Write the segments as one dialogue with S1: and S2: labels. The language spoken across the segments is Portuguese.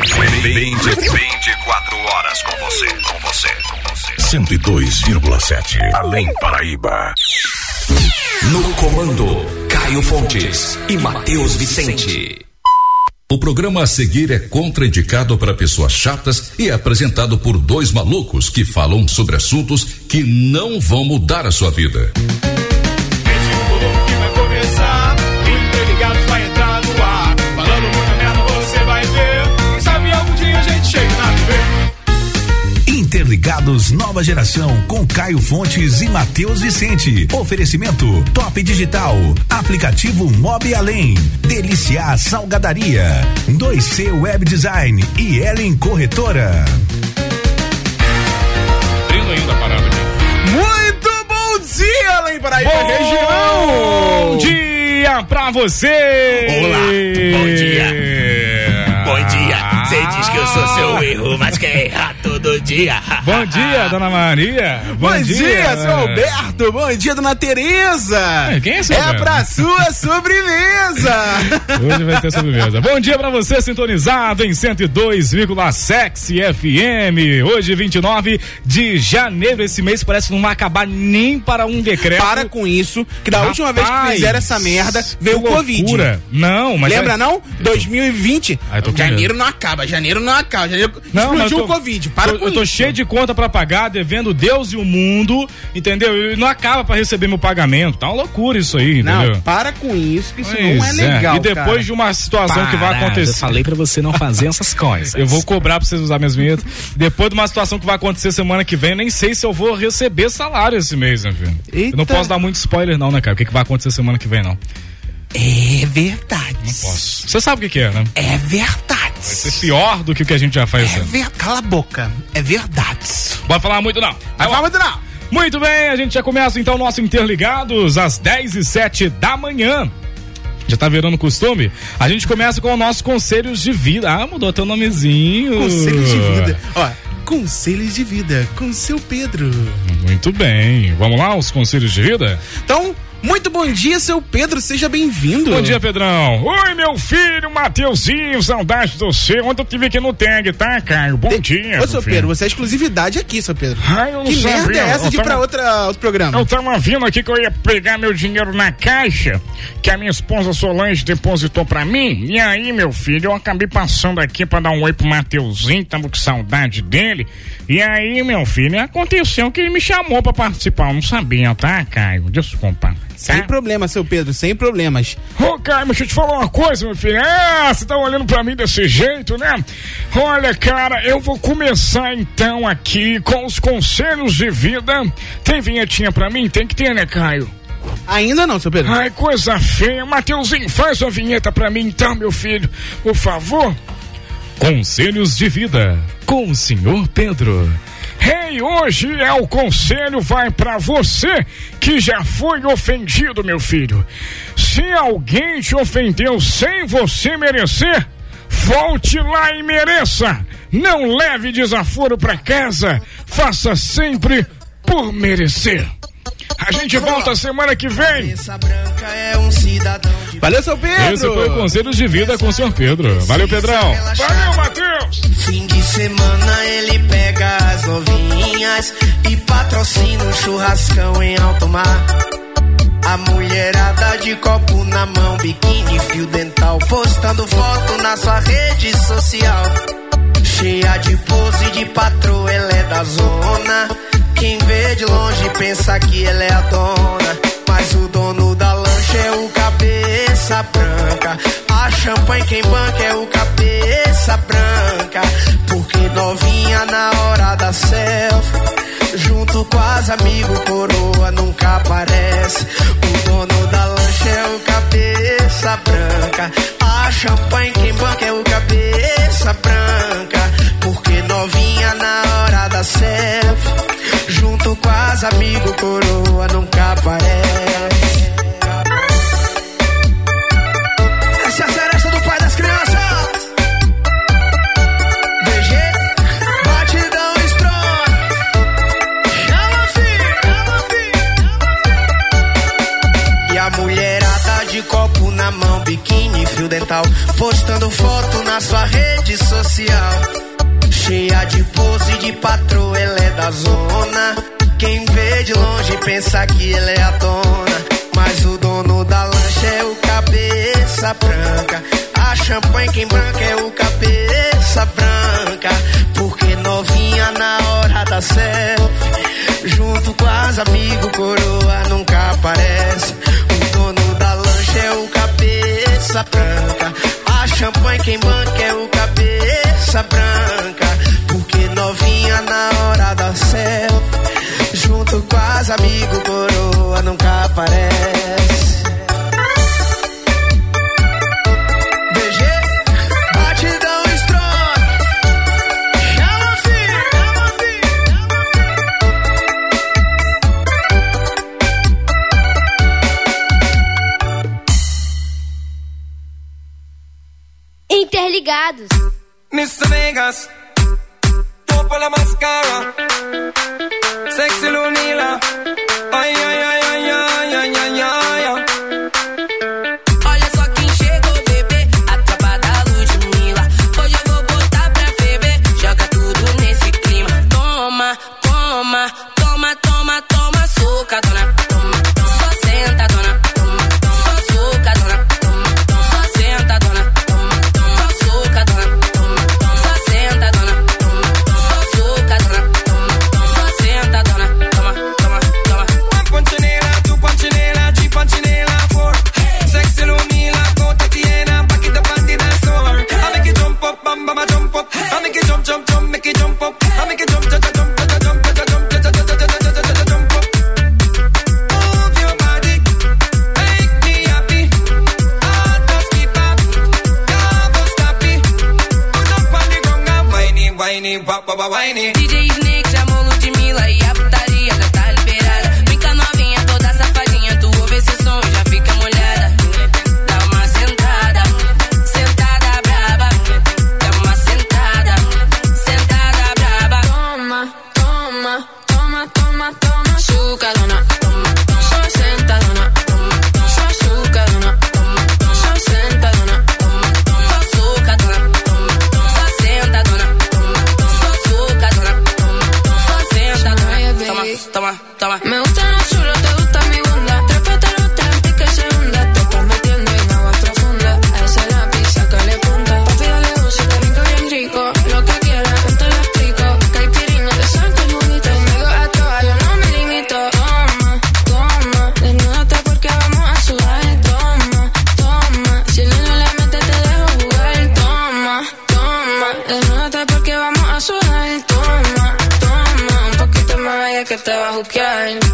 S1: 20, 24 horas com você, com você, com você. 102,7. Além Paraíba.
S2: No comando, Caio Fontes e Matheus Vicente.
S3: O programa a seguir é contraindicado para pessoas chatas e é apresentado por dois malucos que falam sobre assuntos que não vão mudar a sua vida.
S4: Interligados Nova Geração com Caio Fontes e Matheus Vicente. Oferecimento Top Digital, aplicativo Mob Além, Deliciar Salgadaria, 2C Web Design e Ellen Corretora.
S5: Abrindo ainda a parada aqui.
S6: Muito bom dia, Além Paraíba
S5: Bom
S6: região.
S5: Bom dia pra você!
S7: Olá, bom dia. Bom dia. Você diz que eu sou
S5: Ah.
S7: seu erro, mas quer errar todo dia.
S5: Bom dia, dona Maria!
S6: Bom, dia, seu Alberto. Bom dia, dona Tereza.
S5: É, quem é seu
S6: É
S5: Alberto?
S6: pra sua sobremesa.
S5: Hoje vai ter sobremesa. Bom dia pra você sintonizado em 102,7 FM. Hoje, 29 de janeiro. Esse mês parece que não vai acabar nem para um decreto.
S6: Para com isso, que da última vez que
S5: Rapaz,
S6: fizeram essa merda, veio o
S5: que
S6: Covid.
S5: loucura. Não, mas. vai-
S6: Lembra não? 2020.
S5: Ah, eu tô com
S6: janeiro não acaba, janeiro não acaba. Janeiro
S5: Não, mas
S6: explodiu
S5: eu tô-
S6: o Covid. Para
S5: eu,
S6: com
S5: eu tô
S6: isso.
S5: cheio de conta pra pagar, devendo Deus e o mundo, entendeu? E não acaba pra receber meu pagamento. Tá uma loucura isso aí, entendeu?
S6: Não, para com isso, que isso não é
S5: Pois é.
S6: legal.
S5: E depois
S6: cara.
S5: de uma situação que vai
S8: Parada, Eu
S5: acontecer.
S8: falei pra você não fazer essas coisas.
S5: Eu vou cobrar pra vocês usar minhas vinhetas. Depois de uma situação que vai acontecer semana que vem, eu nem sei se eu vou receber salário esse mês, né, filho? Eu não
S6: Eita.
S5: posso dar muito spoiler, não, né, cara? O que, que vai acontecer semana que vem, não.
S6: É verdade.
S5: Posso. Você sabe o que, que é, né?
S6: É verdade.
S5: Vai ser pior do que o que a gente já faz.
S6: É
S5: né?
S6: ver... Cala a boca. É verdade.
S5: Bora falar muito, não.
S6: Não fala muito não.
S5: Muito bem, a gente já começa então o nosso Interligados às 10 e 7 da manhã. Já tá virando costume? A gente começa com os nossos conselhos de vida. Ah, mudou teu nomezinho.
S6: Conselhos de vida. Ó, conselhos de vida com seu Pedro.
S5: Muito bem. Vamos lá, os conselhos de vida?
S6: Então, muito bom dia, seu Pedro. Seja bem-vindo.
S5: Bom dia, Pedrão. Oi, meu filho, Mateuzinho, saudade do seu. Ontem eu tive aqui no tag, tá, Caio? Bom
S6: De-
S5: dia.
S6: Ô, seu
S5: filho.
S6: Pedro, você é exclusividade aqui, seu Pedro.
S5: Ai, eu não
S6: que
S5: sabia.
S6: merda é essa
S5: Eu
S6: de ir
S5: tava-
S6: pra outra, outro programa?
S5: Eu tava vindo aqui que eu ia pegar meu dinheiro na caixa, que a minha esposa Solange depositou pra mim. E aí, meu filho, eu acabei passando aqui pra dar um oi pro Mateuzinho, tava com saudade dele. E aí, meu filho, aconteceu que ele me chamou pra participar. Eu não sabia, tá, Caio? Desculpa.
S6: Sem
S5: tá?
S6: problema, seu Pedro, sem problemas.
S5: Ô, Caio, mas deixa eu te falar uma coisa, meu filho. Ah, você tá olhando pra mim desse jeito, né? Olha, cara, eu vou começar então aqui com os conselhos de vida. Tem vinhetinha pra mim? Tem que ter, né, Caio?
S6: Ainda não, seu Pedro.
S5: Ai, coisa feia. Mateuzinho, faz uma vinheta pra mim então, meu filho. Por favor. Conselhos de vida com o senhor Pedro. Hey, hoje é o conselho vai pra você que já foi ofendido, meu filho. Se alguém te ofendeu sem você merecer, volte lá e mereça. Não leve desaforo pra casa. Faça sempre por merecer. A gente volta semana que vem.
S9: é um
S6: Valeu, seu Pedro.
S5: Esse foi o Conselhos de Vida com o Sr. Pedro. Valeu, Pedrão. Valeu, Matheus.
S9: Fim de semana ele pega as novinhas e patrocina um churrascão em alto mar. A mulherada de copo na mão, biquíni, fio dental, postando foto na sua rede social. Cheia de pose de patroa, ela é da zona. Quem vê de longe pensa que ela é a dona. Mas o dono da lancha é o cabeça branca. A champanhe quem banca é o cabeça branca. Porque novinha na hora da selfie. Junto com as amigos, coroa nunca aparece. O dono da lancha é o cabeça branca. A champanhe quem banca é o cabeça branca. Porque novinha na hora da selfie. Junto com as amigos, coroa nunca aparece. Essa é a seresta do pai das crianças. DG, batidão strong. Chama, filho, chama, filho. E a mulherada de copo na mão, biquíni, fio dental, postando foto na sua rede social. social. Cheia de pose de patroa, ela é da zona. Quem vê de longe pensa que ela é a dona. Mas o dono da lancha é o cabeça branca. A champanhe quem branca é o cabeça branca. Porque novinha na hora da selfie. Junto com as amigos, coroa nunca aparece. O dono da lancha é o cabeça branca. A champanhe quem banca é o cabeça branca. Porque novinha na hora da selfie. Junto com as amigos, coroa nunca aparece. BG, batidão estrona. Chama filho, chama filho, chama
S10: Interligados.
S7: Mr. Vegas, topa la mascara, sexy Lunila, ai ai ai ai ai ai ai ai. ai.
S11: Olha só quem chegou, bebê. Atrapada luz de Mila. Hoje eu vou botar pra ferver. Joga tudo nesse clima. Toma, toma, toma, toma, toma, suca, dona. Toma, toma. Só senta, dona. Toma, toma. Só suca, dona. Toma, toma. Só senta, dona. Toma, toma. Só suca, dona. Toma, toma. Só senta, dona. Toma, toma. Só suca, dona. Toma, toma. Só senta, dona. Toma, toma, toma.
S7: One Punchinela, two punchinela, three punchinela, four. Sexy Lunila, go Tatiana, back it up and dance floor. I make it jump up, bam bam, I jump up. I make it jump, jump, jump, make it jump up. I make it jump, jump, jump, jump, jump, jump, jump, jump, jump, jump, jump, jump, jump, jump, jump, jump up. Move your body, make me happy. Heart just keep up, can't go stop it. Put up on the ground and whine it, whine it, wah, wah, wah, whine it.
S11: DJ Snake chamou Ludmilla e a putaria já tá liberada. Brinca novinha, toda safadinha, tu ouve esse som e já fica molhada. Dá uma sentada, sentada braba. Dá uma sentada, sentada braba. Toma, toma, toma, toma, toma, chuca, dona. Toma, toma, só senta, dona. Toma, toma, só suca, dona. Toma, toma, só senta, dona. Toma, toma, só suca, dona. Toma, toma, só senta, dona. Toma, toma, só suca, dona. Toma, toma, só senta, dona. Toma, toma, toma.
S12: Me gusta lo chulo, te gusta mi bunda. Tres pétalos tantos que se hunda. Te estás metiendo en agua profunda. A esa lápiz, sácale punta. Papi, dale uso, te rico bien rico. Lo que quieras, yo te lo explico. Caipirinha, te saco el juguito. Me go a toa, yo no me limito. Toma, toma. Desnúdate porque vamos a sudar. Toma, toma. Si el niño le mete, te dejo jugar. Toma, toma. Desnúdate porque vamos a sudar. Toma, toma. Un poquito más allá que te va a juzgar.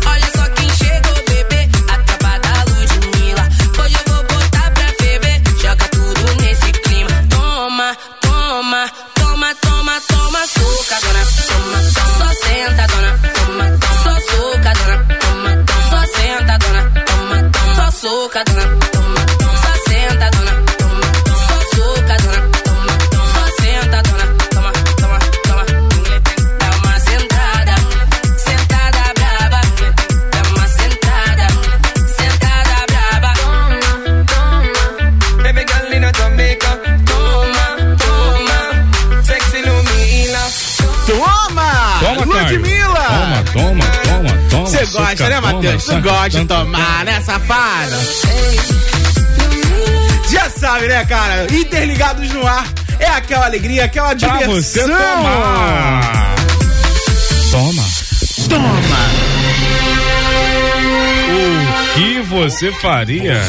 S11: Olha só quem chegou, bebê. Atrapada luz de Mila. Hoje eu vou botar pra ferver. Joga tudo nesse clima. Toma, toma, toma, toma, toma, suca, dona. Toma, só senta, dona. Toma, só suca, dona. Toma, só senta, dona. Toma, só suca, dona. Toma, só senta, dona. Toma, só suca, dona. Toma, só senta, dona. Toma, toma, toma. Dá uma sentada, sentada braba. Dá uma sentada, sentada braba. Toma, toma.
S7: Baby girl in a Jamaica. Toma, toma. Sexy Lumila.
S6: Toma!
S5: Toma, Caio.
S6: Ludmilla!
S5: Toma, toma, toma, toma.
S6: Você
S5: suca,
S6: gosta, né,
S5: toma,
S6: Matheus? Tu
S5: saca,
S6: gosta de
S5: toma,
S6: tomar, né, safada? Já sabe, né, cara? Interligados no ar é aquela alegria, aquela diversão.
S5: Pra você tomar. Toma. O que você faria,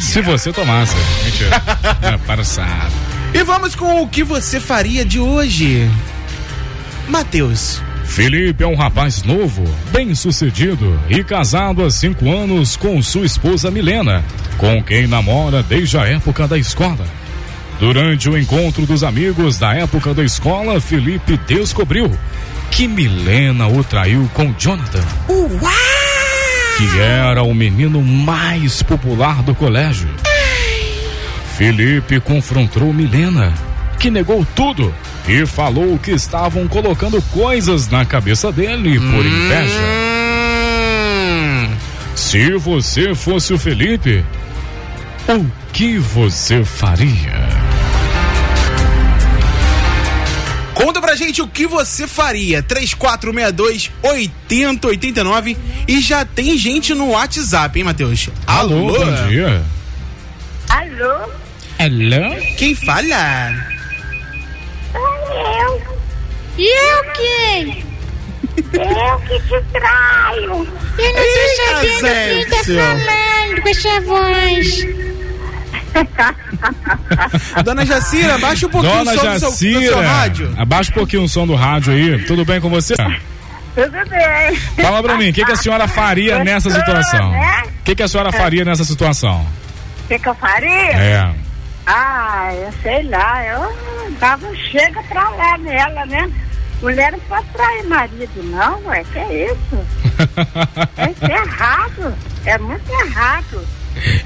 S5: se você tomasse? Mentira. é, para sábado.
S6: E vamos com o que você faria de hoje. Matheus.
S5: Felipe é um rapaz novo, bem sucedido e casado há cinco anos com sua esposa Milena, com quem namora desde a época da escola. Durante o encontro dos amigos da época da escola, Felipe descobriu que Milena o traiu com Jonathan, que era o menino mais popular do colégio. Felipe confrontou Milena, que negou tudo e falou que estavam colocando coisas na cabeça dele por inveja. Se você fosse o Felipe, o que você faria?
S6: pra gente o que você faria. 3462 8089. E já tem gente no WhatsApp, hein, Matheus?
S5: Alô, bom dia.
S13: Alô?
S5: Alô?
S6: Quem fala?
S13: Eu. E eu quem? Eu que te traio. Eu não tô sabendo quem tá
S6: Zélcio.
S13: falando com essa voz.
S6: Dona Jacira, abaixa um pouquinho
S5: Dona
S6: o som do seu- do seu,
S5: Jacira,
S6: rádio.
S5: abaixa um pouquinho o som do rádio aí. Tudo bem com você?
S13: Tudo bem.
S5: Fala pra mim, o que, que a senhora faria nessa
S13: Gostou,
S5: situação?
S13: né?
S5: O que, que a
S6: É.
S5: senhora faria nessa situação?
S13: O que, que eu faria?
S5: É.
S13: Ah, eu sei lá. Eu dava um chega pra lá nela, né? Mulher não pode trair marido, não, ué. Que é isso? Isso é errado. É muito errado.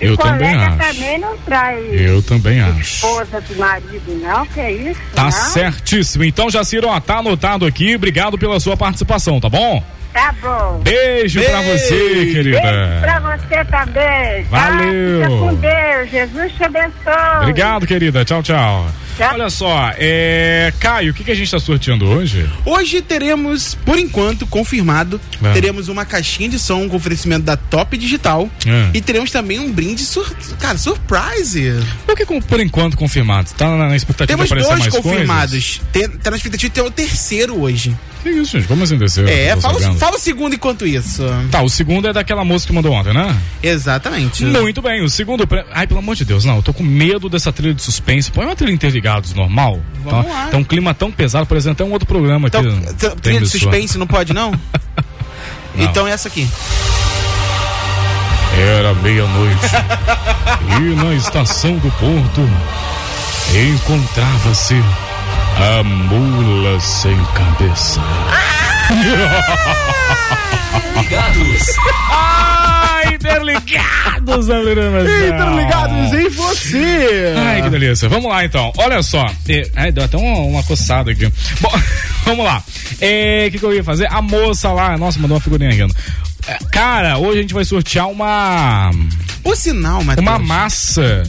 S13: E
S5: Eu
S13: colega
S5: também acho.
S13: também não trai
S5: Eu também acho.
S13: esposa do marido, não. Que é isso?
S5: Tá
S6: Ah.
S13: não.
S5: certíssimo. Então, Jaciro, ó, tá anotado aqui. Obrigado pela sua participação, tá bom?
S13: Tá bom.
S5: Beijo, pra você, querida.
S13: Beijo pra você também. tá?
S5: Valeu.
S13: Fica com Deus. Jesus te abençoe.
S5: Obrigado, querida. Tchau, tchau.
S13: Tchau.
S5: Olha só, é. Caio, o que, que a gente tá sorteando hoje?
S6: Hoje teremos, por enquanto, confirmado,
S5: É.
S6: teremos uma caixinha de som com oferecimento da Top Digital.
S5: É.
S6: E teremos também um brinde, sur cara, surprise.
S5: Por que, com- por enquanto, confirmado? Tá na, na expectativa
S6: Temos
S5: de aparecer
S6: dois
S5: mais
S6: confirmados. Tem, tá na expectativa de ter o terceiro hoje.
S5: Que isso, gente? Como assim terceiro?
S6: É,
S5: Não tô
S6: fala,
S5: sabendo.
S6: fala o segundo enquanto isso.
S5: Tá, o segundo é daquela moça que mandou ontem, né?
S6: Exatamente.
S5: Muito bem, o segundo prêmio. Ai, pelo amor de Deus, não, eu tô com medo dessa trilha de suspense. Põe uma trilha interligados normal.
S6: Vamos
S5: tá,
S6: lá.
S5: tá um clima tão pesado, por exemplo, até um outro programa aqui.
S6: Então,
S5: né,
S6: t-
S5: da
S6: trilha de
S5: emissora.
S6: suspense não pode, não?
S5: Não.
S6: Então é essa aqui.
S5: Era meia-noite e na estação do porto encontrava-se a mula sem cabeça.
S7: Ah! Ligados.
S5: Ai, interligados,
S6: Interligados em você!
S5: Ai, que delícia. Vamos lá, então. Olha só. É, ai, deu até uma, uma coçada aqui. Bom, vamos lá. É, O que, que eu ia fazer? A moça lá. Nossa, mandou uma figurinha rindo. É, Cara, hoje a gente vai sortear uma.
S6: O sinal, Matheus.
S5: Uma massa.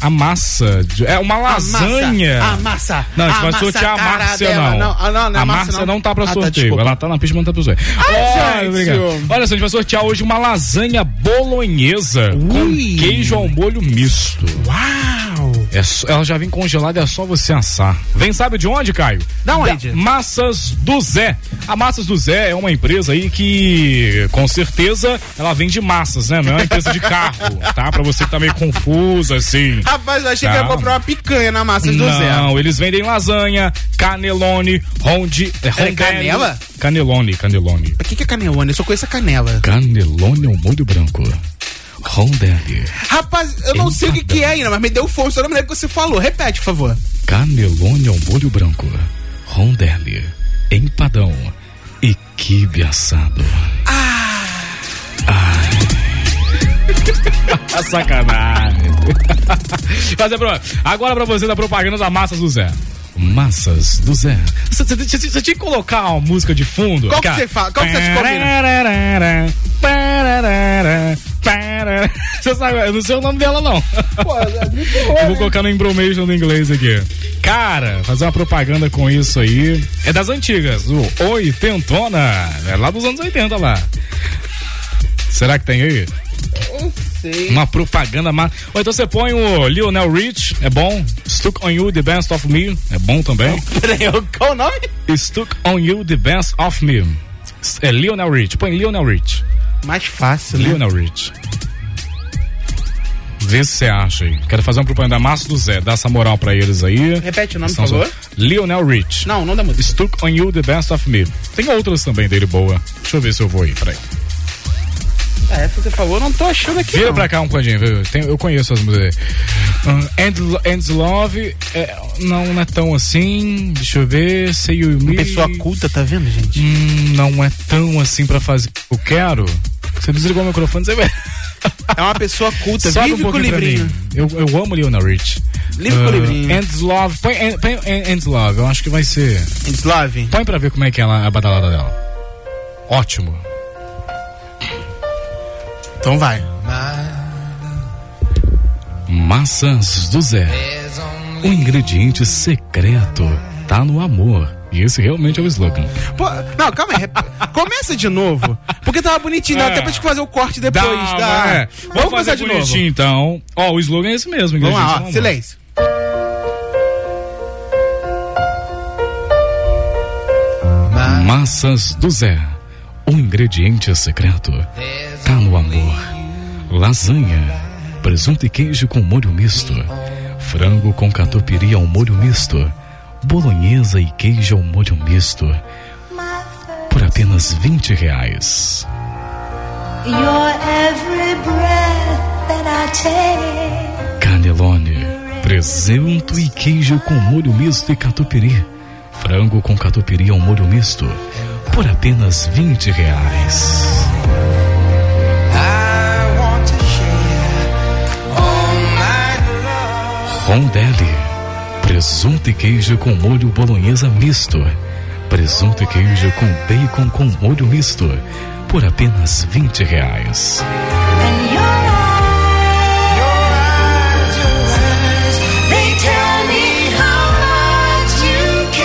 S5: A massa. de- é uma lasanha.
S6: A massa.
S5: Não, a gente
S6: a
S5: vai
S6: massa,
S5: sortear a
S6: cara
S5: Márcia,
S6: dela.
S5: não.
S6: Não, ah, não, não é
S5: a
S6: Márcia,
S5: Márcia
S6: não.
S5: não tá pra
S6: Ah, tá,
S5: sorteio.
S6: desculpa.
S5: Ela tá na pista, mas não tá pra sorteio.
S6: Ai,
S5: Olha,
S6: gente.
S5: obrigado. Olha só, a gente vai sortear hoje uma lasanha bolonhesa
S6: Ui.
S5: com queijo ao molho misto.
S6: Uau!
S5: É só- ela já vem congelada, é só você assar. Vem sabe de onde, Caio?
S6: Da onde?
S5: Massas do Zé. A Massas do Zé é uma empresa aí que, com certeza, ela vende massas, né? Não é uma empresa de carro, tá? Pra você que tá meio confuso, assim.
S6: Rapaz, eu achei que ia
S5: Não.
S6: comprar uma picanha na massa do Zé.
S5: Não, eles vendem lasanha, canelone, rondi... É, rondelli.
S6: canela?
S5: Canelone, canelone.
S6: O que, que é canelone? Eu só conheço a canela.
S5: Canelone é um molho branco. Rondelli.
S6: Rapaz, eu não sei o que, que é ainda, mas me deu fome, só não me lembro o que você falou. Repete, por favor.
S5: Canelone ao molho branco, rondelli, empadão e quibe assado. Ah! Sacanagem. Mas é pra- Agora pra você da propaganda da Massas do Zé. Massas do Zé. Você você- você- você tinha que colocar uma música de fundo.
S6: Qual que
S5: aquela-
S6: você fala? Qual que você
S5: Pararara, pararara, pararara. Você sabe, eu não sei o nome dela não. Eu vou colocar no embromation do inglês aqui. Cara, fazer uma propaganda com isso aí. É das antigas, o Oitentona. É lá dos anos 80 lá. Será que tem aí? Uma propaganda má. Ou então você põe o Lionel Rich, é bom. Stuck on You, The Best of Me, é bom também.
S6: Peraí, qual o nome?
S5: Stuck on You, The Best of Me. É Lionel Rich, põe Lionel Rich.
S6: Mais fácil, né?
S5: Lionel Rich. Vê se você acha aí. Quero fazer uma propaganda da Márcio do Zé, dá essa moral pra eles aí.
S6: Repete o nome,
S5: Estão
S6: por favor.
S5: só- Lionel Rich.
S6: Não, não dá música.
S5: Stuck on You, The Best of Me. Tem outras também dele boa. Deixa eu ver se eu vou aí, peraí.
S6: Ah, essa que você falou, eu não tô achando aqui.
S5: Vira
S6: não.
S5: pra cá um pouquinho, viu? Tem- eu conheço as músicas. aí. Um, And, Ends Love é, não, não é tão assim. Deixa eu ver. Sei o
S6: Uma
S5: Me.
S6: pessoa culta, tá vendo, gente?
S5: Hum, não é tão assim pra fazer. o que Eu quero. Você desligou o microfone, você vê.
S6: É uma pessoa culta,
S5: Sobe
S6: vive
S5: um
S6: com o
S5: pouquinho pra
S6: livrinho.
S5: mim. Eu, eu amo Leona Rich.
S6: Livre com o livrinho.
S5: Ends Love. Põe, en- põe en- Ends Love. Eu acho que vai ser.
S6: Slave.
S5: Põe pra ver como é que é ela- a badalada dela. Ótimo.
S6: Então vai.
S5: Maçãs do Zé. O ingrediente secreto tá no amor. E esse realmente é o slogan.
S6: Pô, não, calma aí. rep- Começa de novo. Porque tava bonitinho. Dá
S5: É.
S6: até pra gente fazer o corte depois.
S5: Dá,
S6: dá.
S5: vai.
S6: Vamos
S5: Vamos
S6: começar
S5: fazer
S6: de
S5: bonitinho,
S6: novo.
S5: então. Ó, o slogan é esse mesmo.
S6: Vamos
S5: ingredientes
S6: lá,
S5: no
S6: ó,
S5: amor.
S6: silêncio.
S5: Massas do Zé. O ingrediente secreto tá no amor. Lasanha, presunto e queijo com molho misto, frango com catupiry ao molho misto, bolonhesa e queijo ao molho misto. Por apenas 20 reais.
S12: Your every breath that I take.
S5: Canelone, presunto e queijo com molho misto e catupiry. Frango com catupiry ao molho misto. Por apenas 20 reais. Rondelli, presunto e queijo com molho bolonhesa misto. Presunto e queijo com bacon com molho misto. Por apenas 20 reais.
S12: They tell me how much you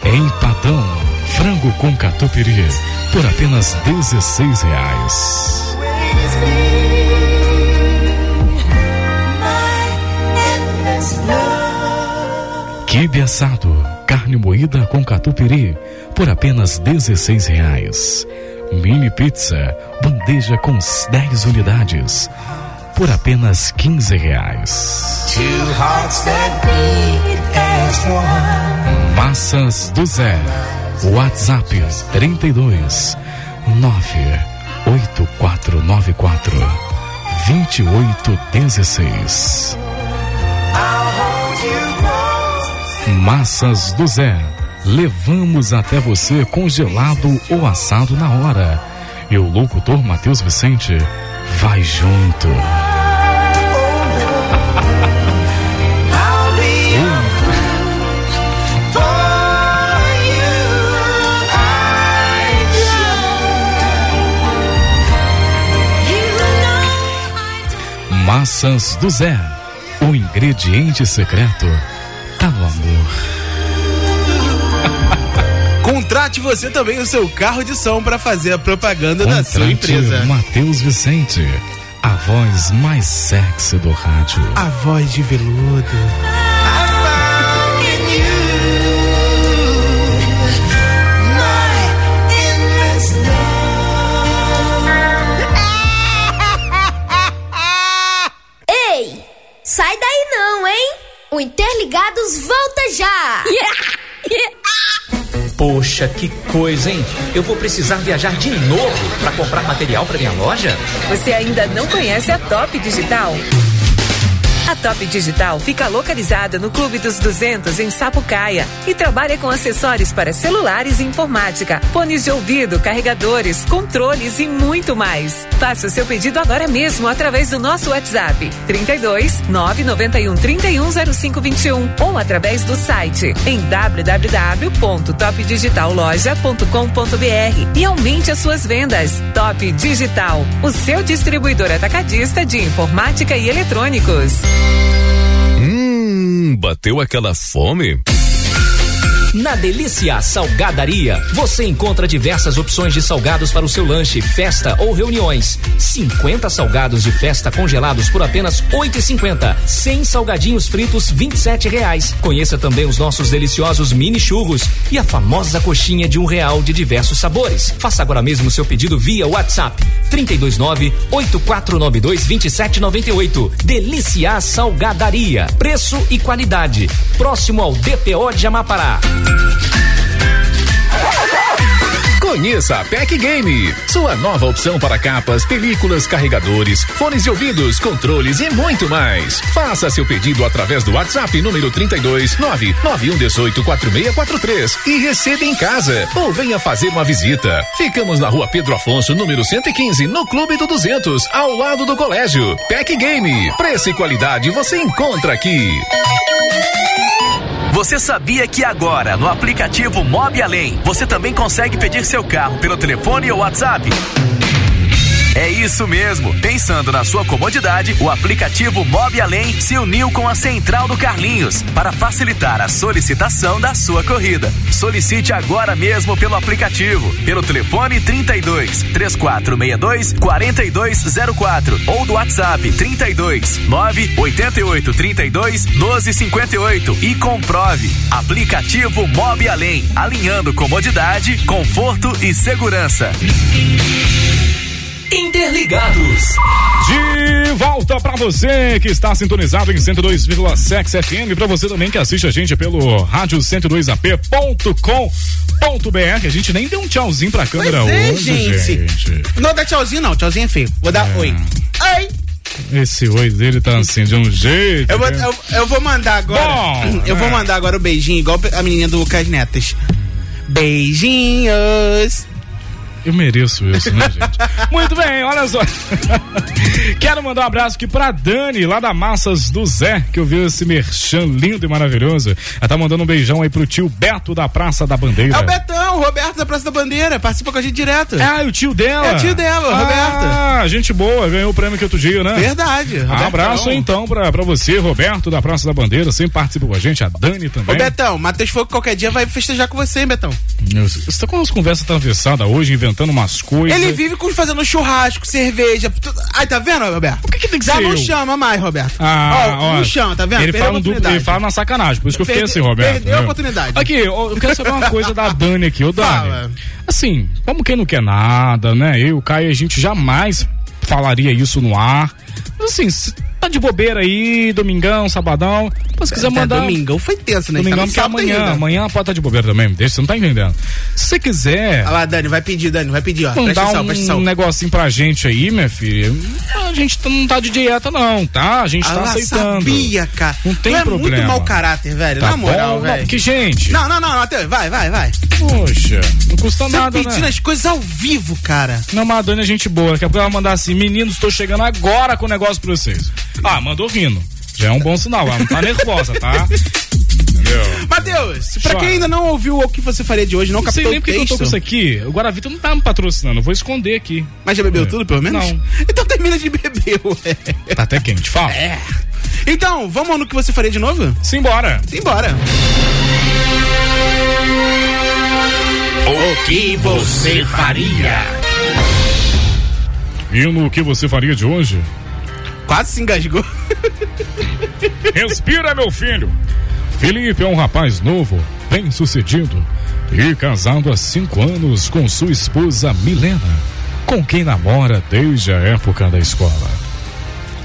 S12: care.
S5: Empadão, frango com catupiry, por apenas 16 reais. Quibe assado, carne moída com catupiry, por apenas 16 reais. Mini pizza, bandeja com 10 unidades, por apenas 15 reais.
S12: Two hearts that beat as one.
S5: Massas do Zé. WhatsApp 32 98494 2816. Massas do Zé. Levamos até você congelado ou assado na hora. E o locutor Matheus Vicente vai junto.
S12: I'll be your fool for you. I know you know.
S5: Massas do Zé. O ingrediente secreto tá no amor.
S6: Contrate você também o seu carro de som pra fazer a propaganda da tá sua empresa.
S5: Matheus Vicente, a voz mais sexy do rádio.
S6: A voz de veludo.
S7: Ei, sai daí não, hein? O Interligados volta já!
S2: Poxa, que coisa, hein? Eu vou precisar viajar de novo para comprar material para minha loja?
S14: Você ainda não conhece a Top Digital? A Top Digital fica localizada no Clube dos 200 em Sapucaia e trabalha com acessórios para celulares e informática, fones de ouvido, carregadores, controles e muito mais. Faça o seu pedido agora mesmo através do nosso WhatsApp 32 991 310521 ou através do site em www.topdigitalloja.com.br e aumente as suas vendas. Top Digital, o seu distribuidor atacadista de informática e eletrônicos.
S3: Hum, bateu aquela fome?
S2: Na Delícia Salgadaria, você encontra diversas opções de salgados para o seu lanche, festa ou reuniões. 50 salgados de festa congelados por apenas R$ 8,50. 100 salgadinhos fritos, R$ 27 reais. Conheça também os nossos deliciosos mini churros e a famosa coxinha de um real de diversos sabores. Faça agora mesmo seu pedido via WhatsApp 329 8492 2798. Delícia Salgadaria. Preço e qualidade. Próximo ao DPO de Amapará.
S15: Conheça a PEC Game, sua nova opção para capas, películas, carregadores, fones de ouvidos, controles e muito mais. Faça seu pedido através do WhatsApp número 32 99118 4643 e receba em casa ou venha fazer uma visita. Ficamos na rua Pedro Afonso, número 115, no Clube do 200, ao lado do colégio. PEC Game, preço e qualidade você encontra aqui.
S4: Você sabia que agora, no aplicativo Mob Além, você também consegue pedir seu carro pelo telefone ou WhatsApp? É isso mesmo. Pensando na sua comodidade, o aplicativo Mob Além se uniu com a Central do Carlinhos para facilitar a solicitação da sua corrida. Solicite agora mesmo pelo aplicativo, pelo telefone 32 3462 4204 ou do WhatsApp 32 988 32 1258 e comprove. Aplicativo Mob Além, alinhando comodidade, conforto e segurança.
S2: Interligados.
S5: De volta pra você que está sintonizado em 102,7 FM, pra você também que assiste a gente pelo rádio 102ap.com.br. A gente nem deu um tchauzinho pra câmera
S6: Pois é,
S5: hoje,
S6: gente.
S5: gente.
S6: Não dá tchauzinho, não. Tchauzinho é feio. Vou dar oi. Oi!
S5: Esse oi dele tá assim de um jeito.
S6: Eu vou,
S5: né?
S6: eu, eu vou mandar agora.
S5: Bom,
S6: eu vou
S5: é.
S6: mandar agora o beijinho, igual a menina do Lucas Netas. Beijinhos!
S5: Eu mereço isso, né, gente? Muito bem, olha só. Quero mandar um abraço aqui pra Dani, lá da Massas do Zé, que eu vi esse merchan lindo e maravilhoso. Ela tá mandando um beijão aí pro tio Beto da Praça da Bandeira.
S6: É o Betão, o Roberto da Praça da Bandeira. Participa com a gente direto.
S5: Ah, o tio dela.
S6: É o tio dela, o Roberto.
S5: Ah, gente boa, ganhou o prêmio que outro dia, né?
S6: Verdade,
S5: Ah,
S6: Robertão.
S5: abraço então pra, pra você, Roberto da Praça da Bandeira, sempre participa com a gente, a Dani também.
S6: Ô, Betão, Matheus Fogo qualquer dia vai festejar com você, hein, Betão?
S5: Meu, Você tá com umas conversas atravessadas hoje, inventando umas coisas.
S6: Ele vive com, fazendo churrasco, cerveja. tudo. Ai, tá vendo, Roberto? Por que,
S5: tem que
S6: Já
S5: ser
S6: não
S5: eu?
S6: chama mais, Roberto.
S5: Ah,
S6: Ó,
S5: ó,
S6: não chama, tá vendo?
S5: Ele
S6: Perdeu
S5: fala,
S6: a
S5: um duplo,
S6: oportunidade.
S5: ele fala na sacanagem, por isso que eu fiquei
S6: Perdeu-
S5: assim, Roberto.
S6: perdeu a
S5: né?
S6: oportunidade.
S5: Aqui, eu eu quero saber uma coisa da Dani aqui. Ô, Dani.
S6: Fala.
S5: Assim, como quem não quer nada, né? Eu, o Caio, a gente jamais falaria isso no ar. Mas, assim, se tá de bobeira aí, domingão, sabadão. Mas se quiser
S6: Até
S5: mandar. um
S6: domingão foi tenso, né?
S5: Domingão,
S6: Tá no
S5: porque
S6: sábado
S5: amanhã,
S6: ainda.
S5: amanhã pode estar de bobeira também, deixa, você não tá entendendo. Se você quiser.
S6: Olha lá, Dani, vai pedir, Dani, vai pedir, ó.
S5: Não
S6: Presta
S5: dá
S6: atenção,
S5: um
S6: presta atenção.
S5: negocinho pra gente aí, minha filha. A gente t- não tá de dieta, não, tá? A gente tá
S6: Ah, Ela
S5: aceitando.
S6: sabia, cara.
S5: Não tem
S6: Tu é
S5: problema.
S6: muito mau caráter, velho.
S5: Tá
S6: Na moral,
S5: bom?
S6: velho.
S5: Não, que gente.
S6: Não, não, não, Matheus. Vai, vai, vai.
S5: Poxa, não custa
S6: Você
S5: nada,
S6: pedindo
S5: né?
S6: as coisas ao vivo, cara.
S5: Não, mas a Dani é gente boa. Daqui a pouco ela vai mandar assim: meninos, tô chegando agora com o negócio pra vocês. Ah, mandou rindo. Já é um bom sinal. Ela não tá nervosa, tá? Entendeu?
S6: Matheus, pra
S5: Chora.
S6: quem ainda não ouviu o que você faria de hoje, não
S5: Não sei
S6: captou
S5: nem
S6: o
S5: porque que eu tô
S6: texto.
S5: com isso aqui. O Guaravita não tá me patrocinando. Eu vou esconder aqui. É.
S6: Mas já bebeu tudo, pelo menos?
S5: Não.
S6: Então termina de beber, ué.
S5: Tá até quente. Fala.
S6: É. Então, vamos no que você faria de novo?
S5: Simbora.
S6: Simbora.
S16: O que você faria?
S5: E no que você faria de hoje?
S6: Quase se engasgou.
S5: Respira, meu filho. Felipe é um rapaz novo, bem sucedido e casado há cinco anos com sua esposa Milena, com quem namora desde a época da escola.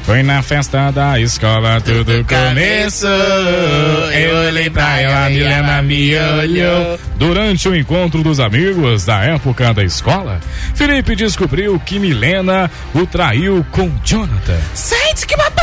S5: Foi na festa da escola tudo começou. Eu olhei pra ela, Milena me olhou. Durante o encontro dos amigos da época da escola, Felipe descobriu que Milena o traiu com Jonathan,
S6: Sente que babado!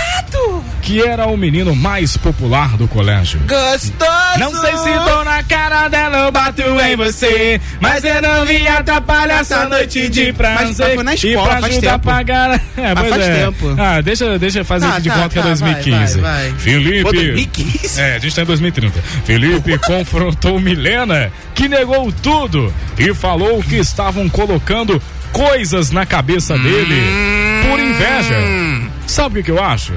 S5: que era o menino mais popular do colégio.
S6: Gostoso!
S5: Não sei se tô na cara dela ou bato em você, mas eu não vim atrapalhar essa noite de prazer.
S6: Mas- mas foi na
S5: e
S6: escola,
S5: pra
S6: faz
S5: ajudar
S6: tempo.
S5: a pagar. É,
S6: Mas
S5: pois
S6: faz
S5: é.
S6: tempo.
S5: Ah, deixa, deixa eu fazer
S6: Tá,
S5: de
S6: tá,
S5: conta que é
S6: tá, vai,
S5: 2015.
S6: vai, vai.
S5: Felipe.
S6: Pô, 2015?
S5: É, a gente tá em 2030. Felipe confrontou Milena, que negou tudo e falou que estavam colocando coisas na cabeça dele
S7: Hum.
S5: por inveja. Sabe o que eu acho?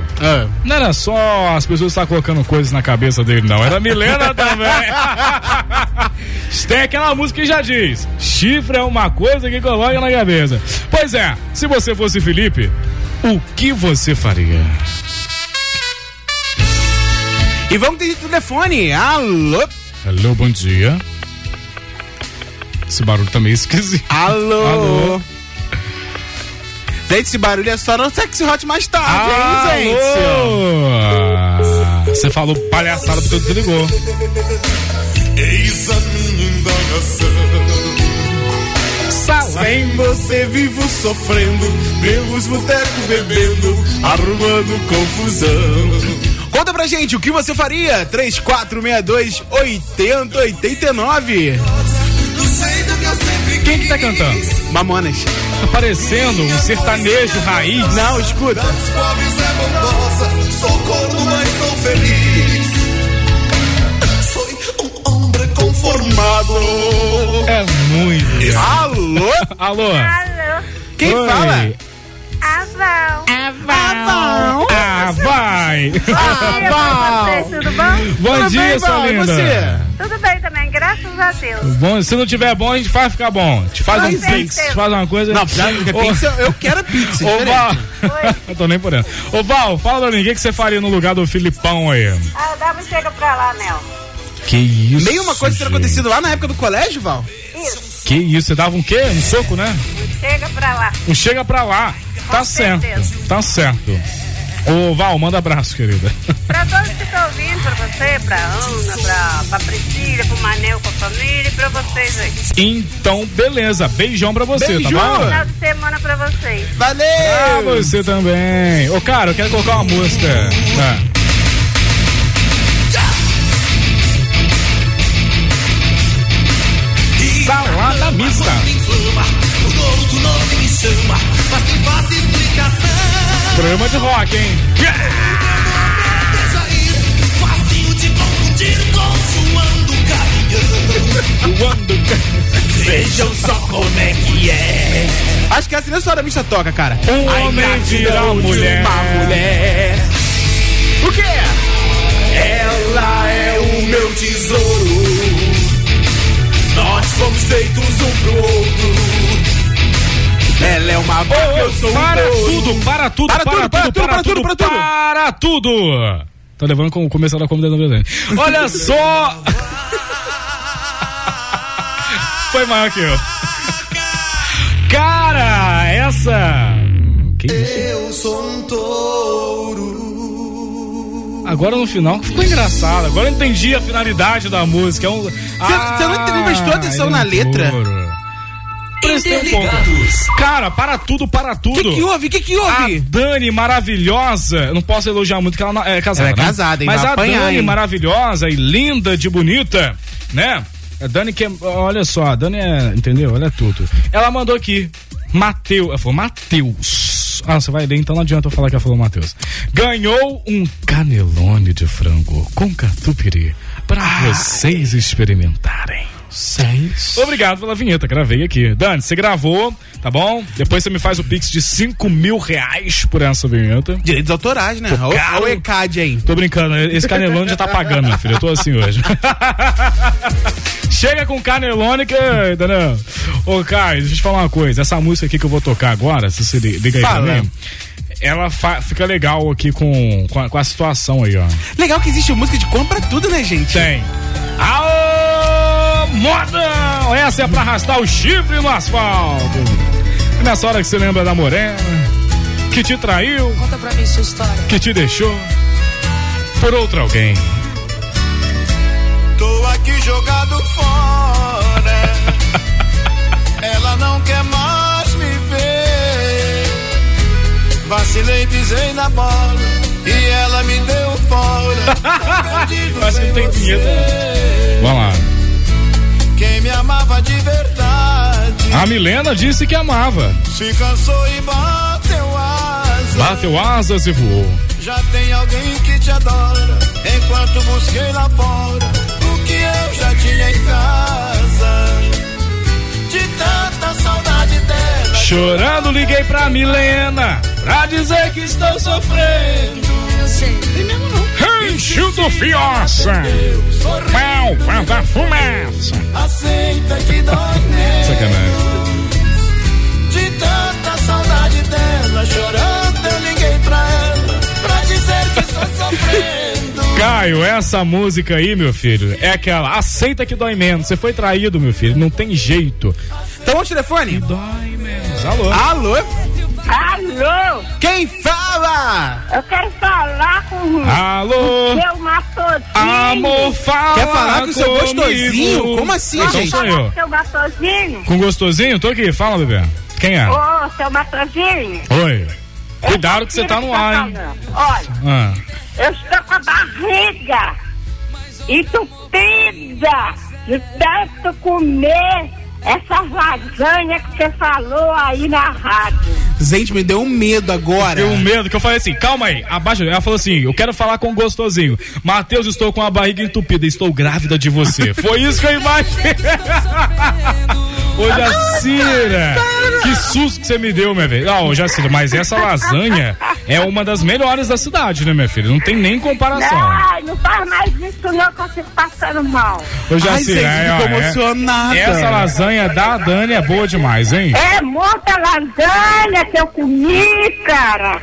S5: Não era só as pessoas estar colocando coisas na cabeça dele, não. Era a Milena também. Tem aquela música que já diz: chifre é uma coisa que coloca na cabeça. Pois é, se você fosse Felipe, o que você faria?
S6: E vamos ter telefone. Alô?
S5: Alô, bom dia. Esse barulho tá meio esquisito.
S6: Alô?
S5: Alô?
S6: Gente, esse barulho é só no Sexy Hot mais tarde, hein, gente?
S5: Alô? Ah, Você falou palhaçada porque eu desligou.
S7: Eis a minha indagação. Sem você vivo sofrendo, pelos botecos bebendo, arrumando confusão.
S6: Conta pra gente o que você faria? 3462 8089.
S5: Quem que tá cantando?
S6: Mamonas.
S5: Tá parecendo um sertanejo raiz.
S6: Não, escuta.
S7: Os pobres é bondosa, sou corno, mas sou feliz. Sou um homem conformado.
S5: É muito.
S6: Alô?
S5: Alô?
S12: Alô?
S6: Quem
S5: Oi.
S6: fala?
S13: Aval.
S5: Aval. Ah, vai. Ah,
S13: Bom dia, vocês, tudo bom?
S5: Bom dia, sua linda.
S13: Tudo bem também, graças a Deus.
S5: Bom, se não tiver bom, a gente faz ficar bom. Te faz
S13: Com
S5: um pix,
S13: certeza.
S5: faz uma coisa.
S13: Não, já- pix, eu- eu quero
S5: pix. Ô, Val. Eu tô nem por dentro. Ô, Val, fala pra mim, o que, que você faria no lugar do Filipão aí?
S13: Ah, dá uma chega pra lá, Nel.
S5: Que isso?
S6: Meio uma coisa que teria acontecido lá na época do colégio, Val.
S13: Isso,
S5: Que isso? Você dava um quê? Um soco, né?
S13: chega pra lá.
S5: Um chega pra lá. Tá certo. Tá certo. Ô, Val, manda abraço, querida.
S13: Pra todos que estão ouvindo, pra você, pra Ana, pra, pra Priscila, pro Manel, pra família e pra vocês aí.
S5: Então, beleza. Beijão pra você, tá bom?
S13: Final de semana pra vocês.
S6: Valeu!
S5: Pra você também. Ô, cara, eu quero colocar uma música. Tá. Salada mista.
S7: O dono do nome me chama, mas tem fácil explicação.
S5: Programa de rock, hein?
S7: Jair, facinho de confundir com suando caminhão.
S5: Suando
S7: caminhão. Vejam só como é que é.
S6: Acho que essa nem a história da bicha toca, cara.
S5: Um
S6: A
S5: homem
S6: ingratidão
S5: vira
S6: de
S5: mulher.
S6: Uma mulher. O quê?
S7: Ela é o meu tesouro. Nós fomos feitos um pro outro.
S6: Ela é uma boa, eu sou um
S5: Para
S6: touro.
S5: tudo, para tudo, para, tudo, para tudo, para tudo, para tudo, para tudo. Tá levando como começar da comida do desenho. Olha só. Foi maior que eu. Cara, essa. Que isso?
S7: Eu sou um touro.
S5: Agora no final ficou engraçado. Agora eu entendi a finalidade da música. É um... Ah, Você
S6: não- não prestou atenção na letra?
S5: Prestei um pouco. Cara, para tudo, para tudo. O
S6: Que que houve? Que que houve?
S5: A Dani maravilhosa, eu não posso elogiar muito que ela não- é casada.
S6: Ela é
S5: né?
S6: casada, hein?
S5: Mas
S6: Vai
S5: a
S6: apanhar,
S5: Dani
S6: hein?
S5: maravilhosa e linda de bonita, né? A Dani que é, olha só, a Dani é, entendeu? Olha tudo. Ela mandou aqui, Mateus, ela falou, Mateus. Ah, você vai ler, então não adianta eu falar que ela falou Mateus. Ganhou um canelone de frango com catupiry pra vocês experimentarem.
S6: Seis.
S5: Obrigado pela vinheta, gravei aqui. Dani, você gravou, tá bom? Depois você me faz o pix de 5 mil reais por essa vinheta.
S6: Direitos autorais, né?
S5: Pô,
S6: Olha
S5: caro.
S6: o ECAD aí.
S5: Tô brincando, esse canelone já tá pagando, meu filho. Eu tô assim hoje. Chega com canelone que. Daniel. Ô, Caio, deixa eu te falar uma coisa. Essa música aqui que eu vou tocar agora, se você li- liga aí
S6: Fala.
S5: pra mim, ela fa- fica legal aqui com, com, a, com a situação aí, ó.
S6: Legal que existe música de compra tudo, né, gente?
S5: Tem. Aô, modão! Essa é pra arrastar o chifre no asfalto. É nessa hora que você lembra da morena, que te traiu,
S11: Conta pra mim sua história.
S5: que te deixou por outro alguém.
S7: Tô aqui jogado fora. Ela não quer mais me ver. Vacilei, pisei na bola. E ela me deu fora. Então
S5: Acho que tem né? vinheta. Vamos lá.
S7: Quem me amava de verdade.
S5: A Milena disse que amava.
S7: Se cansou e bateu asa.
S5: Bateu asas e voou.
S7: Já tem alguém que te adora. Enquanto busquei lá fora o que eu já tinha em casa. De tanta saudade dela.
S5: Chorando, liguei pra Milena pra dizer que estou sofrendo.
S7: Eu sei. Nem mesmo não.
S5: Enchido fioça. Pau, da fumaça.
S7: Aceita que dói mesmo.
S5: Sacanagem.
S7: De tanta saudade dela. Chorando eu liguei pra ela. Pra dizer que estou sofrendo.
S5: Caio, essa música aí, meu filho, é aquela. Aceita que dói menos. Você foi traído, meu filho. Não tem jeito.
S6: Então, o telefone.
S5: Alô.
S6: Alô?
S13: Alô?
S6: Quem fala?
S13: Eu quero falar com
S5: Alô?
S13: o seu matosinho.
S5: Amor, fala.
S6: Quer falar com o seu
S5: comigo.
S6: gostosinho? Como assim,
S5: Então
S6: gente?
S5: sou
S13: Falar com
S5: eu.
S13: o seu matosinho.
S5: Com gostosinho? Tô aqui. Fala, bebê. Quem é?
S13: Ô, seu matosinho.
S5: Oi. Cuidado que você tá no ar, hein?
S13: Olha,
S5: Ah.
S13: eu estou com a barriga entupida de tanto comer essa lasanha que você falou aí na rádio.
S6: Gente, me deu um medo agora.
S5: Deu um medo que eu falei assim, calma aí, abaixa. Ela falou assim, eu quero falar com gostosinho. Matheus, estou com a barriga entupida, estou grávida de você. Foi isso que eu imaginei. Ô, Jacira, que susto que você me deu, minha velha. Não, ô, Jacira, mas essa lasanha é uma das melhores da cidade, né, minha filha? Não tem nem comparação.
S13: Ai, não faz mais isso não, que eu fico passando mal.
S5: Ô, Jacira, é, ó, é- Essa lasanha da Dani é boa demais, hein?
S13: É muita lasanha que eu comi, cara.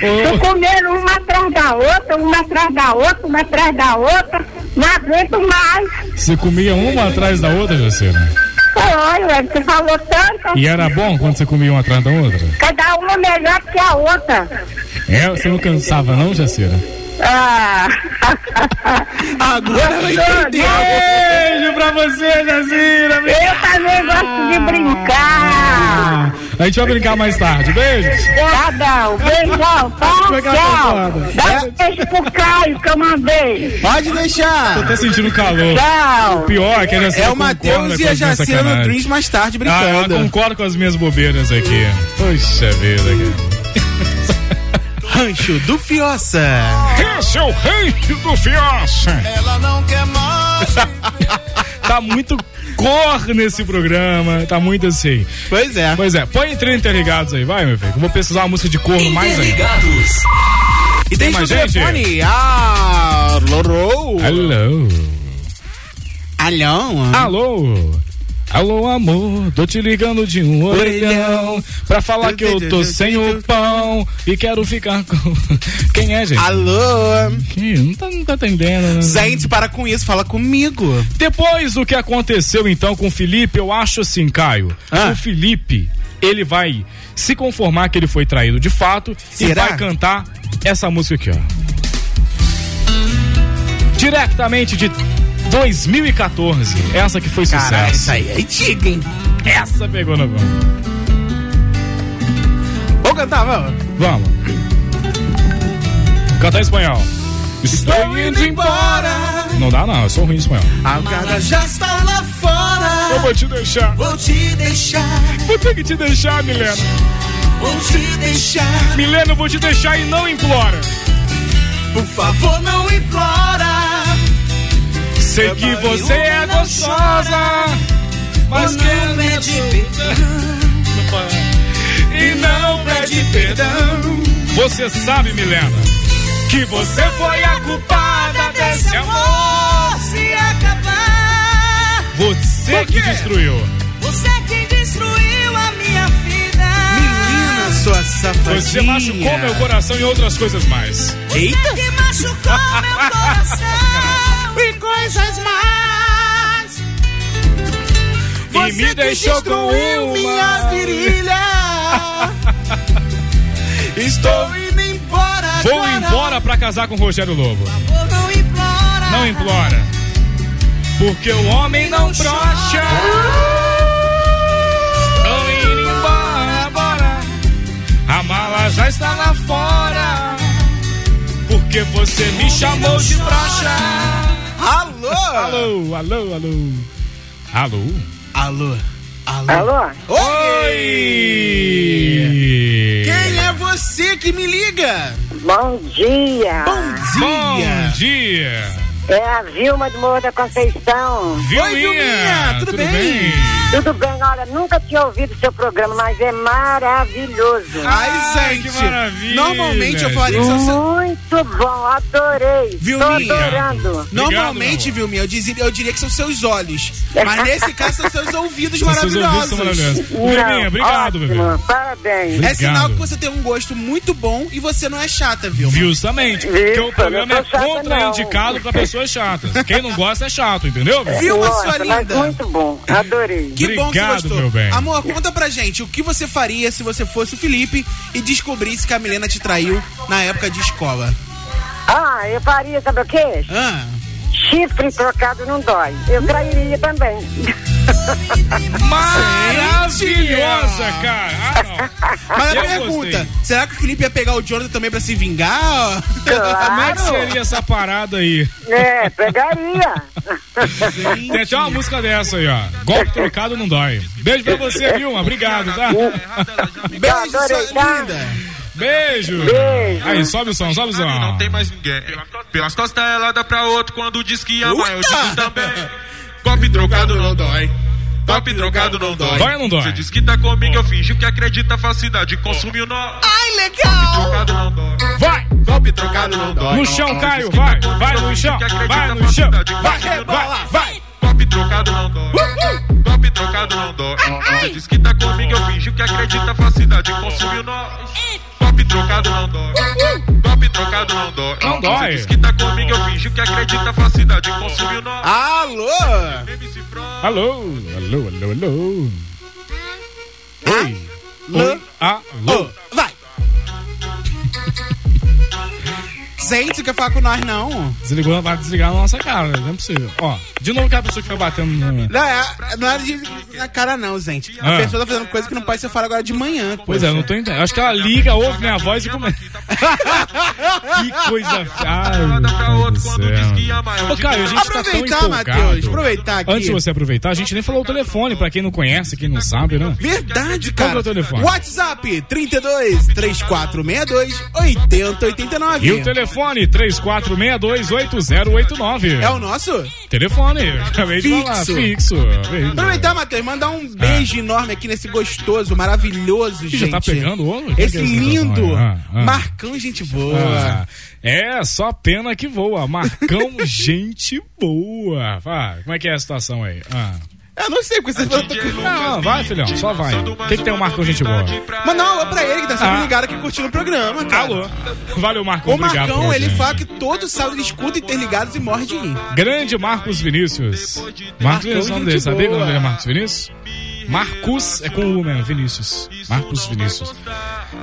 S13: Tô comendo uma atrás da outra, uma atrás da outra, uma atrás da outra. Não aguento mais.
S5: Você comia uma atrás da outra, Jacira?
S13: Foi, ué, você falou tanto.
S5: E era bom quando você comia uma atrás da outra?
S13: Cada uma é melhor que a outra.
S5: É, você não cansava não, Jacira?
S13: Ah.
S6: Agora
S13: ela
S5: entendeu. Beijo pra você, Ah. Jacira.
S13: Eu também gosto de brincar.
S6: Ah.
S5: A gente vai brincar mais tarde. Beijo.
S13: Tá bom, beijão,
S5: Vai
S13: pau,
S5: pegar a
S13: tchau.
S5: calçada.
S13: Dá um beijo pro Caio que eu mandei.
S6: Pode deixar.
S5: Tô até sentindo calor.
S13: Tchau.
S5: O pior é que a Jacira
S6: É o Matheus
S5: concorda
S6: e
S5: com
S6: a
S5: as minhas
S6: Jacira no
S5: sacanagens.
S6: Dreams mais tarde brincando.
S5: Ah, ela concorda com as minhas bobeiras aqui. Poxa vida, cara.
S6: Rancho do Fioça.
S17: Esse é o rancho do Fioça.
S7: Ela não quer mais.
S5: Tá muito cor nesse programa. Tá muito assim.
S6: Pois é.
S5: Pois é. Põe entre interligados aí, vai, meu filho. que Eu vou pesquisar uma música de corno mais ainda.
S6: E tem
S5: mais
S6: gente
S5: gente?
S6: no telefone. Ah, Lorou.
S5: Alô.
S6: Alô.
S5: Alô. Alô, amor, tô te ligando de um orelhão pra falar que eu tô sem o pão e quero ficar com. Quem é, gente?
S6: Alô.
S5: não, tá, não tá atendendo. Né?
S6: Gente, para com isso, fala comigo.
S5: Depois do que aconteceu então com o Felipe, eu acho assim, Caio.
S6: Ah.
S5: O Felipe, ele vai se conformar que ele foi traído de fato e
S6: Será?
S5: vai cantar essa música aqui, ó. Diretamente de 2014. Essa que foi sucesso.
S6: Caralho, essa aí é antiga, hein?
S5: Essa pegou na mão.
S6: Vou cantar, vamos.
S5: Vamos. Cantar em espanhol. Estou indo
S7: embora.
S5: Não dá não, eu sou ruim em espanhol.
S6: A
S7: Ela já está lá fora.
S5: Eu vou te deixar.
S7: Vou te deixar.
S5: Vou ter que te deixar, Milena.
S7: Vou te deixar.
S5: Milena, eu vou te deixar e não implora.
S7: Por favor, não implora.
S5: Sei que você é gostosa, mas que
S7: não pede perdão.
S5: E não pede perdão. Você sabe, Milena, que você foi a culpada desse amor.
S7: se acabar.
S5: Você que destruiu.
S7: Você que destruiu a minha vida.
S6: Menina, sua safadinha.
S5: Você machucou meu coração e outras coisas mais.
S6: Eita.
S7: Que machucou meu coração e coisas mais.
S5: e me deixou com
S7: destruiu
S5: uma.
S7: minha virilha. Estou indo embora.
S5: Vou
S7: agora.
S5: embora pra casar com Rogério Lobo.
S7: Vou não implora.
S5: Não implora. Porque o homem não brocha. Tô indo embora, bora. A mala já está lá fora. Porque você me chamou de brocha.
S6: Alô.
S5: Alô, alô, alô. Alô?
S6: Alô. Alô.
S13: Alô?
S5: Oi!
S6: Quem é você que me liga?
S13: Bom dia.
S5: Bom dia!
S13: É a Vilma do Morro da Conceição.
S5: Vilminha, tudo, bem?
S13: Tudo bem? Olha, nunca tinha ouvido o seu programa, mas é maravilhoso.
S6: Ai, gente.
S5: que maravilha.
S6: Normalmente eu falaria que você...
S13: Muito bom, adorei.
S6: Vilminha.
S13: Tô adorando.
S6: Normalmente, viu, minha, eu dizia- eu diria que são seus olhos. Mas nesse caso são seus ouvidos
S5: Seus ouvidos
S6: maravilhosos.
S5: são maravilhosos. Vilminha, obrigado, bebê.
S13: ótimo, Parabéns.
S6: É sinal
S5: Obrigado.
S6: que você tem um gosto muito bom e você não é chata, viu?
S5: Justamente, porque o
S13: Isso,
S5: programa
S13: não
S5: é
S13: tô chata,
S5: contraindicado
S13: não.
S5: pra pessoas chatas. Quem não gosta é chato, entendeu? Vilma?
S6: Viu, a
S13: Nossa,
S6: sua
S13: mas
S6: linda?
S13: Muito bom, adorei.
S6: Que bom que
S5: Obrigado,
S6: gostou.
S5: meu bem.
S6: Amor, conta pra gente o que você faria se você fosse o Felipe e descobrisse que a Milena te traiu na época de escola.
S13: Ah, eu faria, sabe o quê?
S6: Ah,
S13: Chifre trocado não dói.
S5: Hum.
S13: Eu trairia também.
S5: Maravilhosa, cara!
S7: Tá.
S5: Ah,
S6: mas a
S5: Eu
S6: pergunta,
S5: gostei.
S6: será que o Felipe ia pegar o Jonathan também pra se vingar?
S5: não. Como é que seria essa parada aí?
S13: É, pegaria.
S5: Tem até uma música dessa aí, ó. Golpe trocado não dói. Beijo pra você, Vilma. Obrigado, tá?
S18: Beijo, sua linda.
S5: Beijo.
S18: Beijo.
S5: Aí, sobe o som, sobe o som.
S7: Não tem mais ninguém. Pelas costas ela dá pra outro quando diz que ama. Eu digo também. Golpe trocado não dói. Golpe trocado não dói.
S5: Dói ou não dói?
S7: Você diz que tá comigo, eu fingi que acredita. Facilidade consumiu nó.
S18: Ai, legal.
S7: Trocado não dói.
S5: Vai!
S7: Golpe trocado não dói.
S5: No chão, Caio,
S7: tá
S5: vai, vai no chão, vai no chão, vai, vai, vai.
S7: Golpe trocado não dói. Golpe trocado não dói. Você diz que tá comigo, eu fingi que acredita. Facilidade consumiu nó. Golpe trocado não dói. Golpe trocado não dói.
S5: Não dói.
S7: Você diz que tá comigo, eu fingi que acredita. Facilidade consumiu nó.
S6: Alô?
S5: Alô, alô, alô, alô. Oi. Oi. Alô.
S6: Vai. Gente, quer falar com nós, não?
S5: Desligou, vai desligar na nossa cara, não é possível. Ó, de novo que a pessoa que foi batendo no...
S6: Não, é, não era de na cara, não, gente. A
S5: Ah.
S6: pessoa tá fazendo coisa que não pode ser falada agora de manhã.
S5: Pois é, eu não tô entendendo. Eu Acho que ela liga, ouve minha voz e começa. que coisa.
S7: Tá
S5: Ai, meu Deus do
S7: é
S5: céu. Ô, Caio, a gente tá
S6: Aproveitar,
S5: tão
S6: Matheus,
S5: empolgado.
S6: aproveitar aqui.
S5: Antes de você aproveitar, a gente nem falou o telefone, pra quem não conhece, quem não sabe, né?
S6: Verdade,
S5: Qual que
S6: cara.
S5: é o telefone?
S6: WhatsApp 32 3462 8089.
S5: E o telefone 34628089.
S6: É o nosso?
S5: Telefone, acabei de falar.
S6: Fixo.
S5: Fixo. Ah.
S6: Aproveitar, Matheus, mandar um beijo enorme aqui nesse gostoso, maravilhoso, gente.
S5: já tá pegando o olho?
S6: Esse
S5: Meu Deus,
S6: lindo,
S5: ah, ah.
S6: Marcão, gente boa.
S5: Ah, é, só pena que voa. Marcão, gente boa. Vai, como é que é a situação aí? Ah.
S6: Eu não sei, porque você falou...
S5: Não, não, vai, filhão, só vai. O que, que tem o Marcão, gente boa?
S6: Mandar um alô pra ele, que tá sempre
S5: Ah.
S6: ligado aqui curtindo o programa, cara. Alô.
S5: Valeu, Marcão,
S6: O
S5: obrigado.
S6: Marcão,
S5: por
S6: ele
S5: hoje.
S6: fala que todo sábado ele escuta Interligados e morre de rir.
S5: Grande Marcos Vinícius. Marcos
S6: Marcão,
S5: Vinícius é o nome
S6: gente
S5: dele, sabia que o
S6: boa.
S5: nome dele é Marcos Vinícius? Marcos é com o mesmo, Vinícius. Marcos Vinícius.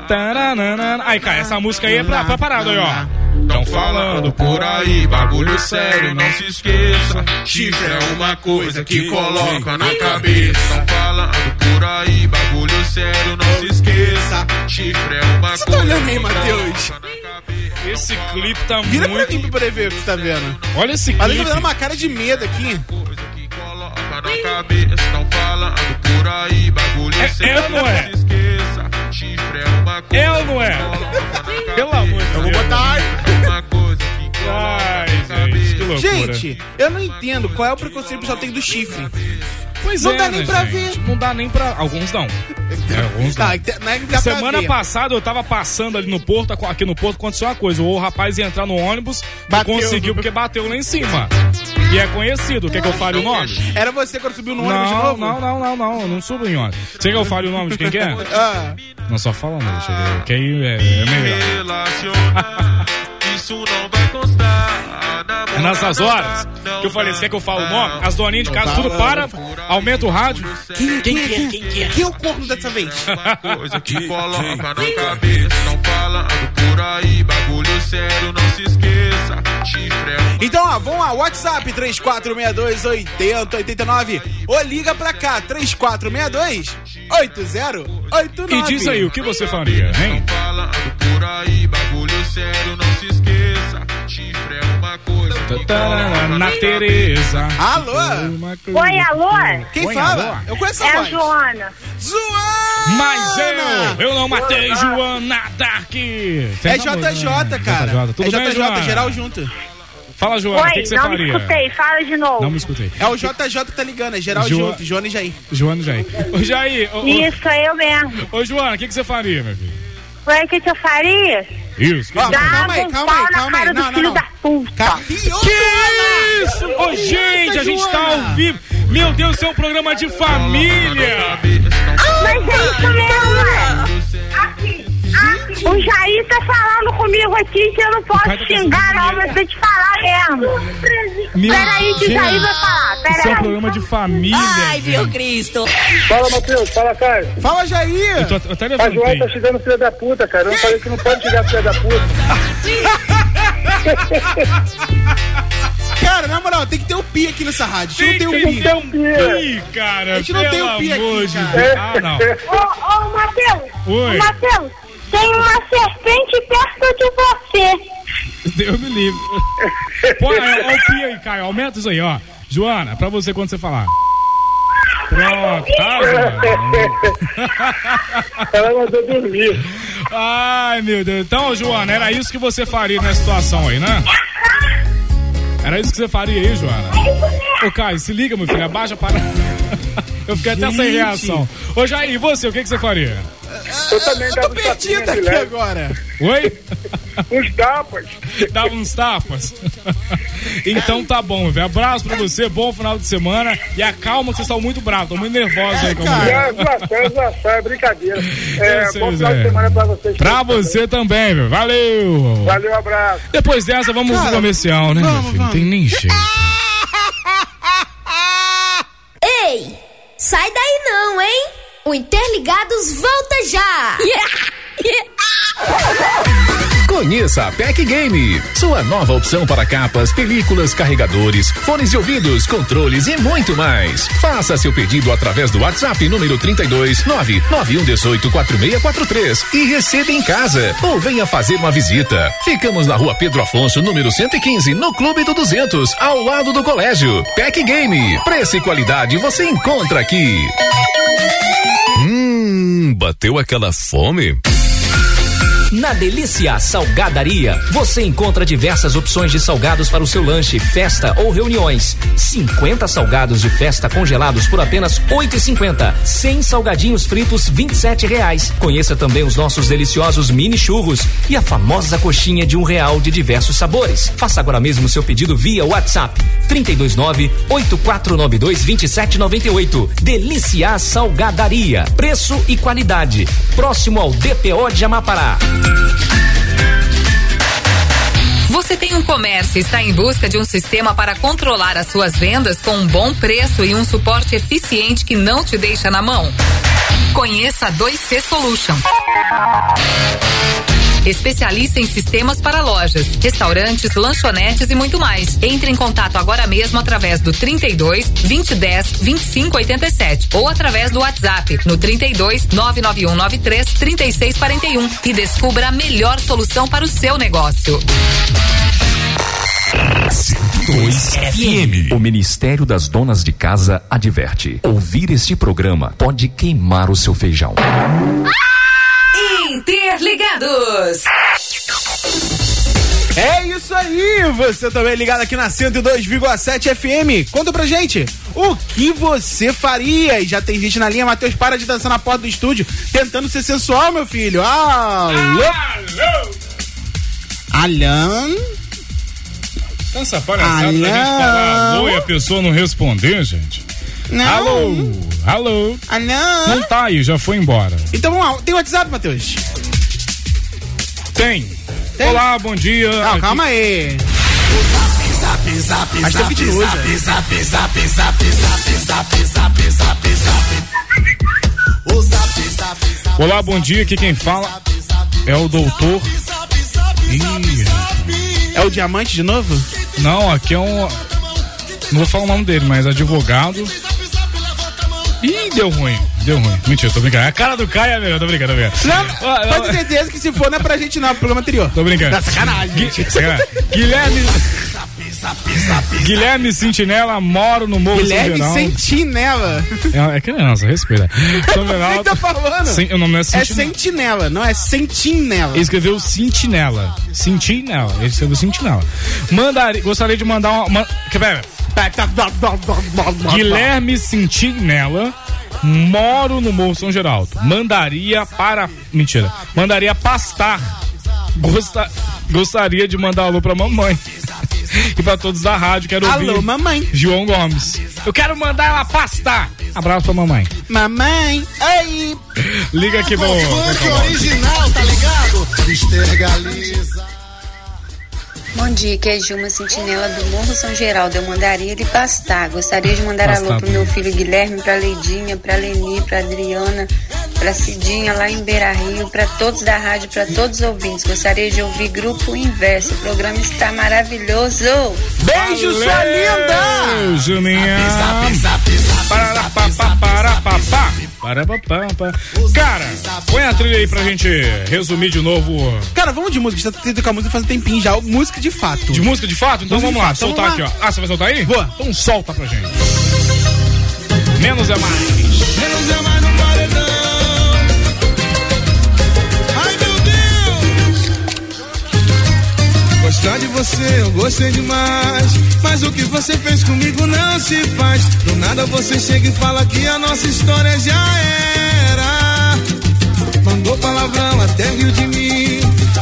S5: Taranana. Aí, cara, essa música aí é pra, pra parada aí, ó. Tão falando
S7: Por aí, bagulho sério, não se esqueça. Chifre é uma coisa que coloca na cabeça. Tão falando por aí, bagulho sério, não se esqueça. Chifre é uma coisa.
S6: Você tá olhando aí, Matheus?
S5: Esse clipe tá
S6: Vira pra mim pra poder ver o que você tá vendo.
S5: Olha esse
S6: Matheus tá
S5: clipe.
S6: fazendo uma cara de medo aqui.
S7: Coloca Tá na cabeça, tão falando por aí, bagulho
S5: É-
S7: sério,
S5: é ou não é?
S7: se esqueça. Chifre é uma coisa.
S5: É ou não é? Pelo amor de Deus. Eu vou botar. Ai, gente, que loucura.
S6: Gente, eu não entendo qual é o preconceito que o pessoal tem do chifre.
S5: Pois
S6: não
S5: é,
S6: dá nem
S5: né,
S6: pra
S5: gente? Não dá nem pra. Alguns não. É, alguns não.
S6: Tá, ent- não é que dá pra
S5: Semana
S6: ver.
S5: passada eu tava passando ali no Porto, aco- aqui no Porto aconteceu uma coisa. O rapaz ia entrar no ônibus, não conseguiu porque bateu lá em cima. E é conhecido. Quer que eu fale o nome?
S6: Era você quando subiu no ônibus de
S5: Não,
S6: novo?
S5: não, não, não, não. eu Não subo em ônibus. Você quer que eu fale o nome de quem que é?
S6: Ah,
S5: Não, só fala não, deixa eu ver. Que aí é, é melhor.
S7: Relacionar, isso não vai constar. na
S5: É nessas horas que eu falei, você quer que eu fale o nome? As doninhas de casa tudo para, aumenta o rádio.
S6: quem, quem, quem, quem, quem, quem é o corno dessa vez?
S7: coisa que coloca na cabeça. Não falando por aí, bagulho sério, não se esqueça. Chifre é uma
S6: Então, ó, vamos lá, WhatsApp 3462 8089 ou liga pra cá, 3462 8089.
S5: E diz aí, o que você faria, hein?
S7: por aí, bagulho sério, não se esqueça. Chifre é uma coisa que coloca
S5: Tatarana,
S7: na
S5: Na
S7: cabeça.
S5: Tereza.
S7: um
S6: Alô?
S13: Oi, alô?
S6: Quem
S5: Oi,
S6: fala?
S5: alô?
S6: Eu conheço
S13: É
S6: a
S13: a
S6: voz.
S13: Joana.
S6: Zoana!
S5: Mas eu, eu não matei
S13: Olá.
S5: Joana Dark.
S6: É JJ, cara.
S5: JJ, tudo
S6: é
S5: bem,
S6: JJ,
S5: Joana?
S6: geral junto.
S5: Fala, Joana, o que,
S13: Oi,
S5: que você
S13: não me
S5: faria?
S13: escutei. Fala de novo.
S5: Não me escutei.
S6: É o JJ que tá ligando, é geral
S5: Jo-
S6: junto, Joana e Jair.
S5: Joana Jair. Ô, Jair, ô, ô,
S13: Isso, é eu mesmo.
S5: ô, Joana, o que, que você faria, meu filho?
S13: Foi o que que eu faria?
S5: Isso.
S6: Ó, calma aí,
S13: um
S6: calma
S13: pau
S6: aí,
S13: na
S6: calma aí.
S13: cara do
S6: Não, não,
S13: filho
S6: não.
S13: da
S6: Calma. Ih, ô,
S5: Que isso? Ô, gente, a gente tá ao vivo. Meu Deus, isso é um programa de família.
S13: Mas é isso mesmo, ué. O Jair tá falando comigo aqui que eu não
S5: cara tá
S13: posso xingar, não, mas tem que falar mesmo.
S5: Meu
S13: Peraí que o Jair
S5: Deus.
S13: vai falar,
S5: Isso é um
S13: peraí.
S5: programa de família. gente.
S13: Cristo.
S2: Fala, Matheus. Fala, Caio.
S6: Fala, Jair.
S5: Eu, tô- eu até
S2: A Joana tá
S5: levantei.
S2: chegando filha da puta, cara. Eu falei que não pode chegar filha da puta.
S6: Cara, na moral, tem que ter o pi aqui nessa rádio. A gente não tem o pi.
S5: um pi, cara.
S6: A gente não tem o pi
S5: pelo amor
S6: aqui,
S5: de Deus.
S6: cara.
S5: Ah, não.
S13: Ô, ô, Matheus.
S5: Oi.
S13: Ô, Matheus, tem uma serpente perto de você.
S5: Deus me livre. Pô, é, ó, o pi aí, Caio. Aumenta isso aí, ó. Joana, pra você quando você falar. Pronto, tá, Joana?
S7: Ela mandou dormir.
S5: Ai, meu Deus. Então, Joana, era isso que você faria nessa situação aí, né? Era isso que você faria aí, Joana? Ô, Caio, se liga, meu filho, abaixa para. Eu fiquei até sem
S11: Gente.
S5: reação. Ô, Jair, e você, o que, que você faria?
S7: Eu também dava uns tapinhas de leve.
S5: Oi?
S7: Uns tapas.
S5: Dava uns tapas? Então tá bom, velho. Abraço pra você, bom final de semana. E acalma que vocês estão muito bravos, estão muito nervosos aí com a
S7: É,
S5: mulher.
S7: zoação, é zoação, é brincadeira.
S5: Eu
S7: É,
S5: sei,
S7: bom final
S5: Zé.
S7: de semana pra vocês.
S5: Pra você também, velho. Valeu!
S7: Valeu, abraço.
S5: Depois dessa, vamos pro
S7: Cara,
S5: comercial, né, meu
S7: vamos,
S5: filho? Não tem nem jeito.
S10: Ei, sai daí não, hein? O Interligados volta já!
S15: Conheça a PEC Game, sua nova opção para capas, películas, carregadores, fones de ouvidos, controles e muito mais. Faça seu pedido através do WhatsApp número 32 99118 4643 e receba em casa ou venha fazer uma visita. Ficamos na rua Pedro Afonso, número 115, no Clube do 200, ao lado do colégio. PEC Game, preço e qualidade você encontra aqui.
S3: Hum, bateu aquela fome?
S2: Na Delícia Salgadaria, você encontra diversas opções de salgados para o seu lanche, festa ou reuniões. 50 salgados de festa congelados por apenas oito e cinquenta. 100 salgadinhos fritos, vinte e sete reais. Conheça também os nossos deliciosos mini churros e a famosa coxinha de um real de diversos sabores. Faça agora mesmo seu pedido via WhatsApp 329 8492 2798. Delícia Salgadaria. Preço e qualidade. Próximo ao DPO de Amapará.
S19: Você tem um comércio e está em busca de um sistema para controlar as suas vendas com um bom preço e um suporte eficiente que não te deixa na mão? Conheça a 2C Solution. Especialista em sistemas para lojas, restaurantes, lanchonetes e muito mais. Entre em contato agora mesmo através do 32 2010 2587 ou através do WhatsApp no 32 99193 3641 e descubra a melhor solução para o seu negócio.
S9: 2 FM. O Ministério das Donas de Casa adverte: ouvir este programa pode queimar o seu feijão.
S19: Interligados.
S6: É isso aí, você também é ligado aqui na 102,7 FM. Conta pra gente, o que você faria? E já tem gente na linha, Matheus, para de dançar na porta do estúdio, tentando ser sensual, meu filho. Alô? Alô?
S5: Essa
S7: Ah,
S5: palhaçada da gente
S6: Alô?
S5: falar é- alô e a pessoa não responder, gente.
S6: Não.
S5: Alô, alô.
S6: Alô.
S5: Não tá aí, já foi embora.
S6: Então vamos lá, tem WhatsApp, Matheus?
S5: Tem. Olá, bom dia.
S6: Não, calma aí.
S12: Zap, zap,
S6: Mas tem
S12: zap,
S6: pedido hoje,
S12: zap, zap, zap, zap, zap, zap, zap, zap, zap. O zap, zap, zap,
S5: Olá, bom dia. Aqui quem fala é o doutor.
S6: É o diamante de novo?
S5: Não, aqui é um. Não vou falar o nome dele, mas advogado. Ih, deu ruim. Deu ruim. Mentira, tô brincando. A cara do Caio é melhor, tô brincando, tô brincando.
S6: Não, pode ter certeza que se for, não é pra gente não, é pro programa anterior.
S5: Tô brincando.
S6: Tá sacanagem.
S5: Gui- sacanagem. Guilherme. Guilherme Sentinela, moro no Morro São
S6: Guilherme
S5: Geraldo.
S6: Sentinela.
S5: É, é criança, respeita. São
S6: Quem
S5: Geraldo.
S6: tá falando?
S5: Sen- o nome é
S6: É
S5: Sentinela.
S6: Sentinela, não é Sentinela.
S5: Ele escreveu Sentinela. Sentinela. Ele escreveu Sentinela. Mandari... Gostaria de mandar uma. uma... Que pera. Guilherme Sentinela. Moro no Morro São Geraldo. Mandaria para. Mentira. Mandaria pastar. Gosta... Gostaria de mandar alô pra mamãe. E pra todos da rádio, quero
S6: Alô,
S5: ouvir.
S6: mamãe.
S5: João Gomes. Eu quero mandar ela pastar. Abraço pra mamãe.
S6: Mamãe, ei.
S5: Liga aqui, bom.
S12: Funk original, tá ligado? Estergaliza.
S13: Bom dia, que é Gilma Sentinela do Morro São Geraldo. Eu mandaria ele pastar. Gostaria de mandar
S5: Pastar,
S13: alô pro
S5: bom.
S13: meu filho Guilherme, pra Leidinha, pra Leni, pra Adriana, pra Cidinha lá em Beira Rio, pra todos da rádio, pra todos os ouvintes. Gostaria de ouvir Grupo Inverso. O programa está maravilhoso.
S6: Beijo,
S5: sua linda! Juninha. Parará, pá, pá, pará, pá, pá. Parabá, pá, pá. Cara, põe a trilha aí pra gente resumir de novo.
S6: Cara, vamos de música. A gente tá tentando com a música faz um tempinho já. Música de fato.
S5: De música de fato? Então vamos lá, soltar aqui, ó. Ah, você vai soltar aí? Boa. Então solta pra gente. Menos é mais.
S20: Menos é mais no paredão. Ai meu Deus! Gostar de você eu gostei demais. Mas o que você fez comigo não se faz. Do nada você chega e fala que a nossa história já era. Mandou palavrão até riu de mim.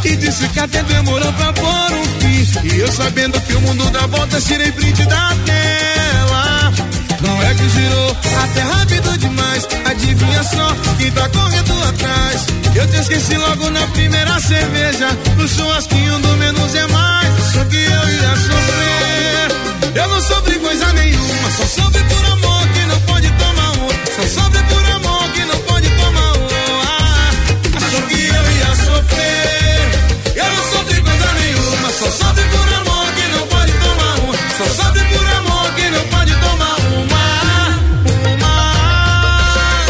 S20: E disse que até demorou pra pôr um fim. E eu sabendo que o mundo dá voltas, tirei print da tela. Não é que girou até rápido demais. Adivinha só quem tá correndo atrás. Eu te esqueci logo na primeira cerveja. No churrasquinho do menos é mais. Só que eu ia sofrer. Eu não sofri coisa nenhuma. Só soube por amor que não pode tomar um. Só soube por amor que não pode tomar um. Ah, achou que eu ia sofrer. Eu não sofri coisa nenhuma. Só soube por amor que não pode tomar um. Só soube por amor que não pode tomar uma. Uma.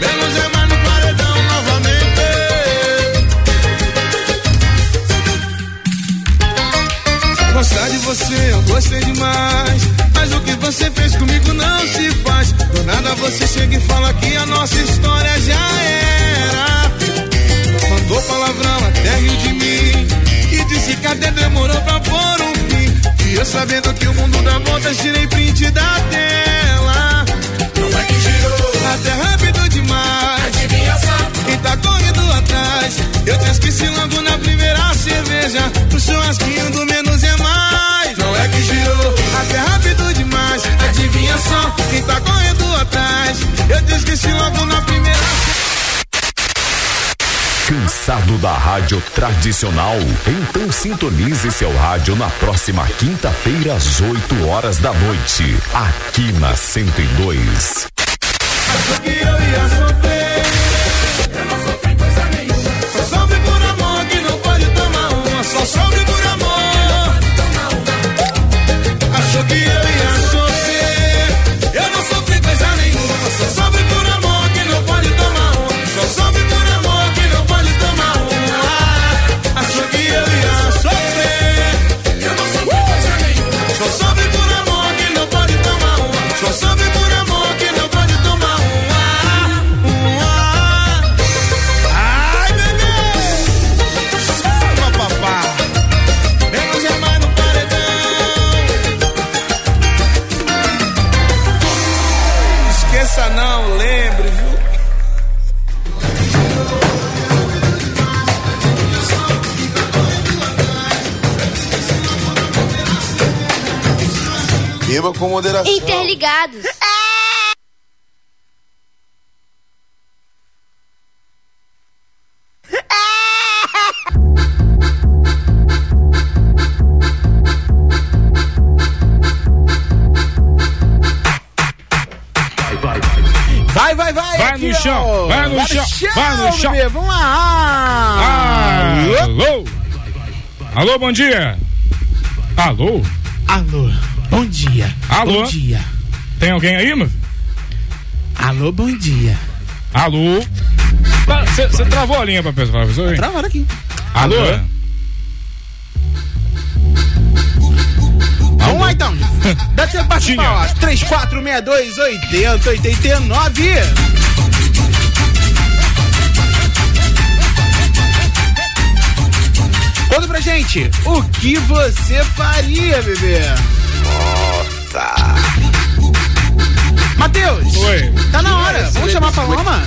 S20: Menos é mais no paredão novamente. Gostar de você, eu gostei demais. Mas o que você fez comigo não se faz. Do nada você chega e fala que a nossa história já era. Mandou palavrão até riu de mim. E disse que até demorou pra pôr um fim. E eu sabendo que o mundo dá voltas, tirei print da tela. Não é que girou. Até rápido demais. Adivinha só. Quem tá correndo atrás. Eu te esqueci logo na primeira cerveja. No churrasquinho do menos é mais. Não é que girou. Até rápido demais. Adivinha só. Quem tá correndo atrás. Eu te esqueci logo na primeira
S1: Cansado da rádio tradicional? Então sintonize seu rádio na próxima quinta-feira às 8 horas da noite, aqui na 102.
S20: Só sobre por amor que não pode tomar uma. Só sobre por amor. Achou que eu ia sofrer. Eu não sofri coisa nenhuma. Só sobre por amor que não pode tomar uma. Só sobre por amor que não pode tomar uma. Achou que eu ia sofrer. Eu não sofri coisa nenhuma. Só sobre por amor que não pode tomar uma. Só sobre por amor que não pode tomar uma. Uma. Ai, bebê! Chama, papá! Menos é mais no paredão! Esqueça não, lembre, viu?
S14: Beba com moderação.
S10: Interligados.
S6: Vai, vai, vai!
S5: Vai no
S6: ó.
S5: chão, vai no chão, vai no chão.
S6: bebê, Vamos lá!
S5: Alô? Alô, bom dia. Alô?
S6: Alô, bom dia.
S5: Alô?
S6: Bom dia.
S5: Tem alguém aí, meu? filho?
S6: Alô, bom dia.
S5: Alô? Você travou a linha pra pessoa? pra pessoa aí?
S6: Travaram aqui.
S5: Alô?
S6: Vamos lá então. Dá tempo pra chamar, ó. 3462 80 89. Conta pra gente, o que você faria, bebê? Nossa. Matheus.
S5: Oi.
S6: Tá na hora. Vamos chamar a Paloma?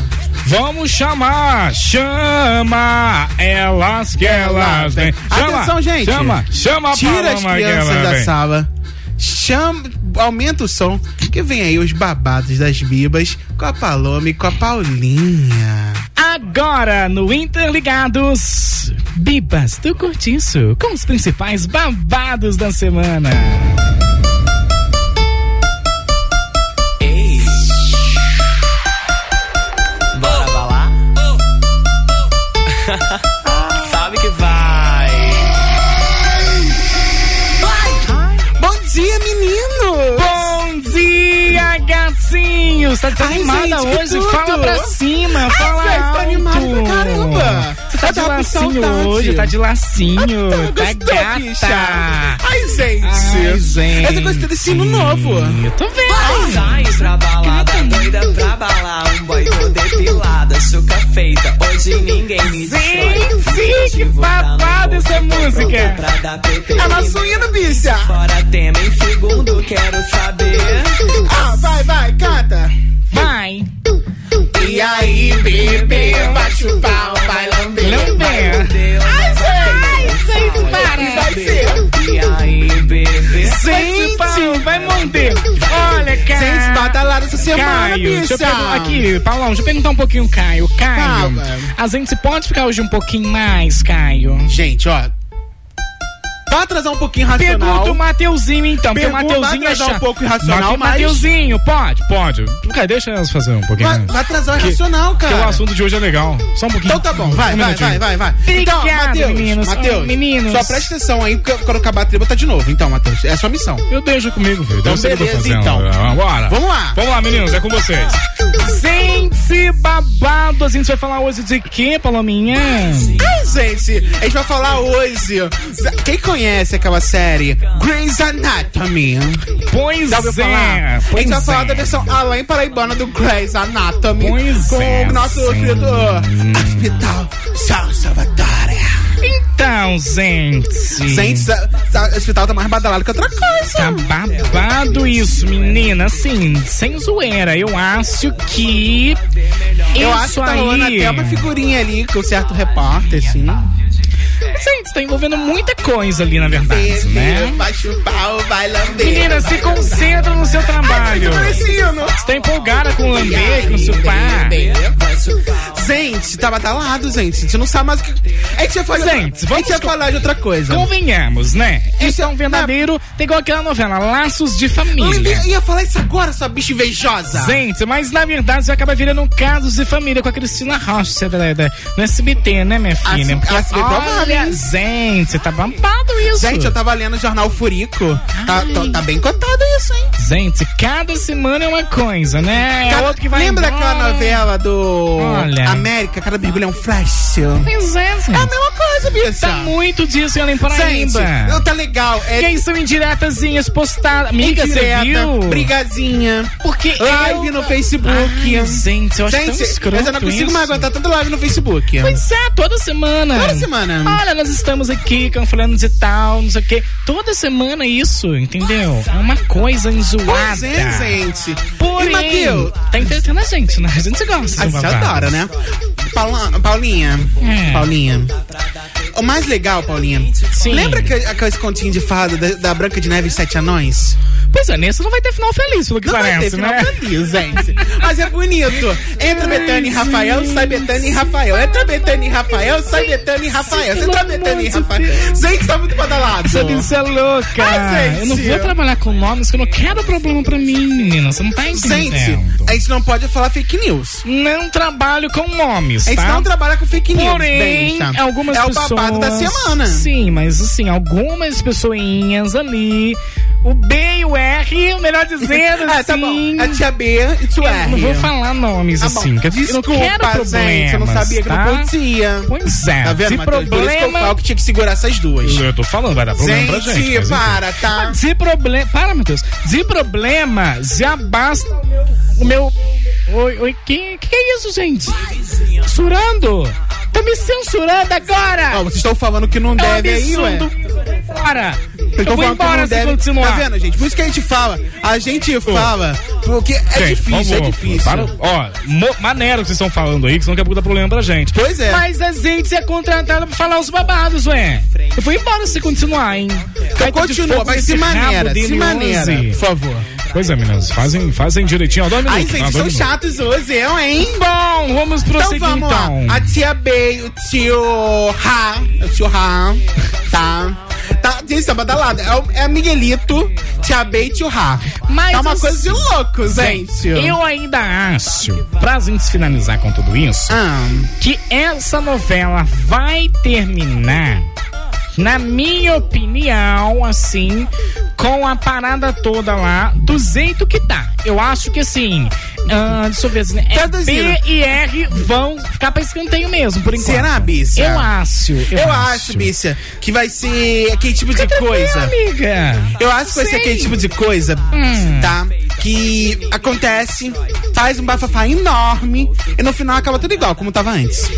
S5: Vamos chamar, chama elas que elas vêm. Chama,
S6: Atenção, gente.
S5: Chama, chama a
S6: Tira as
S5: Paloma que
S6: crianças
S5: ela
S6: da
S5: vem.
S6: sala. Chama, aumenta o som, que vem aí os babados das bibas com a Paloma e com a Paulinha.
S8: Agora no Interligados, Bibas do Cortiço, com os principais babados da semana.
S21: Ei! Bora balar? Sabe que vai!
S6: Bom dia, menino!
S8: Bom dia, gatinho! está desanimada
S6: gente, que
S8: hoje.
S6: tudo.
S8: Fala pra cima, fala
S6: você tá
S8: alto.
S6: animada pra caramba.
S8: Você tá
S6: Eu tava
S8: de
S6: com
S8: lacinho
S6: saudade. Ah,
S8: hoje, tá de lacinho. Tá
S6: Gostou, bicha?
S8: gata.
S6: Ai, gente.
S8: Ai, gente.
S6: Essa coisa desse sino novo. Eu
S8: tô vendo.
S21: Vai pra balada, doida pra balar. Um boy tô depilada, chuca feita. Hoje ninguém me destrói.
S8: Sim, que babado essa música.
S21: Pra dar PT.
S6: Ela sonhando, bicha.
S21: Fora tema em segundo, quero saber.
S6: Ah, vai, vai, canta.
S8: Vai.
S6: E aí, bebê, vai chupar, vai lamber.
S21: Deus,
S6: Ai, gente.
S8: Para.
S6: Vai ser.
S21: E aí, bebê?
S8: Gente, vai manter. Olha, cara.
S6: Gente, batalhada essa semana,
S8: Caio, deixa eu
S6: bicha.
S8: pergun- aqui, Paulão, deixa eu perguntar um pouquinho, Caio. Caio, a gente pode ficar hoje um pouquinho mais, Caio?
S6: Gente, ó. Pra atrasar um pouquinho racional.
S8: Pergunta o Mateuzinho, então. porque o
S6: Pergunta,
S8: Mateuzinho
S6: vai
S8: é
S6: atrasar
S8: chato.
S6: um pouco irracional, mas-
S8: Mateuzinho, pode, pode. Cara, deixa elas fazer um pouquinho.
S6: Vai,
S8: mais.
S6: vai atrasar o
S8: Que-
S6: racional,
S8: Porque o
S6: cara.
S8: assunto de hoje é legal. Só um pouquinho.
S6: Então tá bom, vai,
S8: Um
S6: vai,
S8: minutinho.
S6: vai, vai, vai.
S8: Obrigado,
S6: então, Matheus,
S8: meninos.
S6: Matheus,
S8: Oh, meninos.
S6: Só presta atenção aí, porque quando acabar a tribo tá de novo. Então, Matheus, é a sua missão.
S8: Eu deixo comigo, filho.
S6: Então,
S8: Eu sei o que eu tô
S6: beleza,
S8: fazendo.
S6: então.
S8: Bora.
S6: Vamos lá.
S8: Vamos lá, meninos. É com vocês. Gente, babado. A gente vai falar hoje de quê, Palominha?
S6: Ai, gente, a gente vai falar hoje. Quem conhece aquela série Grey's Anatomy?
S8: Pois
S6: Já ouviu
S8: é,
S6: falar? a
S8: pois
S6: gente vai falar
S8: é.
S6: da versão além paraibana do Grey's Anatomy.
S8: Pois
S6: com
S8: é,
S6: o nosso
S8: sim.
S6: querido Hospital São Salvatore.
S8: Então, gente.
S6: Gente, sa- sa- o hospital tá mais badalado que outra coisa.
S8: Tá babado isso, menina. Assim, sem zoeira. Eu acho que.
S6: Eu
S8: isso
S6: acho que tá rolando
S8: aí.
S6: até uma figurinha ali com um certo repórter, assim.
S8: Gente, tá envolvendo muita coisa ali, na verdade, né?
S6: Vai chupar, vai lamber.
S8: Menina, se concentra no seu trabalho. Você tá empolgada com o lamber, com o chupar.
S6: Gente, tá badalado, gente. A gente não sabe mais o que. A gente ia falar,
S8: Gente,
S6: a
S8: vamos
S6: gente ia
S8: com-
S6: falar de outra coisa.
S8: Convenhamos, né? Isso é um verdadeiro. Tem igual aquela novela, Laços de Família.
S6: Eu ia falar isso agora, sua bicha invejosa.
S8: Gente, mas na verdade você acaba virando um casos de família com a Cristina Rocha da, da, no SBT, né, minha filha?
S6: As-
S8: Porque,
S6: as-
S8: olha, gente, tá babado isso.
S6: é Gente, eu tava lendo o jornal Furico. Tá, tá- tá bem contado isso, hein?
S8: Gente, cada semana é uma coisa, né? É
S6: Cada-
S8: outro que vai
S6: Lembra
S8: embora.
S6: daquela novela do
S8: Olha.
S6: América? Cada mergulho é um flash.
S8: Pois é, gente.
S6: É a mesma coisa, bicha.
S8: Tá muito disso em Além
S6: Gente, não
S8: Paraíba.
S6: tá legal. É
S8: Quem são indiretazinhas postadas? Amiga, você
S6: indireta,
S8: viu?
S6: Brigadinha.
S8: Porque
S6: Live
S8: eu...
S6: no Facebook.
S8: Ai, gente, eu acho tão
S6: Gente,
S8: escroto
S6: eu já não consigo
S8: isso.
S6: mais aguentar tanta live no Facebook.
S8: Pois é, toda semana.
S6: Toda semana.
S8: Olha, nós estamos aqui com fulano de tal, não sei o quê. Toda semana isso, entendeu? É uma coisa enjoada.
S6: Pois é, gente.
S8: Porém,
S6: E, Matheus?
S8: tá entretendo a gente, né? A gente gosta.
S6: A
S8: de um
S6: gente
S8: babado.
S6: adora, né? Paula- Paulinha.
S8: É.
S6: Paulinha. O mais legal, Paulinha.
S8: Sim.
S6: Lembra que, aqueles continhos de fada da, da Branca de Neve e Sete Anões?
S8: Pois é, nesse não vai ter final feliz, pelo que
S6: Não vai ter
S8: parece,
S6: final
S8: né?
S6: feliz, gente. Mas é bonito. Entra Betânia e Rafael, sai Betânia e Rafael. Entra Betânia e Rafael, sai Betânia e Rafael. Entra Betânia e Rafael. Gente, tá muito badalado.
S8: Essa bicha é louca.
S6: Ai, gente.
S8: eu não vou trabalhar com nomes que eu não quero problema pra mim, menina. Você não tá entendendo.
S6: Gente, a gente não pode falar fake news.
S8: Não trabalho com nomes,
S6: A gente
S8: tá?
S6: não trabalha com fake news.
S8: Porém,
S6: deixa.
S8: algumas
S6: é
S8: pessoas...
S6: o babado da semana.
S8: Sim, mas assim, algumas pessoinhas ali... O B e o R, melhor dizendo,
S6: Ah,
S8: assim...
S6: tá bom. A tia B e tu
S8: Eu não
S6: R.
S8: vou falar nomes
S6: Tá bom.
S8: assim, que eu
S6: Desculpa,
S8: não quero problemas,
S6: gente. Eu não sabia que
S8: tá?
S6: não podia.
S8: Pois é,
S6: Tá
S8: se
S6: vendo, Matheus? Por isso que eu
S8: problema...
S6: falo que tinha que segurar essas duas.
S8: Eu tô falando, vai dar problema pra gente. mas
S6: Gente,
S8: enfim.
S6: para, tá?
S8: De problema. Para, Matheus. De problema, já basta o meu. Oi, oi, que, que é isso, gente? Censurando? Tá me censurando
S6: Ó,
S8: agora!
S6: vocês estão falando que não
S8: É um
S6: deve aí, ué.
S8: absurdo. Fora!
S6: Vocês
S8: Eu
S6: tão
S8: vou
S6: falando que
S8: embora
S6: não
S8: se
S6: deve.
S8: continuar.
S6: Tá vendo, gente? Por isso que a gente fala. A gente fala porque é
S5: Gente,
S6: difícil, é
S5: por favor,
S6: difícil.
S5: Para, ó, mo- maneiro que vocês estão falando aí, que senão daqui a pouco dá problema pra gente.
S6: Pois é.
S8: Mas a gente é contratada pra falar os babados, ué. Eu vou embora se continuar, hein?
S6: Então continua, mas se maneira, se maneira, por favor.
S5: Pois é, meninas, fazem, fazem direitinho. Ó, um dois
S6: Ai,
S5: minutos. ó,
S6: gente,
S5: dois
S6: são
S5: minutos.
S6: chatos hoje, eu, hein?
S8: Bom, vamos
S6: Então
S8: prosseguir então.
S6: vamos lá. A tia B, o tio Ra, o tio Ra, tá? Tá, gente, tá badalado. É, o- é Miguelito, tia B e tio Ra.
S8: Mas
S6: tá uma
S8: assim,
S6: coisa de louco, gente.
S8: Eu ainda acho, pra gente finalizar com tudo isso,
S6: Ah,
S8: que essa novela vai terminar, na minha opinião, assim, com a parada toda lá, do jeito que tá. Eu acho que assim, Ah, deixa eu ver assim.
S6: Tá
S8: É B e R vão ficar pra escanteio mesmo, por enquanto.
S6: Será, Bícia?
S8: Eu acho.
S6: Eu, acho, Bícia, que vai ser aquele tipo de coisa.
S5: É.
S8: amiga.
S6: Eu acho que vai ser
S8: Sei.
S6: aquele tipo de coisa,
S8: Hum.
S6: tá? Que acontece, faz um bafafá enorme e no final acaba tudo igual, como tava antes.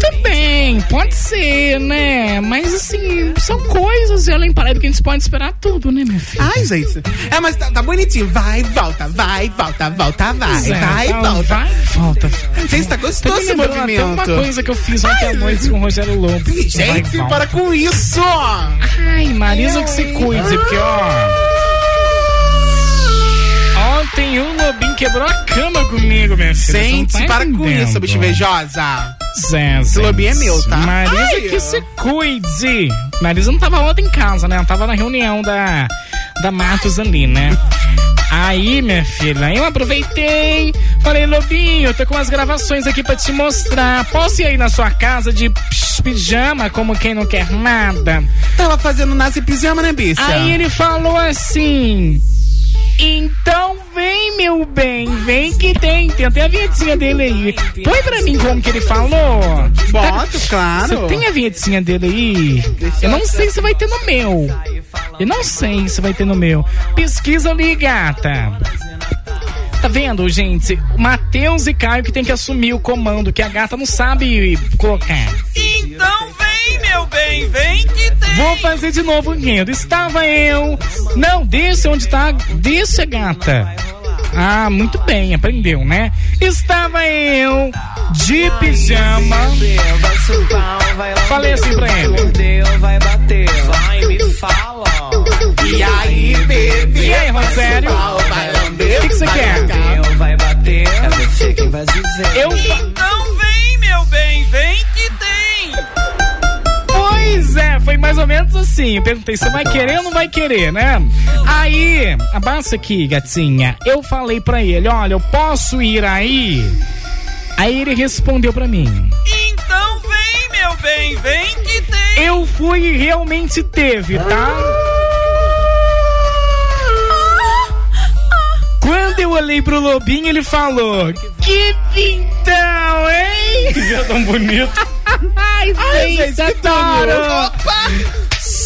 S8: Também, pode ser, né? Mas assim, são coisas e além parada que a gente pode esperar tudo, né, meu filho?
S6: Ai, gente. É, mas tá, tá bonitinho. Vai, e volta, vai, e volta, volta, vai,
S8: Zé,
S6: vai, e
S8: tá,
S6: volta.
S8: Vai, e volta.
S6: Gente, tá gostoso
S8: Também
S6: esse
S8: lembrou até
S6: movimento.
S8: uma coisa que eu fiz ontem à noite com o Rogério Lobo. Vai e
S6: Gente,
S8: volta.
S6: para com isso!
S8: Ai, Marisa, que se cuide, porque ó. Ontem um lobinho quebrou a cama comigo, minha filha. você não
S6: Gente,
S8: tá
S6: para com
S8: entendendo.
S6: isso, bicho invejosa.
S8: Zé,
S6: Esse
S8: Zé,
S6: lobinho é meu, tá?
S8: Marisa
S6: Ai,
S8: que se cuide. Marisa não tava ontem em casa, né? Ela tava na reunião da, da Matos ali, né? Aí, minha filha, eu aproveitei, falei, Lobinho, eu tô com umas gravações aqui pra te mostrar. Posso ir aí na sua casa de pis- pijama, como quem não quer nada?
S6: Tava fazendo nasa e pijama, né, bicha?
S8: Aí ele falou assim. Então vem, meu bem, vem que tem. Tem até a vinhetinha dele aí. Põe pra mim como que ele falou.
S6: Boto, claro.
S8: Você tem a vinhetinha dele aí? Eu não sei se vai ter no meu. Eu não sei se vai ter no meu. Pesquisa ali, gata. Tá vendo, gente? O Matheus e Caio que tem que assumir o comando, que a gata não sabe colocar.
S21: Então vem, meu bem, vem que
S8: Vou fazer de novo rindo. Estava eu. Não, deixa onde tá. Deixa, gata. Ah, muito bem, aprendeu, né? Estava eu de pijama. Falei assim pra ele.
S21: vai bater. Vai me fala.
S8: E aí, bebê? E aí, Rosério? O que que você quer?
S21: Vai bater, é você quem vai dizer.
S8: Eu
S21: Então vem, meu bem, vem que tem.
S8: Pois é, foi mais ou menos assim. Eu perguntei se vai querer ou não vai querer, né? Aí, abaixa aqui, gatinha. Eu falei pra ele, olha, eu posso ir aí? Aí ele respondeu pra mim.
S21: Então vem, meu bem, vem que tem.
S8: Eu fui e realmente teve, tá? Quando eu olhei pro lobinho, ele falou: Que pintão, hein? Que dia tão bonito. Ai,
S21: Ai, gente,
S8: gente,
S21: que
S8: adoro.
S21: tão-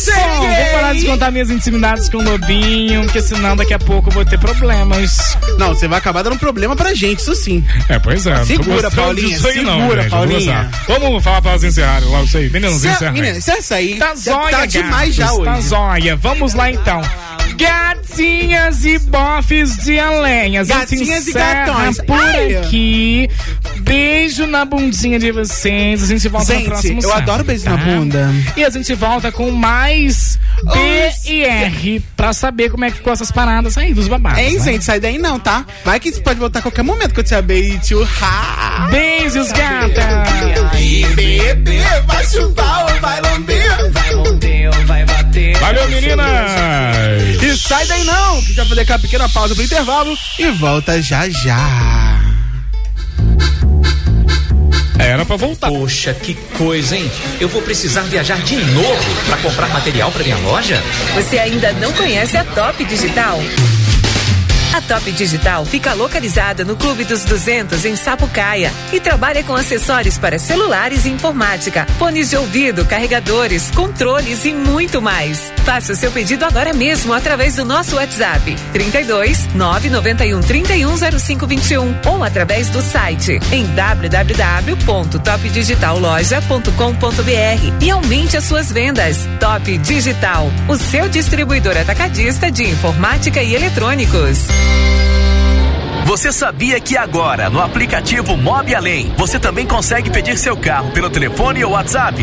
S8: Bom, vou parar de contar minhas intimidades com o lobinho, porque senão daqui a pouco eu vou ter problemas.
S6: Não, você vai acabar dando problema pra gente, isso sim.
S5: É, pois é. não tô
S6: Segura,
S5: gostando
S6: Paulinha,
S5: disso aí não,
S6: segura,
S5: gente, eu vou
S6: Paulinha.
S5: gostar. Vamos falar pra elas encerrarem logo isso aí. Meninos,
S6: Se-
S5: encerra. aí.
S6: menina, se essa aí
S8: Tá
S6: tá-
S8: zóia,
S6: tá demais já
S8: gatos, Tá
S6: hoje.
S8: zóia. Vamos lá então. Gatinhas e bofes de lenhas.
S6: Gatinhas e gatões.
S8: Por
S6: Ai.
S8: aqui. Beijo na bundinha de vocês. A gente volta
S6: Gente,
S8: no próximo
S6: eu
S8: sábado,
S6: adoro beijo
S8: tá?
S6: na bunda.
S8: E a gente volta com mais B e R pra saber como é que ficou essas paradas aí dos babados.
S6: Hein,
S8: né?
S6: gente, sai daí não, tá? Vai que isso pode voltar a qualquer momento que eu te abete o ra.
S8: Beijos, gata!
S6: E aí, bebê, vai chupar ou vai lamber? Vai lamber ou vai bater?
S5: Valeu, meninas!
S6: E sai daí não, que já vou deixar uma pequena pausa pro intervalo e volta já já.
S5: Era pra voltar.
S2: Poxa, que coisa, hein? Eu vou precisar viajar de novo pra comprar material pra minha loja?
S14: Você ainda não conhece a Top Digital? A Top Digital fica localizada no Clube dos 200 em Sapucaia e trabalha com acessórios para celulares e informática, fones de ouvido, carregadores, controles e muito mais. Faça o seu pedido agora mesmo através do nosso WhatsApp 32 991 310521 ou através do site em www.topdigitalloja.com.br e aumente as suas vendas. Top Digital, o seu distribuidor atacadista de informática e eletrônicos.
S4: Você sabia que agora, no aplicativo Mob Além, você também consegue pedir seu carro pelo telefone ou WhatsApp?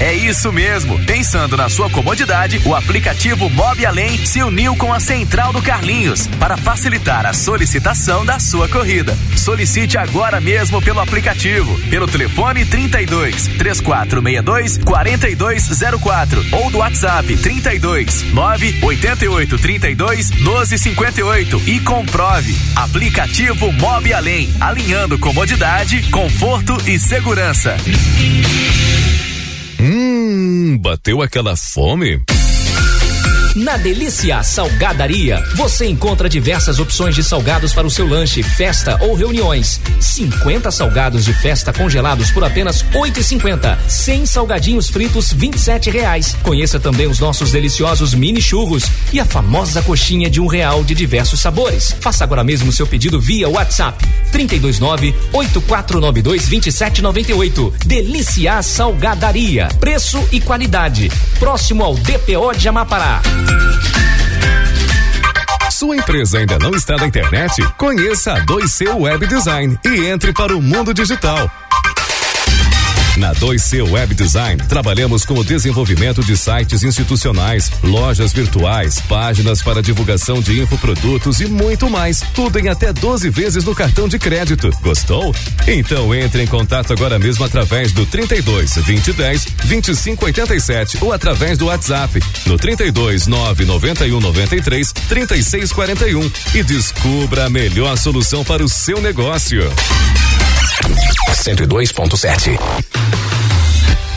S4: É isso mesmo. Pensando na sua comodidade, o aplicativo Mob Além se uniu com a Central do Carlinhos para facilitar a solicitação da sua corrida. Solicite agora mesmo pelo aplicativo, pelo telefone 32 3462 4204 ou do WhatsApp 32 988 32 1258 e comprove. Aplicativo Mob Além, alinhando comodidade, conforto e segurança.
S3: Hum, bateu aquela fome?
S2: Na Delícia Salgadaria, você encontra diversas opções de salgados para o seu lanche, festa ou reuniões. 50 salgados de festa congelados por apenas oito e cinquenta. 100 salgadinhos fritos, vinte e sete reais. Conheça também os nossos deliciosos mini churros e a famosa coxinha de um real de diversos sabores. Faça agora mesmo seu pedido via WhatsApp 329 8492 2798. Delícia Salgadaria. Preço e qualidade. Próximo ao DPO de Amapará.
S3: Sua empresa ainda não está na internet? Conheça a 2C Web Design e entre para o mundo digital. Na 2C Web Design, trabalhamos com o desenvolvimento de sites institucionais, lojas virtuais, páginas para divulgação de infoprodutos e muito mais. Tudo em até 12 vezes no cartão de crédito. Gostou? Então entre em contato agora mesmo através do 32 2010 2587 ou através do WhatsApp no 32 991 93 3641 e descubra a melhor solução para o seu negócio.
S22: 102.7.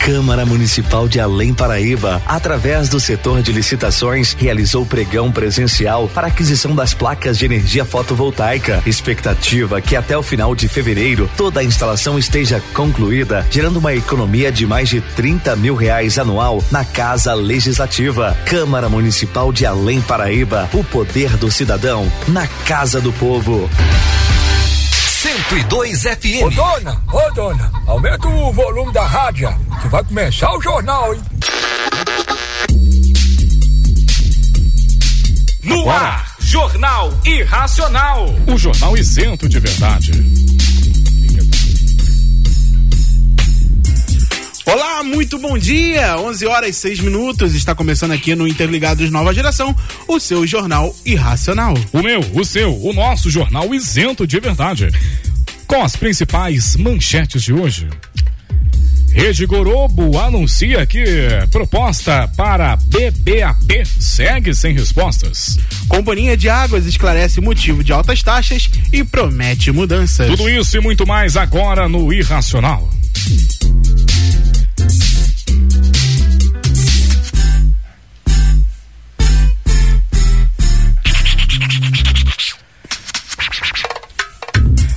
S23: Câmara Municipal de Além Paraíba, através do setor de licitações, realizou pregão presencial para aquisição das placas de energia fotovoltaica. Expectativa que até o final de fevereiro toda a instalação esteja concluída, gerando uma economia de mais de 30 mil reais anual na Casa Legislativa. Câmara Municipal de Além Paraíba, o poder do cidadão na Casa do Povo.
S22: 102 FM.
S24: Ô dona, ô dona, aumenta o volume da rádio, que vai começar o jornal, hein?
S5: No ar, Jornal Irracional. O jornal isento de verdade.
S6: Olá, muito bom dia! 11 horas e 6 minutos. Está começando aqui no Interligados Nova Geração, o seu jornal irracional.
S5: O meu, o seu, o nosso jornal isento de verdade. Com as principais manchetes de hoje. Rede Gorobo anuncia que proposta para BBAP segue sem respostas.
S6: Companhia de Águas esclarece motivo de altas taxas e promete mudanças.
S5: Tudo isso e muito mais agora no Irracional.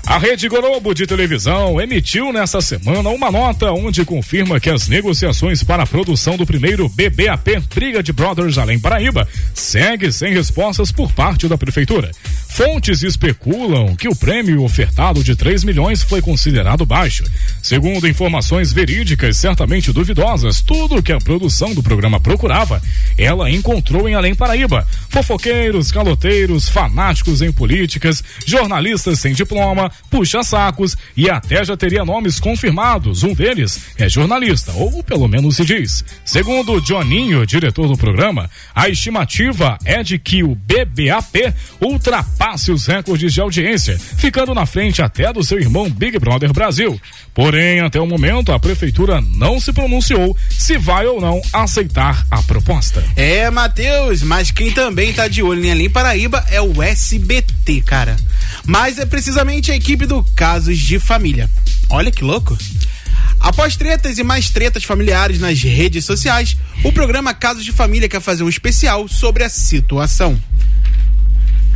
S5: A Rede Globo de televisão emitiu nesta semana uma nota onde confirma que as negociações para a produção do primeiro BBAP Briga de Brothers Além Paraíba segue sem respostas por parte da prefeitura. Fontes especulam que o prêmio ofertado de 3 milhões foi considerado baixo. Segundo informações verídicas certamente duvidosas, tudo que a produção do programa procurava, ela encontrou em Além Paraíba. Fofoqueiros, caloteiros, fanáticos em políticas, jornalistas sem diploma, puxa-sacos e até já teria nomes confirmados. Um deles é jornalista, ou pelo menos se diz. Segundo Johninho, diretor do programa, a estimativa é de que o BBAP ultrapasse os recordes de audiência, ficando na frente até do seu irmão Big Brother Brasil. Porém, até o momento, a prefeitura não se pronunciou se vai ou não aceitar a proposta.
S6: É, Matheus, mas quem também tá de olho em Além Paraíba é o SBT, cara. Mas é precisamente a equipe do Casos de Família. Olha que louco. Após tretas e mais tretas familiares nas redes sociais, o programa Casos de Família quer fazer um especial sobre a situação.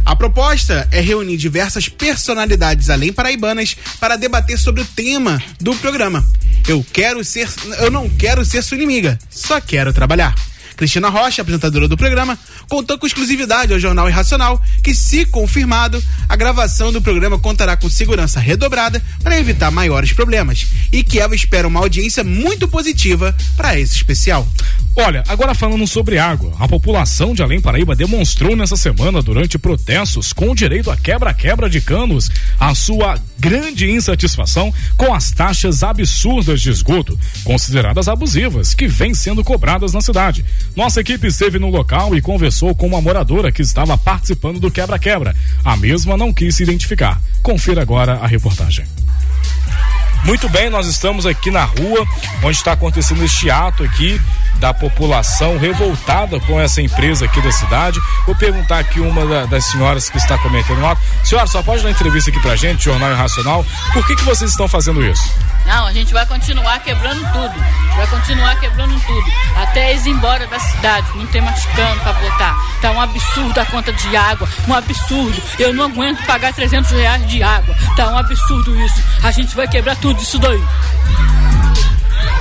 S6: A proposta é reunir diversas personalidades além paraibanas para debater sobre o tema do programa. Eu quero ser, eu não quero ser sua inimiga, só quero trabalhar. Cristina Rocha, apresentadora do programa, contou com exclusividade ao jornal Irracional que, se confirmado, a gravação do programa contará com segurança redobrada para evitar maiores problemas e que ela espera uma audiência muito positiva para esse especial.
S5: Olha, agora falando sobre água, a população de Além Paraíba demonstrou nessa semana, durante protestos com direito a quebra-quebra de canos, a sua grande insatisfação com as taxas absurdas de esgoto, consideradas abusivas, que vêm sendo cobradas na cidade. Nossa equipe esteve no local e conversou com uma moradora que estava participando do quebra-quebra. A mesma não quis se identificar. Confira agora a reportagem. Muito bem, nós estamos aqui na rua onde está acontecendo este ato aqui da população revoltada com essa empresa aqui da cidade. Vou perguntar aqui uma da- das senhoras que está comentando lá. Senhora, só pode dar entrevista aqui pra gente, Jornal Irracional. Por que, que vocês estão fazendo isso?
S22: Não, a gente vai continuar quebrando tudo. Vai continuar quebrando tudo. Até eles ir embora da cidade. Não tem mais cano pra botar. Tá um absurdo a conta de água. Um absurdo. Eu não aguento pagar 300 reais de água. Tá um absurdo isso. A gente vai quebrar tudo isso daí.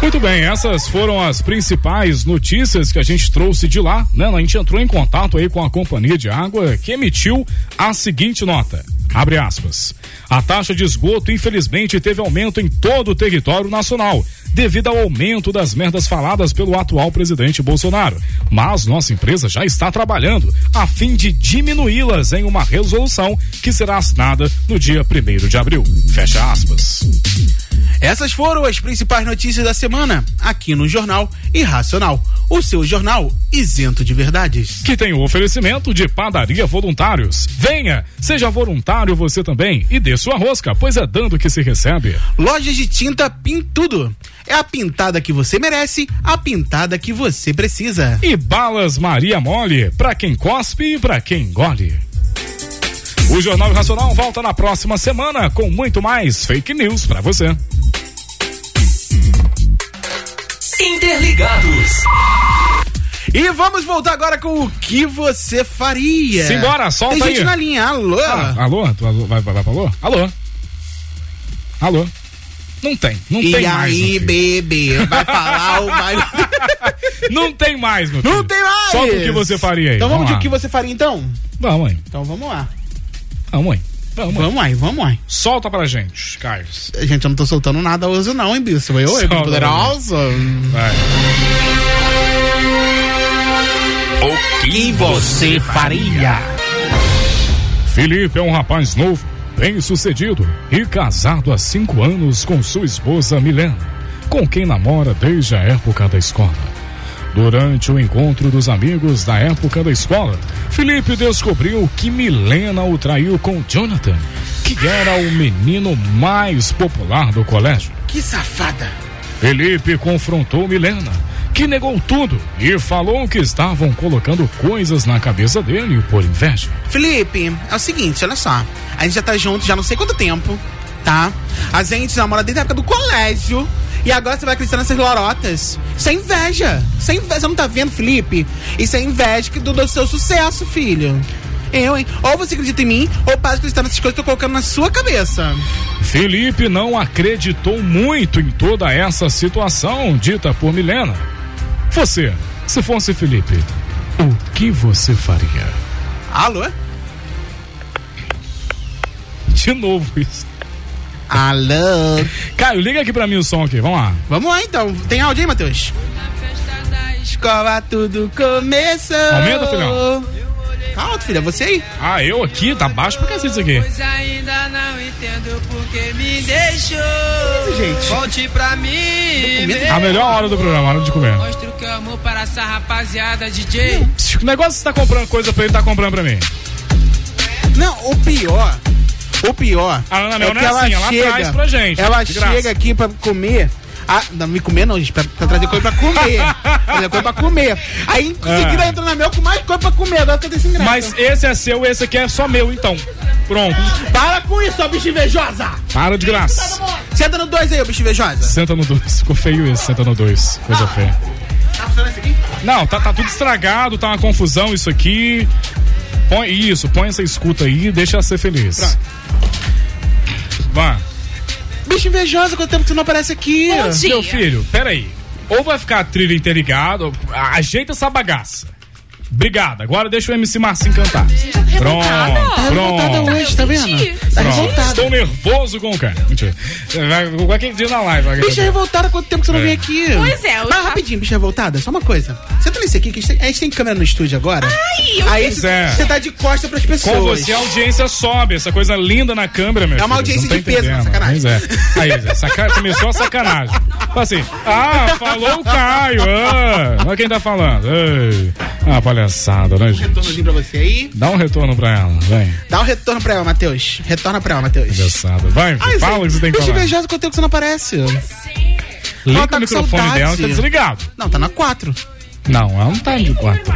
S5: Muito bem, essas foram as principais notícias que a gente trouxe de lá, né? A gente entrou em contato aí com a companhia de água que emitiu a seguinte nota. Abre aspas. A taxa de esgoto, infelizmente, teve aumento em todo o território nacional, devido ao aumento das merdas faladas pelo atual presidente Bolsonaro. Mas nossa empresa já está trabalhando a fim de diminuí-las em uma resolução que será assinada no dia 1 de abril. Fecha aspas.
S6: Essas foram as principais notícias da semana aqui no Jornal Irracional, o seu jornal isento de verdades.
S5: que tem o oferecimento de Padaria Voluntários. Venha, seja voluntário você também e dê sua rosca, pois é dando que se recebe.
S6: Lojas de tinta Pintudo. É a pintada que você merece, a pintada que você precisa.
S5: E balas Maria Mole, pra quem cospe e pra quem engole. O Jornal Nacional volta na próxima semana com muito mais fake news pra você.
S6: Interligados. E vamos voltar agora com o que você faria.
S5: Simbora, solta
S6: Tem gente
S5: aí.
S6: na linha. Alô?
S5: Ah, alô? Tu- alô? Vai, vai, vai, pra alô? Alô? Alô? Não tem, não
S6: e
S5: tem mais. meu
S6: aí,
S5: filho.
S6: bebê? Vai falar ou vai...
S5: Não tem mais, meu filho.
S6: Não tem mais!
S5: Solta o que você faria aí.
S6: Então vamos, de o
S5: lá.
S6: que você faria então?
S5: Vamos aí.
S6: Então vamos lá.
S5: Vamos aí. Vamos,
S6: vamos aí, vamos aí.
S5: Solta pra gente, Caio.
S6: Gente, eu não tô soltando nada hoje não, hein, bicho? Eu, eu,
S5: Solta,
S6: poderosa.
S5: Vai.
S6: O
S5: que você faria? Felipe é um rapaz novo, bem sucedido e casado há cinco anos com sua esposa Milena, com quem namora desde a época da escola. Durante o encontro dos amigos da época da escola, Felipe descobriu que Milena o traiu com Jonathan, que era o menino mais popular do colégio.
S6: Que safada.
S5: Felipe confrontou Milena, que negou tudo e falou que estavam colocando coisas na cabeça dele por inveja.
S6: Felipe, é o seguinte, olha só. A gente já tá junto já não sei quanto tempo, tá? A gente namora desde a época do colégio. E agora você vai acreditar nessas lorotas. Isso é inveja. Isso é inveja. Você não tá vendo, Felipe? Isso é inveja que do, do seu sucesso, filho. Eu, hein? Ou você acredita em mim, ou para de acreditar nessas coisas que eu tô colocando na sua cabeça.
S5: Felipe não acreditou muito em toda essa situação dita por Milena. Você, se fosse Felipe, o que você faria?
S6: Alô?
S5: De novo isso.
S6: Alô?
S5: Caio, liga aqui pra mim o som aqui, vamos lá.
S6: Vamos lá então. Tem áudio aí, Matheus? Escola tudo começou.
S5: Aumenta, filhão.
S6: Tá alto, filha. Você aí?
S5: Ah, eu aqui? Tá baixo pra cacete isso aqui.
S20: Pois ainda não entendo porque me deixou.
S5: gente?
S20: Volte pra mim. meu
S5: A melhor hora do programa, a Tá hora de comer.
S20: Mostra o que eu amo para essa rapaziada, DJ.
S5: O negócio que você tá comprando coisa pra ele, tá comprando pra mim.
S6: Não, o pior. O pior.
S5: A Ana Mel
S6: é
S5: não
S6: que
S5: é
S6: ela
S5: assim, ela
S6: chega,
S5: traz pra gente,
S6: Ela
S5: de
S6: chega
S5: graça.
S6: aqui pra comer. Ah, não, me comer não, gente. Pra, pra trazer coisa pra comer. trazer coisa pra comer. Aí,
S5: Ah.
S6: em seguida, entra na Mel com mais coisa pra comer. Agora fica sem graça.
S5: Mas esse é seu, esse aqui é só meu, então. Pronto.
S6: Para com isso, ó, bicho invejosa.
S5: Para
S6: é
S5: de graça.
S6: Senta no dois aí, ô bicho invejosa.
S5: Senta no 2. Ficou feio esse, senta no 2. Coisa feia.
S6: Tá funcionando isso aqui?
S5: Não, tá, tá tudo estragado, tá uma confusão isso aqui. Põe isso, põe essa escuta aí e deixa ela ser feliz. Vá.
S6: Bicho invejosa, quanto tempo que tu não aparece aqui?
S5: Meu filho, peraí. Ou vai ficar a trilha interligada, ou- a- ajeita essa bagaça. Obrigado. Agora deixa o MC Marcinho cantar. Pronto,
S6: Tá revoltada
S5: pronto.
S6: hoje, tá vendo? Tá
S5: Pronto.
S6: revoltada.
S5: Estou nervoso com o cara. Mentira. Vai- Vai quem diz na live. vai-
S6: Bicha revoltada, quanto tempo que você não
S5: É.
S6: vem aqui?
S5: Pois é, eu
S6: Mas rapidinho, bicha revoltada, só uma coisa. Senta nesse aqui, que a gente tem, a gente tem câmera no estúdio agora. Ai,
S5: eu
S6: Aí
S5: sei.
S6: você
S5: Pois é.
S6: você tá de costa pras pessoas.
S5: Com você a audiência sobe, essa coisa linda na câmera, meu
S6: É uma
S5: filho,
S6: audiência
S5: você não
S6: de peso,
S5: entendendo.
S6: uma sacanagem.
S5: Pois é. Aí, Zé, saca- começou a sacanagem. Fala assim, ah, falou o Caio, ah, olha quem tá falando. Ei, ah, palhaçada, né,
S6: Um
S5: gente?
S6: retornozinho pra você aí.
S5: Dá um retorno pra ela, vem.
S6: Dá um retorno pra ela, Matheus. Retorna pra ela, Matheus.
S5: Palhaçada. Vai, filho, fala o que você tem que
S6: Bicha
S5: falar.
S6: invejosa, quanto tempo que você não aparece?
S5: Liga
S8: tá
S5: o
S8: com
S5: microfone
S8: saudade.
S5: dela, tá desligado.
S6: Não, tá na 4.
S5: Não,
S8: é
S5: ela
S8: um
S5: não tá de 4.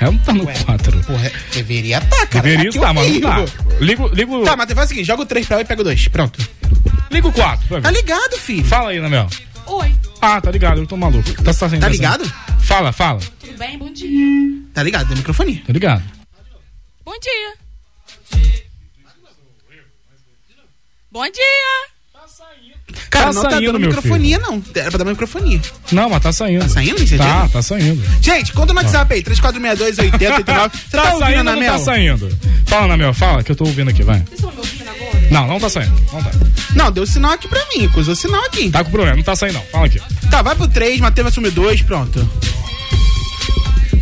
S5: Ela não tá no 4.
S6: Porra, deveria tá, cara.
S5: Deveria
S6: Tá aqui
S5: estar, mas não
S6: horrível.
S5: tá. Ligo, ligo.
S6: Tá, mas faz o seguinte, joga o 3 pra lá e pega o 2. Pronto.
S5: Liga o 4.
S6: Tá ligado, filho.
S5: Fala aí, Namel.
S11: Oi,
S5: Ah, tá ligado, eu tô maluco. Tá, tá, sem-
S6: Tá
S5: sem-
S6: ligado?
S5: Fala, fala.
S11: tudo bem? Bom dia.
S6: Tá ligado, da microfonia.
S5: Tá ligado.
S11: Bom dia. Bom dia.
S6: Cara,
S5: Tá
S6: não tá
S5: saindo,
S6: dando
S5: meu
S6: microfonia, não. Era pra dar microfonia.
S5: Não, mas tá saindo. Tá
S6: saindo, você
S5: Tá,
S6: diz?
S5: tá saindo.
S6: Gente, conta no WhatsApp aí, 3462 8089. Você
S5: tá
S6: tá ouvindo,
S5: saindo ou não
S6: Anamel?
S5: tá saindo? Fala, Namel, fala, que eu tô ouvindo aqui, vai.
S11: Vocês estão me ouvindo agora?
S5: Não, não tá saindo. Não tá.
S6: Não, deu sinal aqui pra mim, cruzou sinal aqui.
S5: Tá com problema, não tá saindo não. Fala aqui.
S6: Tá, vai pro 3, Matheus assume 2, pronto.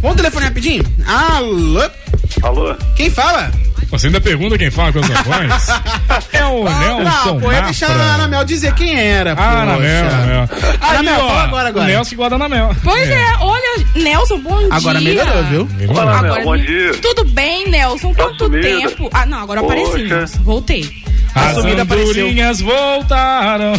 S6: Vamos telefonar rapidinho? Alô?
S25: Alô?
S6: Quem fala?
S5: Você ainda pergunta quem fala com as voz? É o Nelson
S6: Não, pô, ia deixar a
S5: Mafra.
S6: Anamel dizer quem era, pô.
S5: Ah, Anamel, Anamel.
S6: Anamel,
S5: Aí, ó,
S6: fala agora, agora.
S5: O Nelson que guarda Anamel.
S11: Pois é. olha, Nelson, bom dia.
S5: Agora melhorou, viu? Melhorou. Fala, Nelson, bom
S11: me-
S5: dia. Tá
S11: Tudo bem, Nelson? Quanto
S5: sumida?
S11: tempo? Ah, não, agora apareci,
S5: Poxa.
S11: Nelson. Voltei.
S5: As andorinhas voltaram.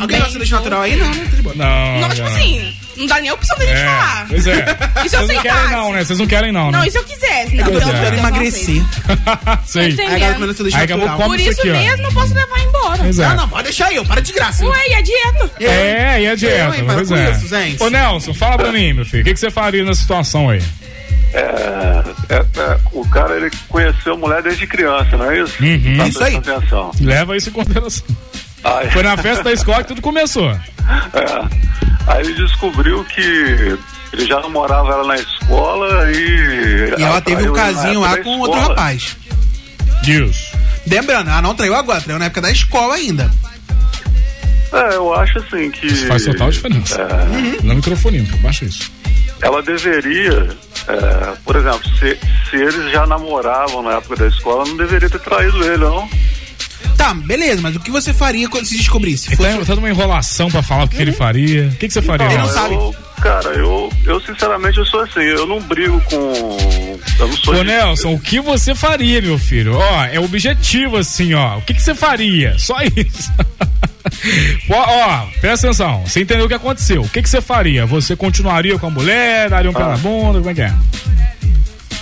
S6: Alguém gosta de natural aí? Não, tá. né?
S5: Não,
S11: Não, tipo
S5: não.
S11: assim, não dá nem a opção da gente
S5: É,
S11: falar.
S5: Pois é.
S11: E se
S5: Vocês
S11: eu
S5: não querem
S11: sentasse?
S5: não, né? Vocês não querem não, né? é.
S11: Não, e se eu quisesse, né?
S5: Eu
S11: Então,
S5: quero
S11: eu
S5: emagrecer. Sei.
S11: Entendendo. Aí, galera, comendo tudo
S5: Aí acabou
S6: natural.
S5: come
S11: Por
S5: isso
S11: isso
S5: aqui, ó.
S11: mesmo eu posso levar embora.
S5: Pois é.
S6: Não, não, pode deixar eu, para de graça. hein?
S11: Ué, e a dieta?
S5: É, e a dieta,
S6: hein, para
S5: pois
S6: com
S5: é.
S6: isso, gente.
S5: Ô Nelson, fala pra mim, meu filho, o que, que você faria nessa situação aí?
S25: É, é, é, o cara ele conheceu a mulher desde criança, não é isso?
S5: Uhum.
S25: Tá
S5: Isso aí.
S25: prestando atenção.
S5: Leva isso em consideração.
S25: Ai.
S5: Foi na festa da escola que tudo começou.
S25: É. Aí ele descobriu que ele já namorava ela na escola e.
S6: E ela teve um
S25: atraiu ele na
S6: casinho
S25: época
S6: lá
S25: da
S6: com outro
S25: escola.
S6: rapaz.
S5: Deus.
S6: Lembrando, ela não traiu agora, traiu na época da escola ainda.
S25: É, eu acho assim que.
S5: Isso faz total diferença.
S25: É.
S5: Na microfonia, baixa isso.
S25: ela deveria, é, por exemplo, se, se eles já namoravam na época da escola, não deveria ter traído ele, não?
S6: Tá, beleza, mas o que você faria quando se descobrisse?
S5: Ele tá, tá numa enrolação pra falar o que, que ele faria. O que, que você faria?
S25: Então,
S5: Nelson?
S25: eu- Cara, eu, eu sinceramente eu sou assim, eu não brigo com. Eu não sou.
S5: Ô
S25: de-
S5: Nelson, o que você faria, meu filho? Ó, é objetivo assim, ó. O que, que você faria? Só isso. ó, ó, presta atenção. Você entendeu o que aconteceu. O que, que você faria? Você continuaria com a mulher? Daria um pé
S25: Ah.
S5: na bunda? Como é que é?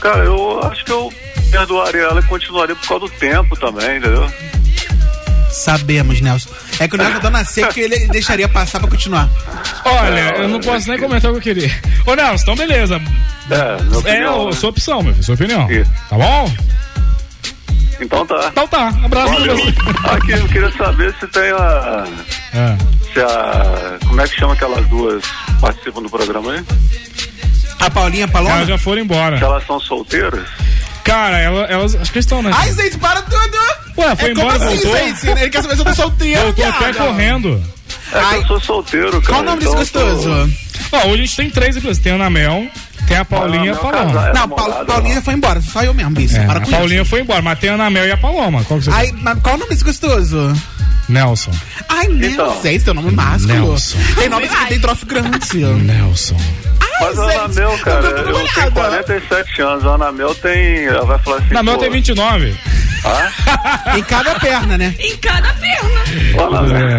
S25: Cara, eu acho que eu perdoaria ela e continuaria por causa do tempo também, entendeu?
S6: Sabemos, Nelson. É que o Nelson tá na seca que ele deixaria passar pra continuar.
S5: Olha, eu não posso nem comentar o que eu queria. Ô Nelson, então beleza.
S25: É,
S5: É,
S25: opinião,
S5: ô,
S25: né?
S5: sua opção, meu filho, sua opinião. Tá bom?
S25: Então tá.
S5: Então tá, abraço.
S25: Valeu. Aqui eu queria saber se tem a.
S5: É.
S25: Se a. Como é que chama aquelas duas que participam do programa aí?
S6: A Paulinha, a Paloma?
S5: Elas já foram embora.
S25: Se elas são solteiras?
S5: Cara, ela- elas. Acho que estão, né?
S6: Ai, gente, para tudo!
S5: Ué, foi
S6: é, como
S5: embora,
S6: assim,
S5: voltou?
S6: gente? Ele quer saber se eu tô solteiro,
S5: Voltou até
S6: viado.
S5: correndo.
S25: É que eu sou solteiro, cara. então
S6: Qual o nome desse gostoso?
S5: Ó, hoje a gente tem três inclusive. Tem a Ana Mel, Então, tem a Paulinha e a Paloma.
S6: Não, Paul- Paulinha já foi embora, só eu mesmo, bicho.
S5: É,
S6: Para
S5: a
S6: com
S5: Paulinha foi embora, mas tem a Ana Mel e a Paloma. Qual que você
S6: isso. Ai, mas qual o nome desse gostoso?
S5: Nelson.
S6: Ai,
S25: Então.
S6: Nelson, esse é teu nome másculo.
S5: Nelson.
S6: Tem nome que tem troço grande.
S5: Nelson.
S25: Mas a Ana Mel, cara, eu tenho 47 anos. A Ana Mel tem. Ela vai falar assim.
S5: Ana Mel
S25: pô,
S5: tem
S6: um.
S5: 29.
S6: em cada perna, né?
S11: Em cada perna.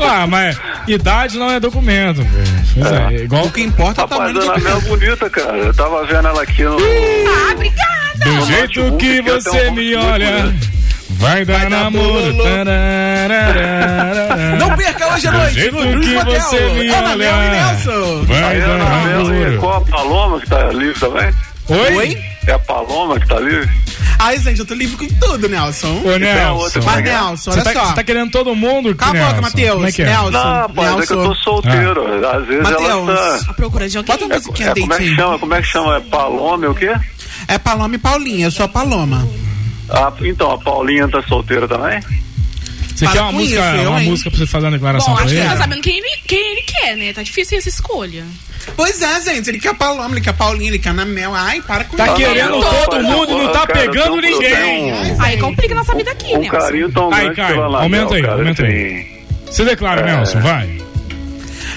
S5: É. Ah, mas idade não é documento, velho. Pois é, igual... O
S6: que importa
S5: é o
S25: Mas a Ana Mel é bonita, cara. Eu tava vendo ela aqui no.
S11: Ah, obrigada.
S5: Do
S25: no
S5: jeito
S25: notebook,
S5: que
S25: eu tenho
S5: você
S25: um
S5: me
S25: notebook,
S5: Ah. olha,
S25: né?
S5: vai dar namoro. tarararara.
S6: Não perca hoje à noite,
S5: Do jeito
S6: no Cruz
S5: que
S6: Hotel.
S5: você me
S6: Ana Mel e
S5: olha,
S6: Nelson.
S5: vai
S25: Aí a
S5: dar
S25: Ana Mel e
S5: namoro.
S25: qual a Paloma que tá livre também?
S5: Oi?
S25: É a Paloma que tá livre?
S6: Ai, gente, eu tô livre com tudo, Nelson.
S25: Ô, Nelson.
S6: Mas, Nelson,
S5: Você
S6: olha
S5: tá,
S6: só.
S5: Você tá querendo todo mundo?
S6: Cala a boca,
S5: Nelson?
S6: Matheus.
S5: Como é que é? Ah.
S6: Nelson,
S25: Não, pô, é que eu tô solteiro. Às vezes ela
S6: Matheus,
S25: tá.
S11: procura de alguém.
S5: um
S6: Bota uma musiquinha
S25: É, como é que
S6: date aí.
S25: chama? Como é que chama? É Paloma, é o quê?
S6: É Paloma e Paulinha, eu sou a Paloma.
S25: Ah, então, a Paulinha tá solteira também?
S5: Você quer uma música, uma música pra você fazer uma declaração
S11: Bom,
S5: pra
S11: acho que
S5: ele?
S11: ele tá sabendo quem ele, quem ele quer, né? Tá difícil essa escolha.
S6: Pois é, gente, ele quer a Paloma, ele quer a Paulinha, ele quer a Ana Mel. Ai, para com
S5: Tá
S6: isso.
S5: querendo todo mundo e não tá
S25: cara, eu
S5: pegando
S25: tenho- eu
S5: ninguém.
S11: Aí complica nossa vida aqui,
S25: Um
S11: né?
S25: carinho tão
S5: Aí,
S25: grande
S5: Caio,
S25: pela Ana
S5: aumenta
S25: Mel,
S5: aí,
S25: cara,
S5: aumenta aí.
S25: assim.
S5: Se declara,
S25: É.
S5: Nelson, vai.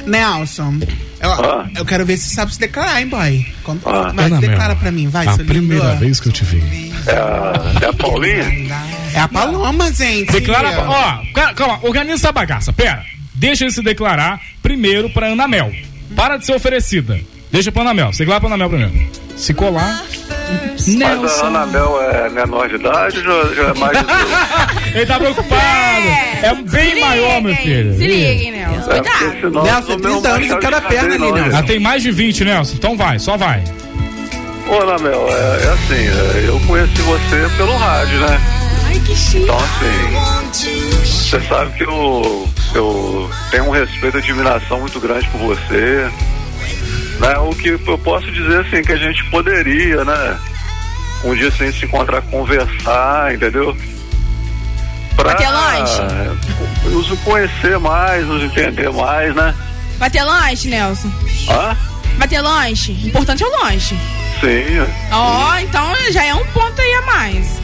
S6: Nelson, eu,
S5: Ah.
S6: eu quero ver se você sabe se declarar, hein, boy. Como,
S5: Ah.
S6: Vai,
S5: Ana
S6: se declara
S5: Mel, Ah,
S6: pra mim, vai,
S5: a
S6: seu lindo.
S5: primeira vez que eu te vi.
S25: É a, é a Paulinha?
S6: É a Paloma, gente.
S5: Declara. Ó, ca- calma, organiza essa bagaça, pera. deixa ele se declarar primeiro pra Anamel. Para de ser oferecida. Deixa pra Anamel. Se declara pra Anamel primeiro. Se colar.
S25: Mas a Anabel é menor de idade, já, já é mais.
S5: Ele tá preocupado. É um bem maior, meu filho.
S11: Se liguem,
S25: é
S11: Nelson. Cuidado.
S25: Nelson, 30 anos em cada perna ali,
S5: Ah, tem mais de 20, Nelson. Então vai, só vai.
S25: Ô, Anabel, é, é assim, é, eu conheci você pelo rádio, né?
S11: Ai, que chique.
S25: Então, assim, você sabe que eu, eu tenho um respeito e admiração muito grande por você. Né? O que eu posso dizer, assim, que a gente poderia, né? Um dia assim, se encontrar, conversar, entendeu? Pra
S11: Até longe.
S25: nos conhecer mais, nos entender mais, né?
S11: Vai ter lanche, Nelson?
S25: Hã?
S11: Vai ter lanche? O importante é o lanche.
S25: Sim.
S11: Ó, então já é um ponto aí a mais.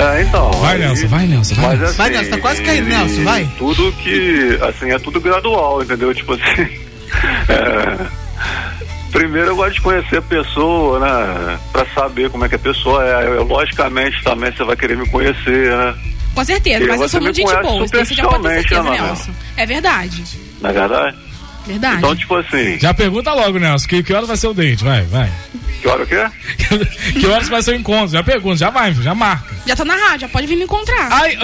S25: É, então.
S5: Vai, Nelson, vai, Nelson, vai,
S25: mas
S5: Nelson. Vai, Nelson, tá quase caindo,
S25: e-
S5: Nelson, vai.
S25: Tudo que. Assim, é tudo gradual, entendeu? Tipo assim. é, primeiro eu gosto de conhecer a pessoa, né? Pra saber como é que a pessoa é. Eu, logicamente também você vai querer me conhecer, né?
S11: Com certeza,
S25: E
S11: mas eu
S25: você
S11: sou
S25: me
S11: muito gente
S25: conhece
S11: boa. Isso daí você já pode ter certeza,
S25: superficialmente, né,
S11: Nelson. É verdade.
S25: Na verdade?
S11: Verdade.
S25: Então, tipo assim.
S5: Já pergunta logo, Nelson, que, que hora vai ser o date? Vai, vai.
S25: Que hora o quê?
S5: que horas vai ser o encontro? Já pergunta, já vai, já marca.
S11: Já tá na rádio, já pode vir me encontrar.
S5: Ai,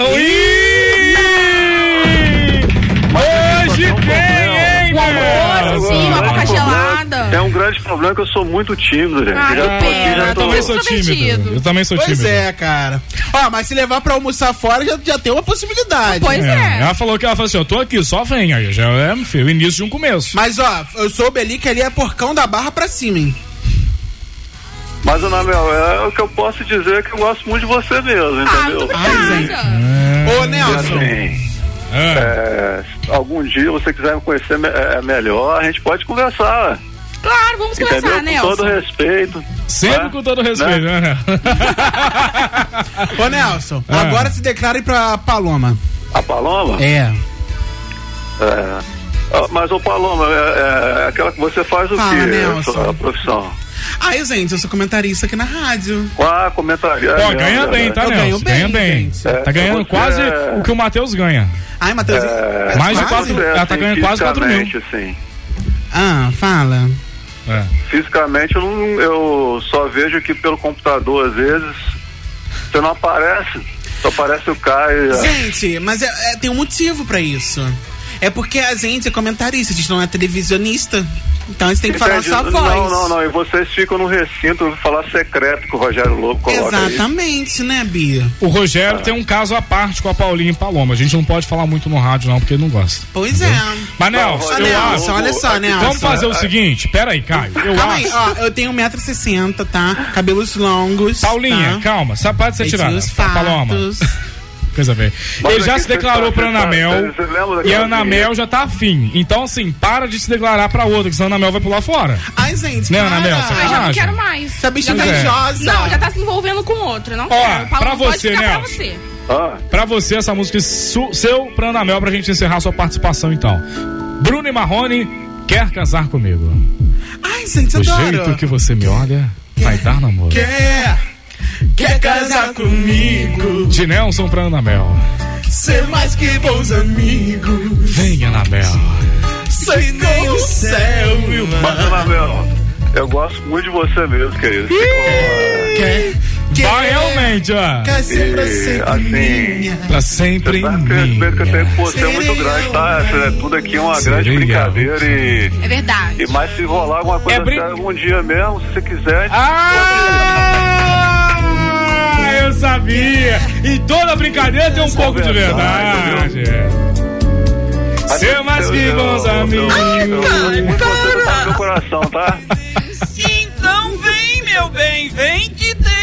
S5: Hoje tem, hein,
S11: meu? Almoço, sim, uma boca gelada.
S25: É um grande problema que eu sou muito tímido, gente.
S6: Ah,
S25: Eu já
S6: que
S25: tô aqui,
S6: pena.
S25: já tô...
S6: Eu também sou tímido.
S5: Eu também sou
S6: pois
S5: tímido.
S6: é, cara. Ó, mas se levar pra almoçar fora já, já tem uma possibilidade.
S11: É.
S5: Ela falou que ela falou assim: eu tô aqui, só vem. Aí já é meu filho, o início de um começo.
S6: Mas ó, eu soube ali que ali é porcão da barra pra cima, hein?
S25: Mas, Anabel, é, o que eu posso dizer é que eu gosto muito de você
S11: Ah,
S25: mesmo, entendeu?
S5: Hum.
S25: assim,
S6: Ô, Nelson.
S5: Ah.
S25: É, se algum dia você quiser me conhecer me- é, melhor, a gente pode conversar.
S11: Claro, vamos
S25: entendeu?
S11: conversar,
S25: com
S11: Nelson.
S25: todo respeito.
S5: Sempre com todo respeito, né?
S6: Ô, Nelson,
S5: É.
S25: Ah.
S6: agora se declare pra Paloma.
S25: A Paloma?
S6: É.
S25: É. Ah, Mas, ô Paloma, é, é, aquela que você faz o
S6: Fala,
S25: quê?
S6: Nelson.
S25: A sua profissão?
S6: Ai, gente, eu sou comentarista aqui na rádio.
S25: Ah, comentarista.
S5: Ó, ganha
S25: é,
S5: bem, tá,
S6: Eu
S5: Nelson?
S6: ganho bem,
S5: ganha bem.
S6: gente.
S5: tá ganhando
S6: você
S5: quase
S6: é-
S5: o que o Matheus ganha.
S6: Ai, Matheus. é
S5: mais de
S6: quase?
S5: quatro. Ela tá ganhando quase 4 mil.
S25: Fisicamente, assim.
S6: Ah, fala.
S5: É.
S25: Fisicamente, eu, não, eu só vejo aqui pelo computador, às vezes. Você não aparece. Só aparece o Caio.
S6: Gente, mas é- é- tem um motivo pra isso. É porque a gente é comentarista, a gente não é televisionista. Então a gente tem que falar
S25: Entendi.
S6: só a voz.
S25: Não, não, não. E vocês ficam no recinto falar secreto que o Rogério Lobo coloca aí.
S6: Exatamente, né, Bia?
S5: O Rogério tem um caso à parte com a Paulinha e Paloma. A gente não pode falar muito no rádio, não, porque ele não gosta.
S6: Pois é.
S5: Mas, Nelson,
S6: Ô,
S5: eu
S6: Nelson,
S5: acho-
S6: olha só,
S25: tá
S6: Nelson.
S5: Vamos fazer o seguinte, peraí, Caio. Eu
S6: Tá, né, calma
S5: acho.
S6: aí, ó, eu tenho 1,60m, tá? Cabelos longos.
S5: Paulinha,
S6: tá?
S5: calma, sapato você
S6: Feitos
S5: tirar.
S6: nos
S5: Paloma.
S6: fatos.
S5: Coisa bem.
S6: Mas
S5: Ele já
S6: aqui
S5: se
S6: você
S5: declarou
S6: tá-
S5: pra
S6: você tá-
S5: Anamel.
S6: você lembra daquela
S5: E a Anamel
S6: menina?
S5: já tá afim. Então, assim, para de se declarar pra outra, que senão a Anamel vai pular fora.
S6: Ai, gente.
S5: Né,
S6: para.
S5: Anabel?
S11: Ah, já não
S5: Sacanagem.
S11: quero mais.
S6: Essa bicha
S11: Já
S5: tá invejosa.
S11: Não, já tá se envolvendo com outra. Não
S5: Ó,
S11: quero. Paulo,
S5: pra
S11: pode
S5: você, né?
S11: ficar pra
S5: Nelson.
S11: você.
S5: Pra você, essa música é su- seu pra Anamel, pra gente encerrar sua participação, então. Bruno e Marrone quer casar comigo.
S6: Ai, gente,
S5: Do
S6: adoro.
S5: jeito que você me olha, vai dar namoro.
S6: Quer, quer casar comigo?
S5: De Nelson pra Anamel.
S6: Ser mais que bons amigos.
S5: Vem, Anamel.
S6: Sei nem o céu e o
S25: Mas, Anabel, eu gosto muito de você mesmo, é querido.
S6: Quer,
S5: Vai realmente, ó.
S25: Quer ser pra sempre minha.
S5: Pra sempre minha.
S25: tá que eu tenho por você é muito grande, tá? Isso é Tudo aqui
S6: né?
S25: é uma grande brincadeira e.
S11: É verdade.
S25: E mais se rolar alguma coisa séria um dia mesmo, se você quiser.
S7: Ah,
S5: Ah, eu sabia. Em toda brincadeira tem um pouco de verdade. Seu mais que bons amigos.
S25: Tá no meu coração, tá?
S21: Então vem, meu bem, vem que tem.